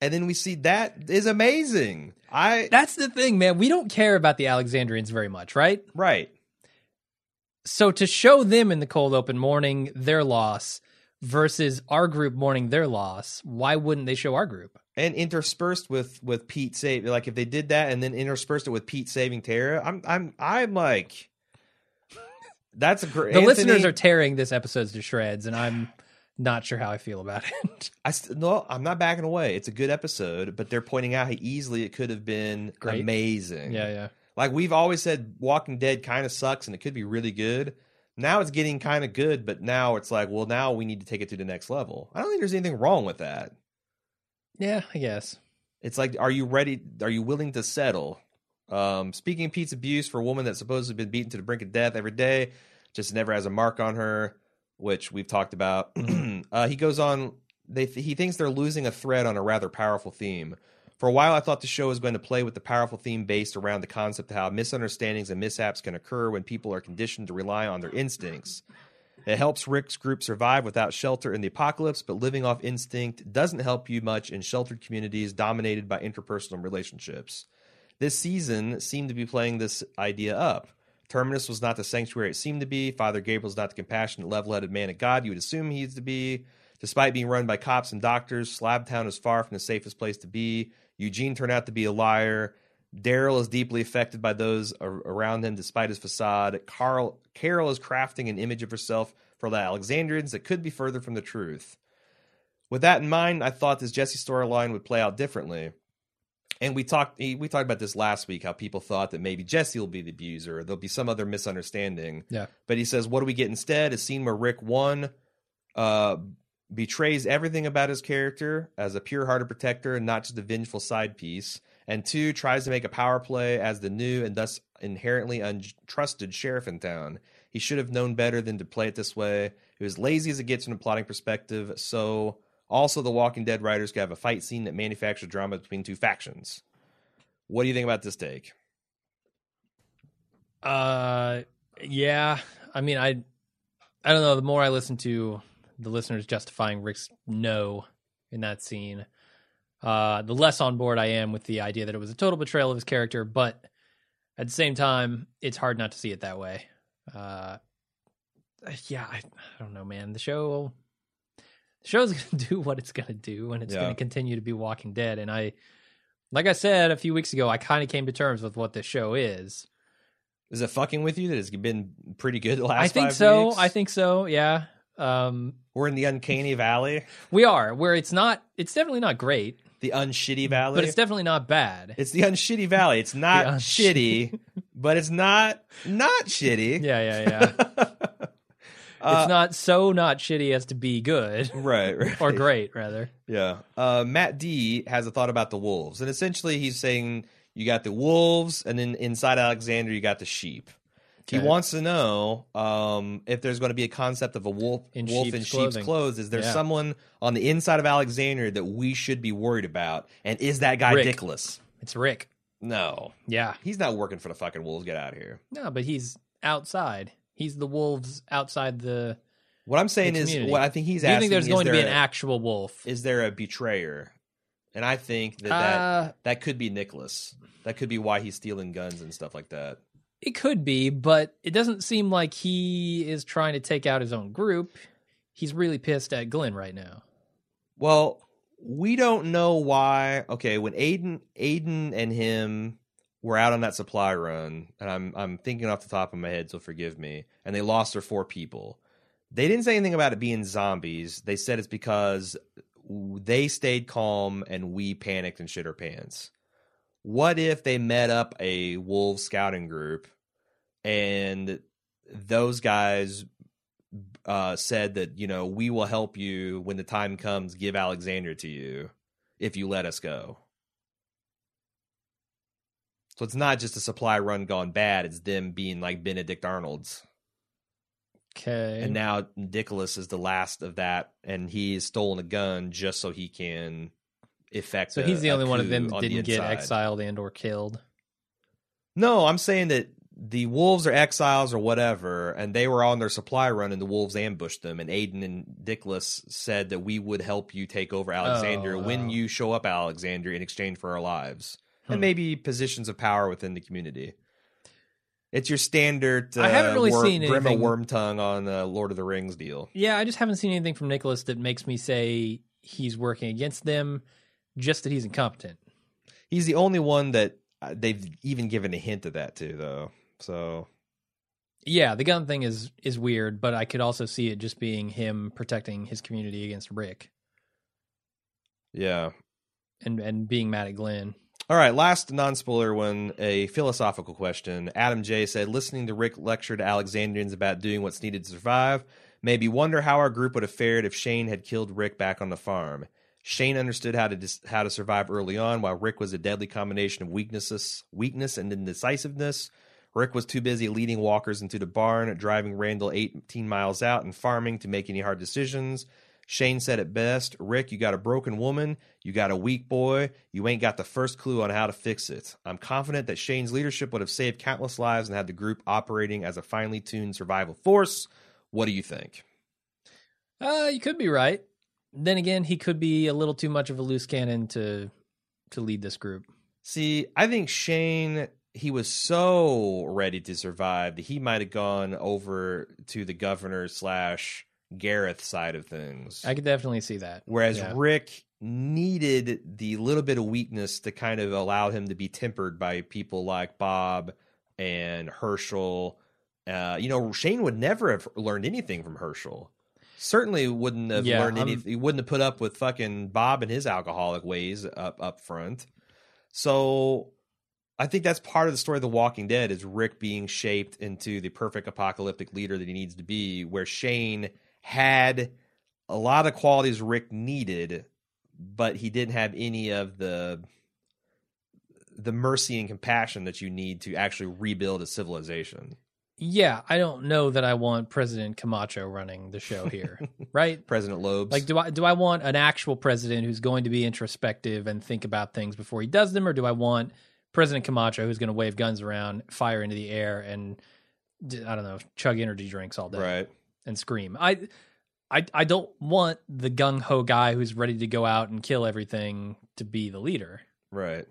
Speaker 2: And then we see that is amazing. I
Speaker 1: That's the thing, man. We don't care about the Alexandrians very much, right?
Speaker 2: right.
Speaker 1: So to show them in the cold open mourning their loss versus our group mourning their loss, why wouldn't they show our group?
Speaker 2: And interspersed with with Pete save like if they did that and then interspersed it with Pete saving Tara, I'm I'm I'm like that's a great.
Speaker 1: The
Speaker 2: Anthony,
Speaker 1: listeners are tearing this episode to shreds, and I'm not sure how I feel about it.
Speaker 2: I st- no, I'm not backing away. It's a good episode, but they're pointing out how easily it could have been
Speaker 1: Great.
Speaker 2: amazing.
Speaker 1: yeah, yeah.
Speaker 2: Like we've always said, Walking Dead kind of sucks and it could be really good. Now it's getting kind of good, but now it's like, well, now we need to take it to the next level. I don't think there's anything wrong with that.
Speaker 1: Yeah, I guess.
Speaker 2: It's like, are you ready? Are you willing to settle? Um, speaking of Pete's abuse for a woman that's supposedly been beaten to the brink of death every day, just never has a mark on her, which we've talked about. (clears throat) uh, he goes on. They he thinks they're losing a thread on a rather powerful theme. For a while, I thought the show was going to play with the powerful theme based around the concept of how misunderstandings and mishaps can occur when people are conditioned to rely on their instincts. It helps Rick's group survive without shelter in the apocalypse, but living off instinct doesn't help you much in sheltered communities dominated by interpersonal relationships. This season seemed to be playing this idea up. Terminus was not the sanctuary it seemed to be. Father Gabriel's not the compassionate, level headed man of God you would assume he is to be. Despite being run by cops and doctors, Slabtown is far from the safest place to be. Eugene turned out to be a liar. Daryl is deeply affected by those ar- around him despite his facade. Carl Carol is crafting an image of herself for the Alexandrians that could be further from the truth. With that in mind, I thought this Jesse storyline would play out differently. And we talked eh, we talked about this last week how people thought that maybe Jesse will be the abuser, or there'll be some other misunderstanding.
Speaker 1: Yeah.
Speaker 2: But he says, what do we get instead? A scene where Rick one uh, betrays everything about his character as a pure-hearted protector and not just a vengeful side piece. And two tries to make a power play as the new and thus inherently untrusted sheriff in town. He should have known better than to play it this way. It was lazy as it gets from a plotting perspective. So also, the Walking Dead writers could have a fight scene that manufactured drama between two factions. What do you think about this take?
Speaker 1: Uh, yeah. I mean, I, I don't know. The more I listen to the listeners justifying Rick's no in that scene, uh, the less on board I am with the idea that it was a total betrayal of his character. But at the same time, it's hard not to see it that way. Uh, yeah, I, I don't know, man. The show, the show's (laughs) gonna do what it's gonna do, and it's
Speaker 2: Yeah.
Speaker 1: gonna continue to be Walking Dead. And I, like I said a few weeks ago, I kind of came to terms with what this show is.
Speaker 2: Is it fucking with you that it's been pretty good the last?
Speaker 1: I think
Speaker 2: five
Speaker 1: so.
Speaker 2: weeks?
Speaker 1: I think so. Yeah. Um,
Speaker 2: we're in the uncanny valley,
Speaker 1: we are where it's not. It's definitely not great,
Speaker 2: the unshitty valley.
Speaker 1: but it's definitely not bad.
Speaker 2: it's the unshitty valley. It's not
Speaker 1: The unshitty-
Speaker 2: shitty, but it's not not
Speaker 1: (laughs)
Speaker 2: shitty.
Speaker 1: yeah, yeah, yeah.
Speaker 2: (laughs) Uh,
Speaker 1: it's not so not shitty as to be good
Speaker 2: right, (laughs) right.
Speaker 1: or great, rather.
Speaker 2: Yeah. Uh, Matt D has a thought about the wolves. And essentially, he's saying you got the wolves, and then inside Alexander, you got the sheep. He
Speaker 1: Okay.
Speaker 2: wants to know um, if there's going to be a concept of a wolf
Speaker 1: In
Speaker 2: wolf
Speaker 1: sheep's
Speaker 2: in sheep's
Speaker 1: clothing.
Speaker 2: clothes. Is there
Speaker 1: Yeah.
Speaker 2: someone on the inside of Alexander that we should be worried about? And is that guy
Speaker 1: Rick.
Speaker 2: dickless?
Speaker 1: It's Rick.
Speaker 2: No.
Speaker 1: Yeah.
Speaker 2: He's not working for the fucking wolves. Get out of here.
Speaker 1: No, but he's outside. He's the wolves outside the.
Speaker 2: What I'm saying
Speaker 1: The
Speaker 2: is,
Speaker 1: community.
Speaker 2: what I think he's
Speaker 1: Do you
Speaker 2: asking
Speaker 1: think there's
Speaker 2: is
Speaker 1: going to be
Speaker 2: there
Speaker 1: an
Speaker 2: a-
Speaker 1: actual wolf?
Speaker 2: Is there a betrayer? And I think that, that
Speaker 1: Uh,
Speaker 2: That could be Nicholas. That could be why he's stealing guns and stuff like that.
Speaker 1: it could be, but it doesn't seem like he is trying to take out his own group. He's really pissed at Glenn right now.
Speaker 2: Well, we don't know why. Okay, when Aiden, Aiden and him were out on that supply run, and I'm I'm thinking off the top of my head, so forgive me. And they lost their four people. They didn't say anything about it being zombies. They said it's because they stayed calm and we panicked and shit our pants. What if they met up a wolf scouting group and those guys uh, said that you know we will help you when the time comes. Give Alexandria to you if you let us go. So it's not just a supply run gone bad. It's them being like Benedict Arnold's.
Speaker 1: Okay.
Speaker 2: And now Nicholas is the last of that, and he has stolen a gun just so he can effect.
Speaker 1: so
Speaker 2: a-
Speaker 1: he's the
Speaker 2: a
Speaker 1: only one of
Speaker 2: coup
Speaker 1: them that
Speaker 2: on the
Speaker 1: didn't get
Speaker 2: inside.
Speaker 1: exiled and or killed.
Speaker 2: No, I'm saying that the wolves are exiles or whatever, and they were on their supply run, and the wolves ambushed them. And Aiden and Nicholas said that we would help you take over Alexandria
Speaker 1: Oh,
Speaker 2: when
Speaker 1: oh.
Speaker 2: you show up, at Alexandria, in exchange for our lives
Speaker 1: Hmm.
Speaker 2: and maybe positions of power within the community. It's your standard. Uh,
Speaker 1: I haven't really
Speaker 2: wor-
Speaker 1: seen
Speaker 2: Grima
Speaker 1: anything-
Speaker 2: worm tongue on uh, Lord of the Rings deal.
Speaker 1: Yeah, I just haven't seen anything from Nicholas that makes me say he's working against them, just that he's incompetent.
Speaker 2: He's the only one that uh, they've even given a hint of that to, though. So
Speaker 1: Yeah, the gun thing is is weird, but I could also see it just being him protecting his community against Rick
Speaker 2: yeah.
Speaker 1: and and being mad at Glenn.
Speaker 2: All right, last non spoiler one, a philosophical question. Adam J said, listening to Rick lecture to Alexandrians about doing what's needed to survive made me wonder how our group would have fared if Shane had killed Rick back on the farm. Shane understood how to dis- how to survive early on, while Rick was a deadly combination of weaknesses, weakness and indecisiveness. Rick was too busy leading walkers into the barn, driving Randall 18 miles out, and farming to make any hard decisions. Shane said it best Rick, you got a broken woman, you got a weak boy, you ain't got the first clue on how to fix it. I'm confident that Shane's leadership would have saved countless lives and had the group operating as a finely tuned survival force. What do you think?
Speaker 1: Uh, you could be right. Then again, he could be a little too much of a loose cannon to to lead this group.
Speaker 2: See, I think Shane, he was so ready to survive that he might have gone over to the governor slash Gareth side of things.
Speaker 1: I could definitely see that.
Speaker 2: Whereas
Speaker 1: Yeah.
Speaker 2: Rick needed the little bit of weakness to kind of allow him to be tempered by people like Bob and Herschel. Uh, you know, Shane would never have learned anything from Herschel. Certainly wouldn't have
Speaker 1: Yeah,
Speaker 2: learned
Speaker 1: I'm-
Speaker 2: anything. He wouldn't have put up with fucking Bob and his alcoholic ways up up front. So I think that's part of the story of The Walking Dead is Rick being shaped into the perfect apocalyptic leader that he needs to be, where Shane had a lot of qualities Rick needed, but he didn't have any of the the mercy and compassion that you need to actually rebuild a civilization.
Speaker 1: Yeah, I don't know that I want President Camacho running the show
Speaker 2: (laughs)
Speaker 1: here, right?
Speaker 2: President Loeb's
Speaker 1: Like, do I do I want an actual president who's going to be introspective and think about things before he does them, or do I want President Camacho who's going to wave guns around, fire into the air, and d- I don't know, chug energy drinks all day
Speaker 2: right.
Speaker 1: and scream? I, I, I don't want the gung ho guy who's ready to go out and kill everything to be the leader.
Speaker 2: Right.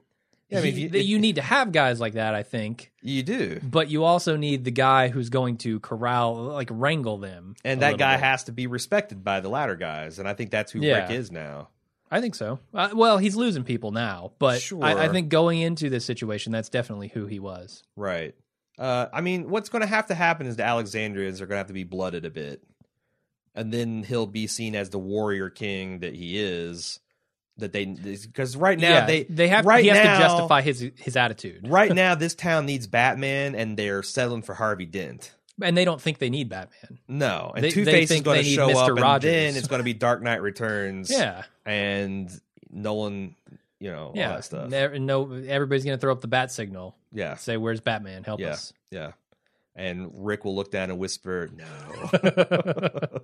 Speaker 1: Yeah,
Speaker 2: Yeah, I mean, if
Speaker 1: you,
Speaker 2: you-
Speaker 1: that you need to have guys like that, I think,
Speaker 2: You do.
Speaker 1: but you also need the guy who's going to corral, like wrangle them,
Speaker 2: And
Speaker 1: a
Speaker 2: that
Speaker 1: little
Speaker 2: guy
Speaker 1: bit.
Speaker 2: has to be respected by the latter guys. And I think that's who
Speaker 1: Yeah.
Speaker 2: Rick is now.
Speaker 1: I think so. Uh, well, he's losing people now, but I, I
Speaker 2: Sure.
Speaker 1: think going into this situation, that's definitely who he was.
Speaker 2: Right. Uh, I mean, what's going to have to happen is the Alexandrians are going to have to be blooded a bit, and then he'll be seen as the warrior king that he is. That they because right now
Speaker 1: yeah,
Speaker 2: they
Speaker 1: they have
Speaker 2: right
Speaker 1: he has
Speaker 2: now-
Speaker 1: to justify his his attitude, (laughs)
Speaker 2: right now this town needs Batman, and they're settling for Harvey Dent.
Speaker 1: and they don't think they need Batman.
Speaker 2: No, and
Speaker 1: They-
Speaker 2: Two
Speaker 1: they
Speaker 2: Face is
Speaker 1: think
Speaker 2: going
Speaker 1: they
Speaker 2: to
Speaker 1: need
Speaker 2: show
Speaker 1: Mr.
Speaker 2: up,
Speaker 1: Rogers.
Speaker 2: and then it's going to be Dark Knight Returns.
Speaker 1: Yeah,
Speaker 2: and no one, you know, all
Speaker 1: yeah.
Speaker 2: that stuff.
Speaker 1: Ne- no, everybody's gonna throw up the bat signal,
Speaker 2: yeah,
Speaker 1: say, "Where's Batman? Help
Speaker 2: Yeah.
Speaker 1: us!"
Speaker 2: yeah. And Rick will look down and whisper,
Speaker 1: (laughs)
Speaker 2: "No."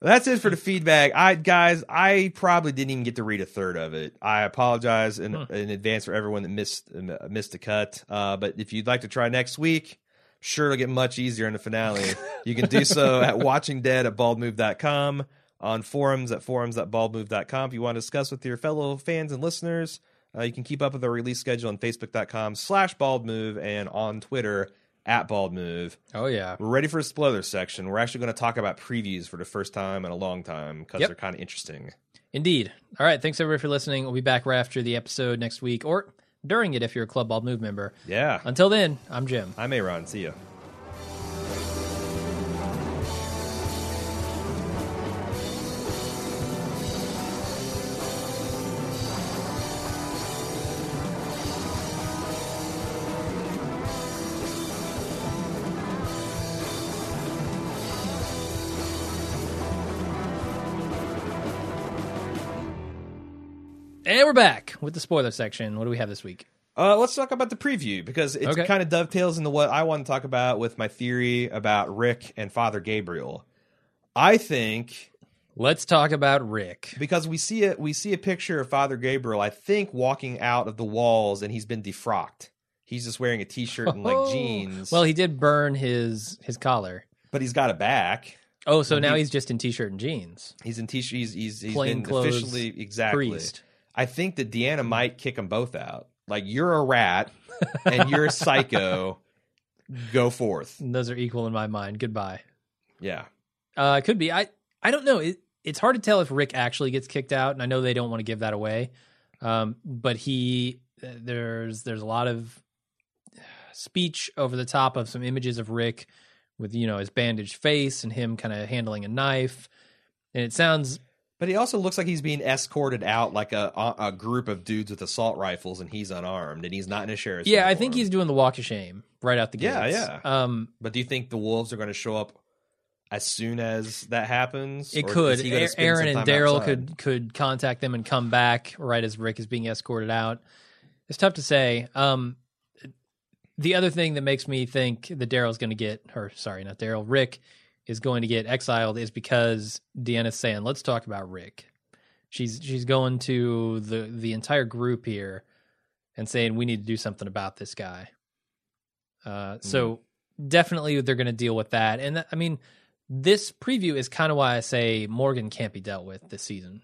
Speaker 2: That's it for the feedback. I guys, I probably didn't even get to read a third of it. I apologize in,
Speaker 1: Hmm.
Speaker 2: in advance for everyone that missed uh, missed the cut. Uh, but if you'd like to try next week, sure it'll get much easier in the finale. you can do so at watchingdead at baldmove.com, on forums at forums.baldmove.com. If you want to discuss with your fellow fans and listeners, uh, you can keep up with our release schedule on facebook.com slash baldmove and on Twitter at baldmove.
Speaker 1: Oh yeah,
Speaker 2: We're ready for a spoiler section. We're actually going to talk about previews for the first time in a long time because
Speaker 1: Yep.
Speaker 2: they're kind of interesting.
Speaker 1: indeed. All right, thanks everybody for listening. We'll be back right after the episode next week, or during it if you're a Club Bald Move member.
Speaker 2: Yeah.
Speaker 1: Until then, I'm Jim.
Speaker 2: I'm Aaron. See ya.
Speaker 1: And we're back with the spoiler section. What do we have this week?
Speaker 2: Uh, let's talk about the preview because it
Speaker 1: Okay.
Speaker 2: kind of dovetails into what I want to talk about with my theory about Rick and Father Gabriel. I think
Speaker 1: Let's talk about Rick.
Speaker 2: because we see it, we see a picture of Father Gabriel. I think walking out of the walls, and he's been defrocked. He's just wearing a t-shirt and like
Speaker 1: Oh.
Speaker 2: jeans.
Speaker 1: Well, he did burn his his collar.
Speaker 2: but he's got it back.
Speaker 1: Oh, so now
Speaker 2: he-
Speaker 1: he's just in t-shirt and jeans.
Speaker 2: He's in t-shirt. He's he's, he's
Speaker 1: Plain
Speaker 2: been
Speaker 1: clothes
Speaker 2: officially exactly.
Speaker 1: Priest.
Speaker 2: I think that Deanna might kick them both out. Like you're a rat and you're
Speaker 1: (laughs)
Speaker 2: a psycho. Go forth.
Speaker 1: Those are equal in my mind. Goodbye.
Speaker 2: Yeah.
Speaker 1: Uh, could be. I I don't know. It, it's hard to tell if Rick actually gets kicked out, and I know they don't want to give that away. Um, but he uh, there's there's a lot of uh, speech over the top of some images of Rick with you know his bandaged face and him kind of handling a knife, and it sounds
Speaker 2: But he also looks like he's being escorted out like a a a group of dudes with assault rifles, and he's unarmed, and he's not in a sheriff's.
Speaker 1: yeah. I think
Speaker 2: uniform.
Speaker 1: he's doing the walk of shame right out the gate.
Speaker 2: Yeah,
Speaker 1: yeah. Um,
Speaker 2: But do you think the wolves are going to show up as soon as that happens?
Speaker 1: It
Speaker 2: Or
Speaker 1: could.
Speaker 2: is he gonna
Speaker 1: A-
Speaker 2: spend
Speaker 1: Aaron
Speaker 2: some
Speaker 1: and
Speaker 2: time
Speaker 1: Daryl
Speaker 2: outside?
Speaker 1: could could contact them and come back right as Rick is being escorted out. It's tough to say. Um, the other thing that makes me think that Daryl's going to get, or sorry, not Daryl, Rick is going to get exiled is because Deanna's saying, "Let's talk about Rick." She's she's going to the the entire group here and saying we need to do something about this guy. Uh, so
Speaker 2: Mm-hmm.
Speaker 1: definitely they're going to deal with that. And that, I mean, this preview is kind of why I say Morgan can't be dealt with this season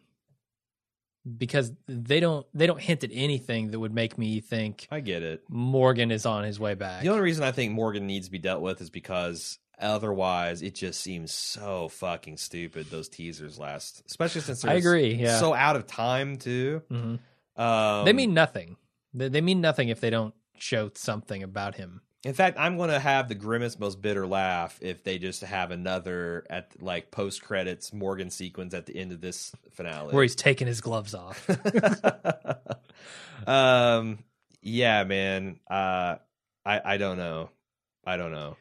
Speaker 1: because they don't they don't hint at anything that would make me think
Speaker 2: I get it.
Speaker 1: Morgan is on his way back.
Speaker 2: The only reason I think Morgan needs to be dealt with is because otherwise it just seems so fucking stupid. Those teasers last, especially since they're
Speaker 1: I agree. Yeah,
Speaker 2: so out of time too.
Speaker 1: Mhm.
Speaker 2: Um,
Speaker 1: they mean nothing. They, they mean nothing if they don't show something about him.
Speaker 2: In fact, I'm going to have the grimmest, most bitter laugh if they just have another at like post credits Morgan sequence at the end of this finale.
Speaker 1: Where he's taking his gloves off.
Speaker 2: (laughs) um, yeah, man. Uh, I I don't know. I don't know.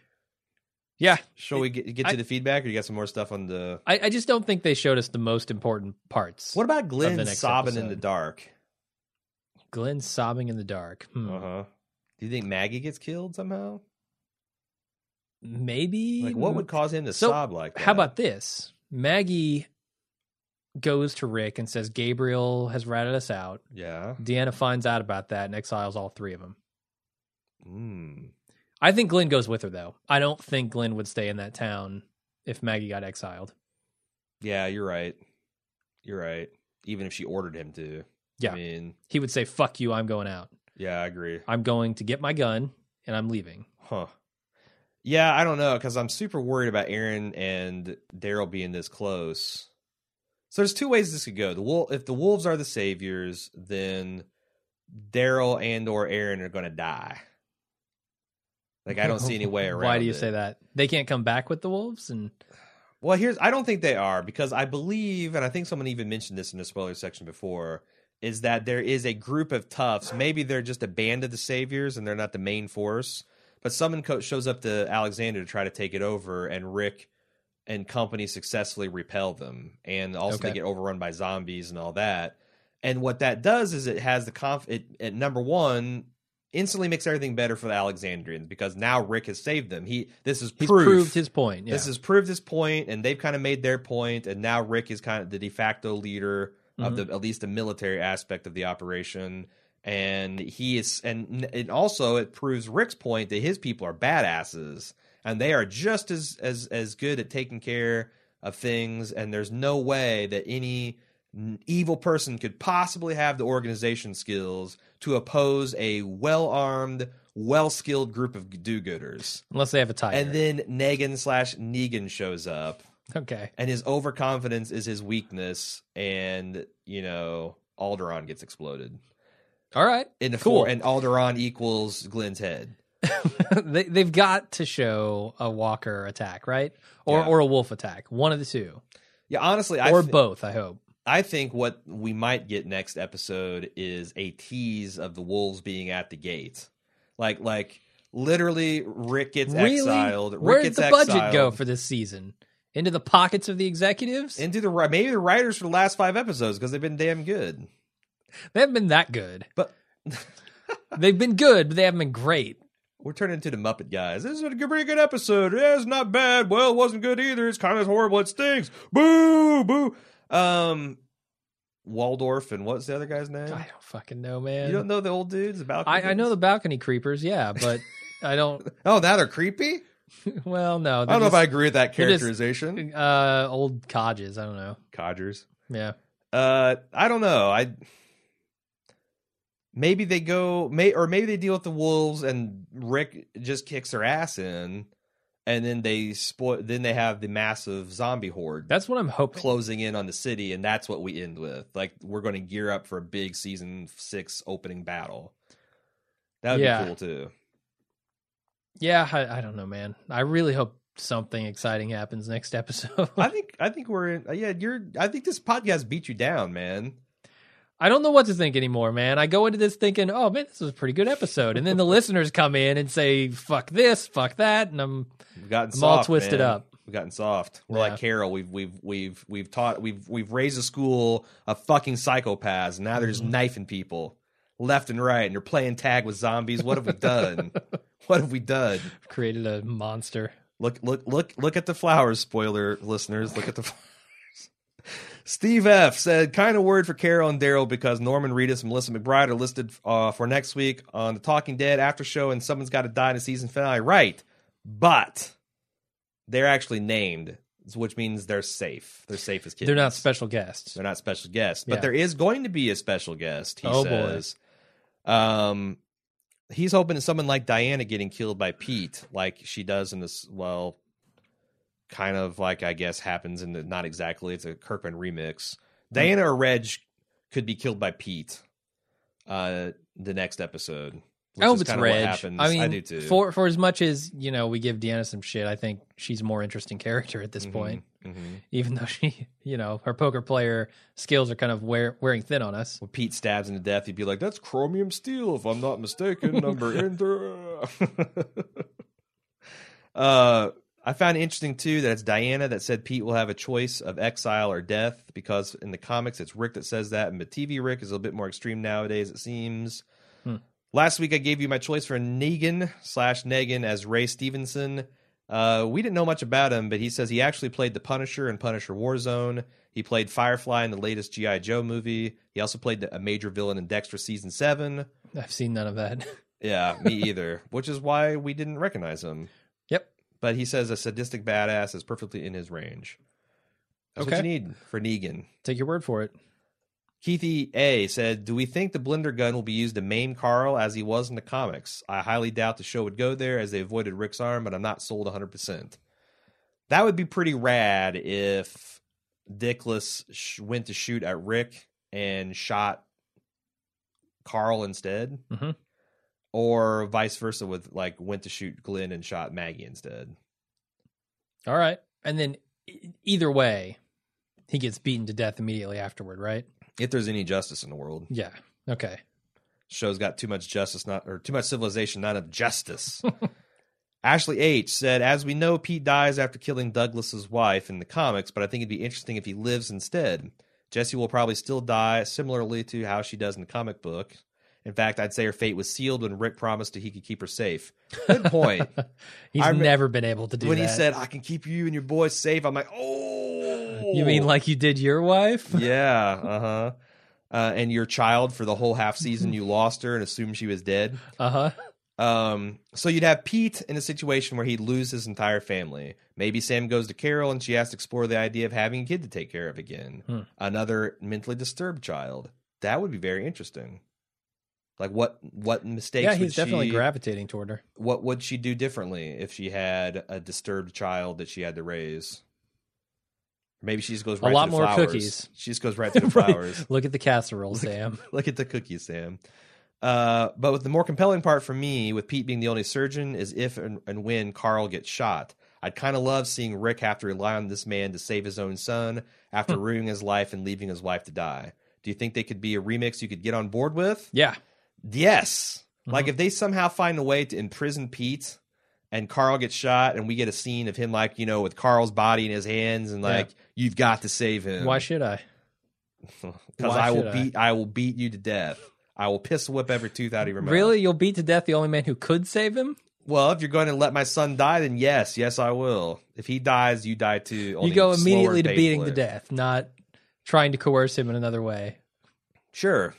Speaker 1: yeah,
Speaker 2: Shall we get, get to
Speaker 1: I-
Speaker 2: the feedback, or you got some more stuff on the?
Speaker 1: I, I just don't think they showed us the most important parts.
Speaker 2: What about Glenn
Speaker 1: next
Speaker 2: sobbing in the
Speaker 1: episode.
Speaker 2: dark?
Speaker 1: Glenn sobbing in the dark. Hmm.
Speaker 2: Uh huh. Do you think Maggie gets killed somehow?
Speaker 1: Maybe.
Speaker 2: Like, what would cause him to
Speaker 1: So,
Speaker 2: sob like that?
Speaker 1: How about this? Maggie goes to Rick and says, Gabriel has ratted us out.
Speaker 2: yeah?
Speaker 1: Deanna finds out about that and exiles all three of them.
Speaker 2: Mm.
Speaker 1: I think Glenn goes with her, though. I don't think Glenn would stay in that town if Maggie got exiled.
Speaker 2: Yeah, you're right. You're right. Even if she ordered him to.
Speaker 1: Yeah.
Speaker 2: I mean,
Speaker 1: He would say, Fuck you, I'm going out.
Speaker 2: yeah, I agree.
Speaker 1: I'm going to get my gun and I'm leaving.
Speaker 2: Huh. Yeah, I don't know because I'm super worried about Aaron and Daryl being this close. So there's two ways this could go. The wolf, if the wolves are the saviors, then Daryl and or Aaron are going to die. Like I don't
Speaker 1: (laughs)
Speaker 2: see any way around.
Speaker 1: Why do you
Speaker 2: it.
Speaker 1: say that? They can't come back with the wolves? And
Speaker 2: Well, here's I don't think they are because I believe, and I think someone even mentioned this in the spoiler section before, is that there is a group of toughs. Maybe they're just a band of the saviors and they're not the main force. But someone co- shows up to Alexander to try to take it over, and Rick and company successfully repel them, and also they
Speaker 1: Okay.
Speaker 2: get overrun by zombies and all that. And what that does is it has the conf. It, it number one instantly makes everything better for the Alexandrians because now Rick has saved them. He this is
Speaker 1: he's
Speaker 2: proof.
Speaker 1: proved his point. Yeah.
Speaker 2: This has proved his point, and they've kind of made their point, and now Rick is kind of the de facto leader
Speaker 1: Mm-hmm.
Speaker 2: of the at least the military aspect of the operation, and he is, and and also it proves Rick's point that his people are badasses, and they are just as as as good at taking care of things, and there's no way that any n- evil person could possibly have the organization skills to oppose a well armed, well skilled group of do gooders.
Speaker 1: Unless they have a tiger.
Speaker 2: And then Negan slash Negan shows up,
Speaker 1: (laughs) okay.
Speaker 2: and his overconfidence is his weakness, and you know Alderon gets exploded.
Speaker 1: All right.
Speaker 2: In the
Speaker 1: Cool.
Speaker 2: four, and Alderon equals Glenn's head.
Speaker 1: (laughs) they, they've got to show a walker attack, right? Or
Speaker 2: Yeah.
Speaker 1: or a wolf attack. One of the two,
Speaker 2: Yeah, honestly, I
Speaker 1: or
Speaker 2: thi-
Speaker 1: both. I hope.
Speaker 2: I think what we might get next episode is a tease of the wolves being at the gate, like like literally Rick gets exiled. Rick
Speaker 1: Where did
Speaker 2: gets
Speaker 1: the
Speaker 2: exiled.
Speaker 1: budget go for this season? Into the pockets of the executives?
Speaker 2: Into the ri- maybe the writers for the last five episodes because they've been damn good.
Speaker 1: They haven't been that good.
Speaker 2: But
Speaker 1: (laughs) They've been good, but they haven't been
Speaker 2: (laughs)
Speaker 1: great.
Speaker 2: we're turning into the Muppet guys. This is a pretty good episode. Yeah, it's not bad. Well, it wasn't good either. It's kind of horrible. It stinks. Boo, boo. Um, Waldorf and what's the other guy's
Speaker 1: I
Speaker 2: name?
Speaker 1: don't fucking know, man.
Speaker 2: You don't know the old dudes about?
Speaker 1: I, I know the balcony creepers, yeah, but I
Speaker 2: (laughs)
Speaker 1: don't. (laughs)
Speaker 2: Oh, now they're creepy.
Speaker 1: Well, no,
Speaker 2: I don't know if I agree with that
Speaker 1: they're just-
Speaker 2: characterization.
Speaker 1: if I. Uh, old codges. I don't know.
Speaker 2: Codgers.
Speaker 1: Yeah.
Speaker 2: Uh, I don't know. I maybe they go may or maybe they deal with the wolves and Rick just kicks their ass in, and then they spoil. Then they have the massive zombie horde
Speaker 1: That's what I'm hoping.
Speaker 2: closing in on the city, and that's what we end with. Like we're going to gear up for a big season six opening battle. That would
Speaker 1: Yeah.
Speaker 2: be cool too.
Speaker 1: Yeah, I, I don't know, man. I really hope something exciting happens next episode.
Speaker 2: I think I think we're in. Yeah, you're. I think this podcast beat you down, man.
Speaker 1: (laughs) I don't know what to think anymore, man. I go into this thinking, oh man, this was a pretty good episode, and then
Speaker 2: (laughs)
Speaker 1: the listeners come in and say, fuck this, fuck that, and I'm
Speaker 2: We've gotten
Speaker 1: I'm all
Speaker 2: soft,
Speaker 1: twisted
Speaker 2: man.
Speaker 1: up.
Speaker 2: We've gotten soft. We're
Speaker 1: Yeah.
Speaker 2: like Carol. We've we've we've we've taught we've we've raised a school of fucking psychopaths. Now they're
Speaker 1: Mm-hmm.
Speaker 2: just knifing people left and right, and they're playing tag with zombies. What have
Speaker 1: (laughs)
Speaker 2: we done? what have we done?
Speaker 1: created a monster.
Speaker 2: Look look look look at the flowers. Spoiler listeners, look at the. (laughs) flowers. Steve F said, kind of word for Carol and Daryl because Norman Reedus and Melissa McBride are listed uh, for next week on the Talking Dead after show, and someone's got to die in the season finale. Right, but they're actually named, which means they're safe. They're safe as kids.
Speaker 1: They're not special guests.
Speaker 2: They're not special guests, but
Speaker 1: Yeah.
Speaker 2: there is going to be a special guest. He
Speaker 1: Oh, boy.
Speaker 2: says, um, he's hoping that someone like Diana getting killed by Pete, like she does in this. Well, kind of like I guess happens in the not exactly. It's a Kirkman remix.
Speaker 1: Mm.
Speaker 2: Diana or Reg could be killed by Pete. Uh, the next episode. which
Speaker 1: I hope
Speaker 2: is
Speaker 1: it's
Speaker 2: kinda
Speaker 1: Reg.
Speaker 2: What happens.
Speaker 1: I mean,
Speaker 2: do too.
Speaker 1: for for as much as you know, we give Deanna some shit. I think she's a more interesting character at this
Speaker 2: Mhm,
Speaker 1: point,
Speaker 2: mhm.
Speaker 1: even though she, (laughs) you know, her poker player skills are kind of wear, wearing thin on us.
Speaker 2: When Pete stabs him to death, he'd be like, "That's chromium steel, if I'm not mistaken." number in there. (laughs) uh, I found it interesting too that it's Diana that said Pete will have a choice of exile or death because in the comics it's Rick that says that, and the TV Rick is a bit more extreme nowadays. It seems.
Speaker 1: Hmm.
Speaker 2: Last week I gave you my choice for Negan slash Negan as Ray Stevenson. Uh, we didn't know much about him, but he says he actually played the Punisher in Punisher Warzone. He played Firefly in the latest G.I. Joe movie. He also played a major villain in Dexter season seven.
Speaker 1: I've seen none of that. (laughs)
Speaker 2: Yeah, me either. Which is why we didn't recognize him.
Speaker 1: Yep.
Speaker 2: But he says a sadistic badass is perfectly in his range. That's
Speaker 1: Okay.
Speaker 2: what you need for Negan.
Speaker 1: Take your word for it.
Speaker 2: Keithy A said, Do we think the blender gun will be used to maim Carl as he was in the comics? I highly doubt the show would go there as they avoided Rick's arm, but I'm not sold 100%. That would be pretty rad if Dickless sh- went to shoot at Rick and shot Carl instead.
Speaker 1: Mhm.
Speaker 2: Or vice versa, with like went to shoot Glenn and shot Maggie instead.
Speaker 1: All right. And then e- either way, he gets beaten to death immediately afterward, right?
Speaker 2: If there's any justice in the world,
Speaker 1: Yeah. Okay.
Speaker 2: show's got too much justice, not or too much civilization, not enough justice. (laughs) Ashley H said, "As we know, Pete dies after killing Douglas's wife in the comics, but I think it'd be interesting if he lives instead. Jesse will probably still die, similarly to how she does in the comic book. In fact, I'd say her fate was sealed when Rick promised that he could keep her safe.
Speaker 1: (laughs)
Speaker 2: Good point.
Speaker 1: He's
Speaker 2: I re-
Speaker 1: never been able to do
Speaker 2: when
Speaker 1: that.
Speaker 2: he said, "I can keep you and your boys safe," I'm like, "Oh,
Speaker 1: You mean like you did your (laughs) wife?
Speaker 2: (laughs) yeah, uh-huh. uh And your child for the whole half season, you lost her and assumed she was dead."
Speaker 1: Uh huh.
Speaker 2: Um, so you'd have Pete in a situation where he'd lose his entire family. Maybe Sam goes to Carol and she has to explore the idea of having a kid to take care of again.
Speaker 1: Hmm.
Speaker 2: Another mentally disturbed child. That would be very interesting. Like what what mistakes
Speaker 1: Yeah, he's
Speaker 2: would
Speaker 1: definitely
Speaker 2: she,
Speaker 1: gravitating toward her.
Speaker 2: what would she do differently if she had a disturbed child that she had to raise? Maybe she just goes
Speaker 1: A
Speaker 2: right
Speaker 1: lot
Speaker 2: to the
Speaker 1: more
Speaker 2: flowers.
Speaker 1: cookies.
Speaker 2: She just goes right to
Speaker 1: (laughs)
Speaker 2: the
Speaker 1: Right.
Speaker 2: flowers.
Speaker 1: Look at the casserole, Sam.
Speaker 2: Look at the cookies, Sam. Uh, but with the more compelling part for me, with Pete being the only surgeon, is if and, and when Carl gets shot. I'd kind of love seeing Rick have to rely on this man to save his own son after ruining his life and leaving his wife to die. Do you think they could be a remix you could get on board with?
Speaker 1: Yeah.
Speaker 2: Yes. Like
Speaker 1: Mhm.
Speaker 2: if they somehow find a way to imprison Pete and Carl gets shot and we get a scene of him like, you know, with Carl's body in his hands and
Speaker 1: Yeah.
Speaker 2: like you've got to save him.
Speaker 1: Why should I?
Speaker 2: because
Speaker 1: Why
Speaker 2: I
Speaker 1: should
Speaker 2: will
Speaker 1: I?
Speaker 2: beat I will beat you to death. I will piss whip every tooth out of your mouth.
Speaker 1: Really, you'll beat to death the only man who could save him.
Speaker 2: Well, if you're going to let my son die, then yes, yes, I will. If he dies, you die too. only
Speaker 1: you go
Speaker 2: slower
Speaker 1: immediately
Speaker 2: and
Speaker 1: to beating to
Speaker 2: painfully.
Speaker 1: death, not trying to coerce him in another way. (laughs)
Speaker 2: Sure,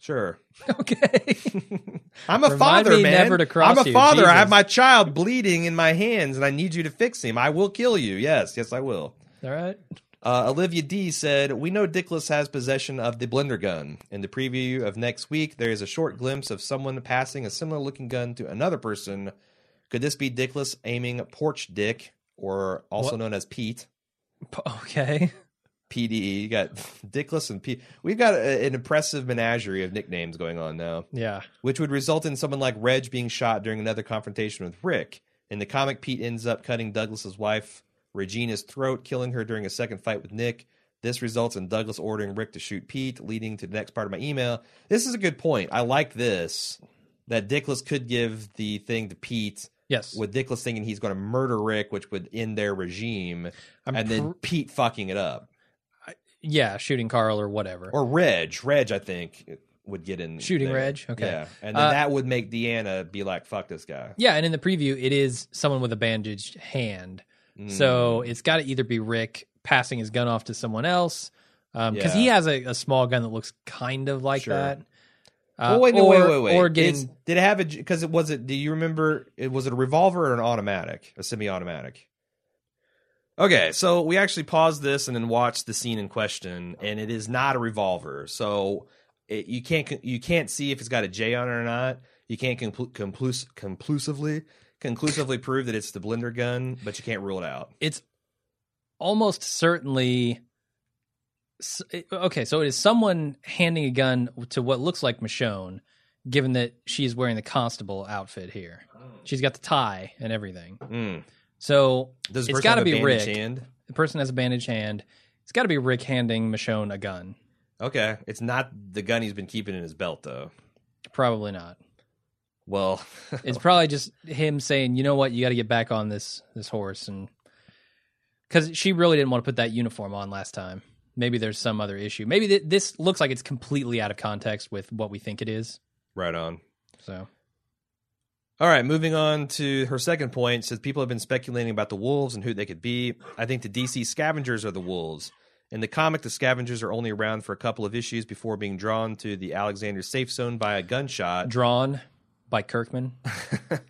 Speaker 2: sure. (laughs)
Speaker 1: Okay.
Speaker 2: I'm a
Speaker 1: Remind
Speaker 2: father,
Speaker 1: me
Speaker 2: man.
Speaker 1: never to cross
Speaker 2: I'm a
Speaker 1: you,
Speaker 2: father. I have
Speaker 1: Jesus.
Speaker 2: my child bleeding in my hands, and I need you to fix him. I will kill you. Yes, yes, I will.
Speaker 1: All right.
Speaker 2: Uh, Olivia D said, "We know Dickless has possession of the blender gun. In the preview of next week, there is a short glimpse of someone passing a similar-looking gun to another person. Could this be Dickless aiming Porch Dick, or also
Speaker 1: What?
Speaker 2: known as Pete?"
Speaker 1: P- Okay.
Speaker 2: PDE. You got (laughs) Dickless and P. We've got a, an impressive menagerie of nicknames going on now,
Speaker 1: Yeah.
Speaker 2: which would result in someone like Reg being shot during another confrontation with Rick. In the comic, Pete ends up cutting Douglas's wife Regina's throat, killing her during a second fight with Nick. This results in Douglas ordering Rick to shoot Pete, leading to the next part of my email. This is a good point. I like this that Dickless could give the thing to Pete,
Speaker 1: Yes.
Speaker 2: with Dickless thinking he's going to murder Rick, which would end their regime,
Speaker 1: I'm
Speaker 2: and then Pete fucking it up
Speaker 1: yeah, shooting Carl or whatever.
Speaker 2: or Reg. Reg, I think, would get in
Speaker 1: Shooting Reg? Okay.
Speaker 2: yeah, and then
Speaker 1: Uh,
Speaker 2: that would make Deanna be like, "Fuck this guy."
Speaker 1: yeah, and in the preview, it is someone with a bandaged hand.
Speaker 2: Mm.
Speaker 1: So it's got to either be Rick passing his gun off to someone else because
Speaker 2: Yeah.
Speaker 1: he has a, a small gun that looks kind of like
Speaker 2: Sure.
Speaker 1: that. Uh,
Speaker 2: Well, wait, no,
Speaker 1: or,
Speaker 2: wait, wait, wait.
Speaker 1: Or
Speaker 2: It's-
Speaker 1: getting
Speaker 2: did it have a? Because it was it. Do you remember? It was it a revolver or an automatic, a semi-automatic? Okay, so we actually paused this and then watched the scene in question, and it is not a revolver. So it, you can't you can't see if it's got a J on it or not. You can't conclu- conclus- conclusively conclusively prove that it's the blender gun, but you can't rule it out.
Speaker 1: it's almost certainly s- it- okay. So it is someone handing a gun to what looks like Michonne, given that she's wearing the constable outfit here.
Speaker 2: Oh.
Speaker 1: She's got the tie and everything.
Speaker 2: Mm.
Speaker 1: So
Speaker 2: Does
Speaker 1: It's
Speaker 2: it's got
Speaker 1: gotta
Speaker 2: to
Speaker 1: be
Speaker 2: be Rick.
Speaker 1: Rick.
Speaker 2: Hand?
Speaker 1: the person has a bandaged hand. It's got to be Rick handing Michonne a gun.
Speaker 2: Okay, it's not the gun he's been keeping in his belt though.
Speaker 1: Probably not.
Speaker 2: Well, (laughs)
Speaker 1: It's probably just him saying, "You know what? You got to get back on this this horse," and because she really didn't want to put that uniform on last time. Maybe there's some other issue. Maybe th- this looks like it's completely out of context with what we think it is.
Speaker 2: right on.
Speaker 1: So
Speaker 2: All right, moving on to her second point. Says people have been speculating about the wolves and who they could be. I think the DC scavengers are the wolves. In the comic, the scavengers are only around for a couple of issues before being drawn to the Alexander safe zone by a gunshot.
Speaker 1: drawn by
Speaker 2: (laughs)
Speaker 1: Kirkman,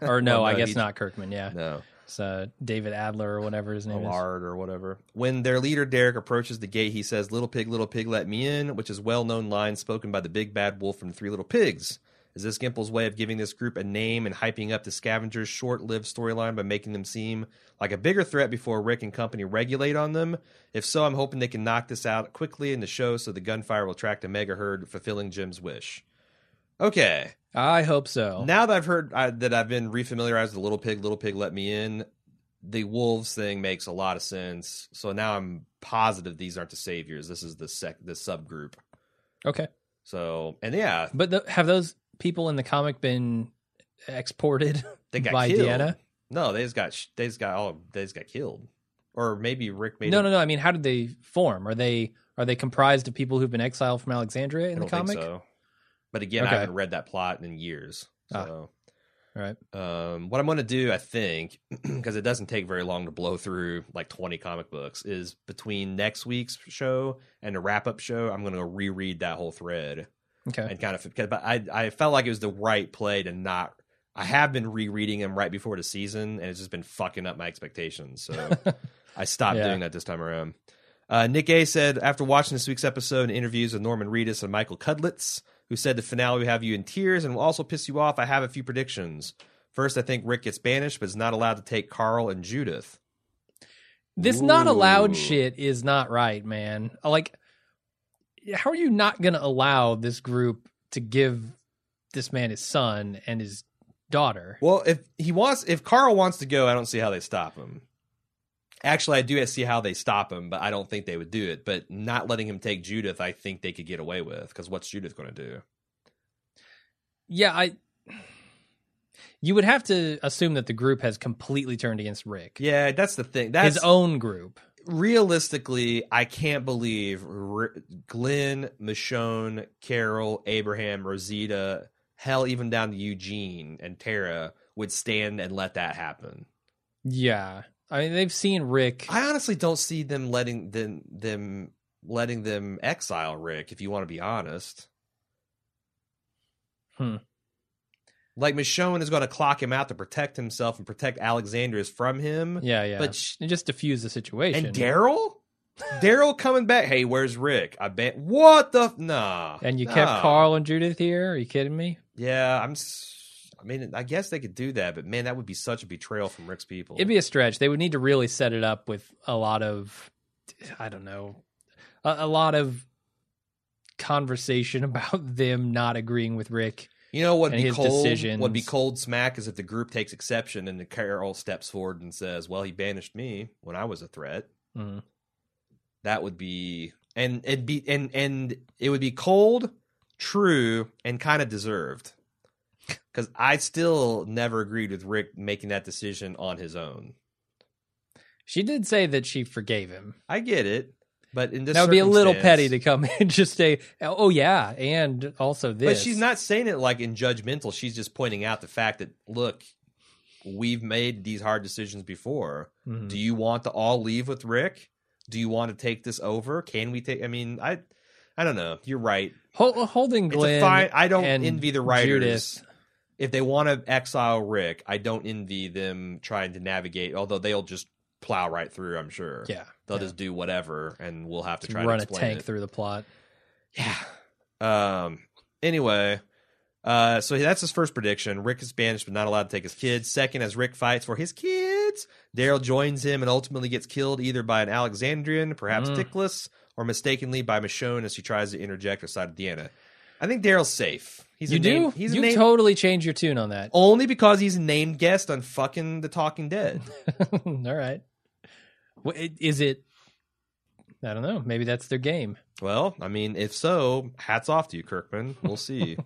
Speaker 1: or no,
Speaker 2: Well,
Speaker 1: I
Speaker 2: no,
Speaker 1: guess
Speaker 2: he-
Speaker 1: not Kirkman. Yeah,
Speaker 2: No.
Speaker 1: it's uh, David Adler or whatever his name is.
Speaker 2: Millard or whatever. When their leader Derek approaches the gate, he says, "Little pig, little pig, let me in," which is well-known line spoken by the big bad wolf from the Three Little Pigs. Is this Gimple's way of giving this group a name and hyping up the Scavengers' short-lived storyline by making them seem like a bigger threat before Rick and company regulate on them? If so, I'm hoping they can knock this out quickly in the show so the gunfire will attract a mega herd, fulfilling Jim's wish. Okay.
Speaker 1: I hope so.
Speaker 2: Now that I've heard I, that I've been refamiliarized with Little Pig, Little Pig Let Me In, the wolves thing makes a lot of sense. So now I'm positive these aren't the saviors. This is the sec the subgroup.
Speaker 1: okay,
Speaker 2: So and yeah,
Speaker 1: but th- have those people in the comic been exported?
Speaker 2: they got
Speaker 1: By
Speaker 2: killed.
Speaker 1: Deanna?
Speaker 2: No, they just got sh- they just got all they just got killed, or maybe Rick made
Speaker 1: no,
Speaker 2: him-
Speaker 1: no, no. I mean, how did they form? Are they are they comprised of people who've been exiled from Alexandria in
Speaker 2: I
Speaker 1: the
Speaker 2: don't
Speaker 1: comic?
Speaker 2: Think so. But again,
Speaker 1: Okay. Ah,
Speaker 2: I haven't read that plot in years. So,
Speaker 1: All right.
Speaker 2: um, what I'm going to do, I think, (clears throat) because it doesn't take very long to blow through like 20 comic books, is between next week's show and the wrap up show, I'm going to reread that whole thread
Speaker 1: Okay.
Speaker 2: and kind of because but I I felt like it was the right play to not. I have been rereading them right before the season, and it's just been fucking up my expectations.
Speaker 1: (laughs)
Speaker 2: So I stopped
Speaker 1: Yeah.
Speaker 2: doing that this time around. Uh, Nick A said after watching this week's episode and interviews with Norman Reedus and Michael Cudlitz, who said the finale will have you in tears and will also piss you off. I have a few predictions. First, I think Rick gets banished, but is not allowed to take Carl and Judith.
Speaker 1: This not allowed
Speaker 2: Ooh.
Speaker 1: shit is not right, man. Like, how are you not going to allow this group to give this man his son and his daughter?
Speaker 2: Well, if he wants, if Carl wants to go, I don't see how they stop him. Actually, I do see how they stop him, but I don't think they would do it. But not letting him take Judith, I think they could get away with because what's Judith going to do?
Speaker 1: Yeah, I. You would have to assume that the group has completely turned against Rick.
Speaker 2: Yeah, that's the thing. That's
Speaker 1: his own group.
Speaker 2: realistically, I can't believe R- Glenn, Michonne, Carol, Abraham, Rosita, hell, even down to Eugene and Tara would stand and let that happen.
Speaker 1: Yeah. I mean, they've seen Rick.
Speaker 2: I honestly don't see them letting them them letting them exile Rick. If you want to be honest,
Speaker 1: Hmm.
Speaker 2: like Michonne is going to clock him out to protect himself and protect Alexandrius from him.
Speaker 1: yeah, yeah.
Speaker 2: but
Speaker 1: But
Speaker 2: sh-
Speaker 1: just diffuse the situation. (laughs)
Speaker 2: And Daryl, Daryl coming back. Hey, where's Rick? I bet. What the f- nah?
Speaker 1: And you
Speaker 2: nah.
Speaker 1: kept Carl and Judith here? Are you kidding me?
Speaker 2: Yeah, I'm. s- I mean, I guess they could do that, but man, that would be such a betrayal from Rick's people.
Speaker 1: It'd be a stretch. They would need to really set it up with a lot of, I don't know, a, a lot of conversation (laughs) about them not agreeing with Rick.
Speaker 2: You know what
Speaker 1: and
Speaker 2: be
Speaker 1: his
Speaker 2: cold? Would be
Speaker 1: decisions.
Speaker 2: cold smack is if the group takes exception and the Carol steps forward and says, "Well, he banished me when I was a threat." Mm-hmm.
Speaker 1: Mhm.
Speaker 2: That would be and it'd be and and it would be cold, true, and kind of deserved. Because I still never agreed with Rick making that decision on his own.
Speaker 1: She did say that she forgave him.
Speaker 2: I get it, but in this
Speaker 1: that would be a little petty
Speaker 2: circumstance-
Speaker 1: to come (laughs) in and just say, "Oh yeah," and also this.
Speaker 2: But she's not saying it like in judgmental. She's just pointing out the fact that look, we've made these hard decisions before.
Speaker 1: Mhm.
Speaker 2: Do you want to all leave with Rick? Do you want to take this over? Can we take? I mean, I, I don't know. You're right.
Speaker 1: Hol- uh, holding
Speaker 2: It's a
Speaker 1: Glenn.
Speaker 2: fine- I don't
Speaker 1: and
Speaker 2: envy the writers. If they want to exile Rick, I don't envy them trying to navigate. Although they'll just plow right through. I'm sure.
Speaker 1: Judith. Yeah,
Speaker 2: They'll
Speaker 1: yeah.
Speaker 2: just do whatever, and we'll have to
Speaker 1: To
Speaker 2: try
Speaker 1: run a
Speaker 2: to explain
Speaker 1: tank
Speaker 2: it.
Speaker 1: through the plot.
Speaker 2: Yeah. Um. Anyway, uh. So that's his first prediction. Rick is banished, but not allowed to take his kids. Second, as Rick fights for his kids, Daryl joins him and ultimately gets killed either by an Alexandrian, perhaps
Speaker 1: Mm.
Speaker 2: Tickless, or mistakenly by Michonne as she tries to interject beside Deanna. I think Daryl's safe. He's
Speaker 1: you
Speaker 2: a
Speaker 1: do.
Speaker 2: Named, he's
Speaker 1: you
Speaker 2: a named,
Speaker 1: totally change your tune on that.
Speaker 2: only because he's a named guest on fucking The Talking Dead.
Speaker 1: (laughs) All right. Wha- i- Is it? I don't know. Maybe that's their game.
Speaker 2: Well, I mean, if so, hats off to you, Kirkman. We'll see.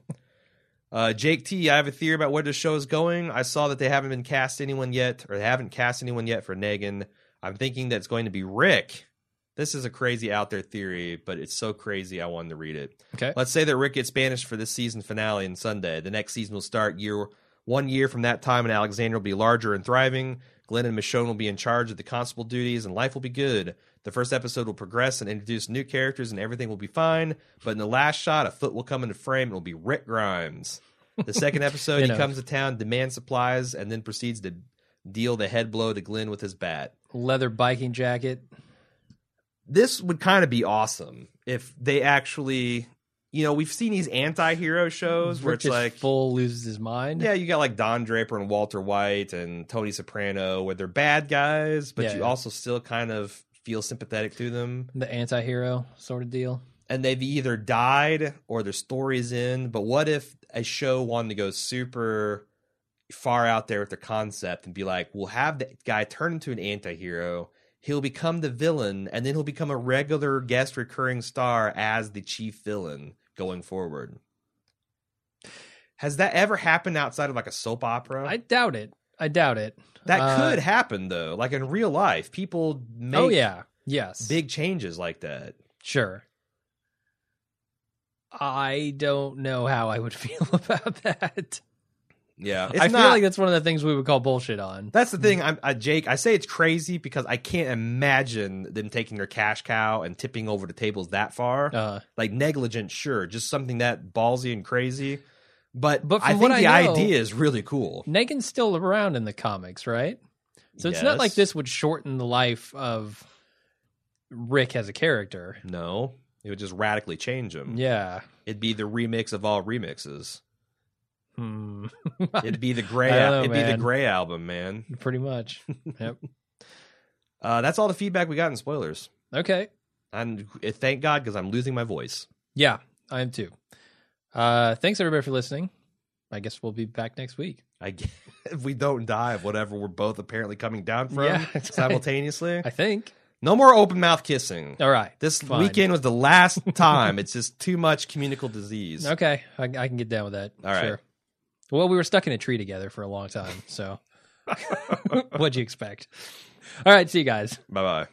Speaker 2: uh, Jake T, I have a theory about where the show is going. I saw that they haven't been cast anyone yet, or they haven't cast anyone yet for Negan. I'm thinking that it's going to be Rick. This is a crazy out there theory, but it's so crazy I wanted to read it.
Speaker 1: Okay.
Speaker 2: Let's say that Rick gets banished for this season finale on Sunday. The next season will start year one year from that time, and Alexander will be larger and thriving. Glenn and Michonne will be in charge of the constable duties, and life will be good. The first episode will progress and introduce new characters, and everything will be fine. But in the last shot, a foot will come into frame, and it'll be Rick Grimes.
Speaker 1: (laughs)
Speaker 2: The second episode,
Speaker 1: You
Speaker 2: he
Speaker 1: know.
Speaker 2: comes to town, demands supplies, and then proceeds to deal the head blow to Glenn with his bat
Speaker 1: Leather biking jacket.
Speaker 2: this would kind of be awesome if they actually you know we've seen these anti-hero shows where
Speaker 1: Rick
Speaker 2: it's
Speaker 1: just
Speaker 2: like
Speaker 1: full loses his mind.
Speaker 2: yeah you got like don draper and walter white and tony soprano where they're bad guys but
Speaker 1: Yeah,
Speaker 2: you
Speaker 1: yeah.
Speaker 2: also still kind of feel sympathetic to them
Speaker 1: The anti-hero sort of deal.
Speaker 2: and they've either died or their story's in but what if a show wanted to go super far out there with their concept and be like we'll have the guy turn into an anti-hero he'll become the villain and then he'll become a regular guest recurring star as the chief villain going forward has that ever happened outside of like a soap opera
Speaker 1: I doubt it. I doubt it.
Speaker 2: that
Speaker 1: uh,
Speaker 2: could happen though like in real life people make
Speaker 1: oh yeah. Yes.
Speaker 2: big changes like that
Speaker 1: Sure. I don't know how I would (laughs) feel about that.
Speaker 2: yeah
Speaker 1: I feel like that's one of the things we would call bullshit on.
Speaker 2: That's the thing, I'm, I, Jake. I say it's crazy because I can't imagine them taking their cash cow and tipping over the tables that far.
Speaker 1: Uh,
Speaker 2: like negligent, sure, just something that ballsy and crazy. But,
Speaker 1: But from
Speaker 2: I think
Speaker 1: what
Speaker 2: the
Speaker 1: I know-
Speaker 2: idea is really cool.
Speaker 1: Negan's still around in the comics, right? So it's not like
Speaker 2: Yes.
Speaker 1: this would shorten the life of Rick as a character.
Speaker 2: No, it would just radically change them.
Speaker 1: Yeah.
Speaker 2: It'd be the remix of
Speaker 1: (laughs)
Speaker 2: all remixes.
Speaker 1: Hmm. (laughs)
Speaker 2: It'd be the gray.
Speaker 1: I don't know,
Speaker 2: it'd be the
Speaker 1: man.
Speaker 2: gray album, man.
Speaker 1: Pretty much. Yep.
Speaker 2: Uh, that's all the feedback we got in spoilers.
Speaker 1: Okay.
Speaker 2: And uh, thank God because I'm losing my voice.
Speaker 1: Yeah, I am too. Uh, thanks everybody for listening. I guess we'll be back next week.
Speaker 2: I (laughs) g- if we don't die of whatever we're both apparently coming down from (laughs)
Speaker 1: Yeah, (laughs) that's right.
Speaker 2: simultaneously.
Speaker 1: I think.
Speaker 2: No more open mouth kissing.
Speaker 1: All right.
Speaker 2: This
Speaker 1: fine.
Speaker 2: weekend was the last (laughs) time. it's just too much communicable disease.
Speaker 1: Okay, I, I can get down with that.
Speaker 2: All right.
Speaker 1: Well, we were stuck in a tree together for a (laughs)
Speaker 2: (laughs)
Speaker 1: long time, so what'd you expect? All right, see you guys.
Speaker 2: Bye bye.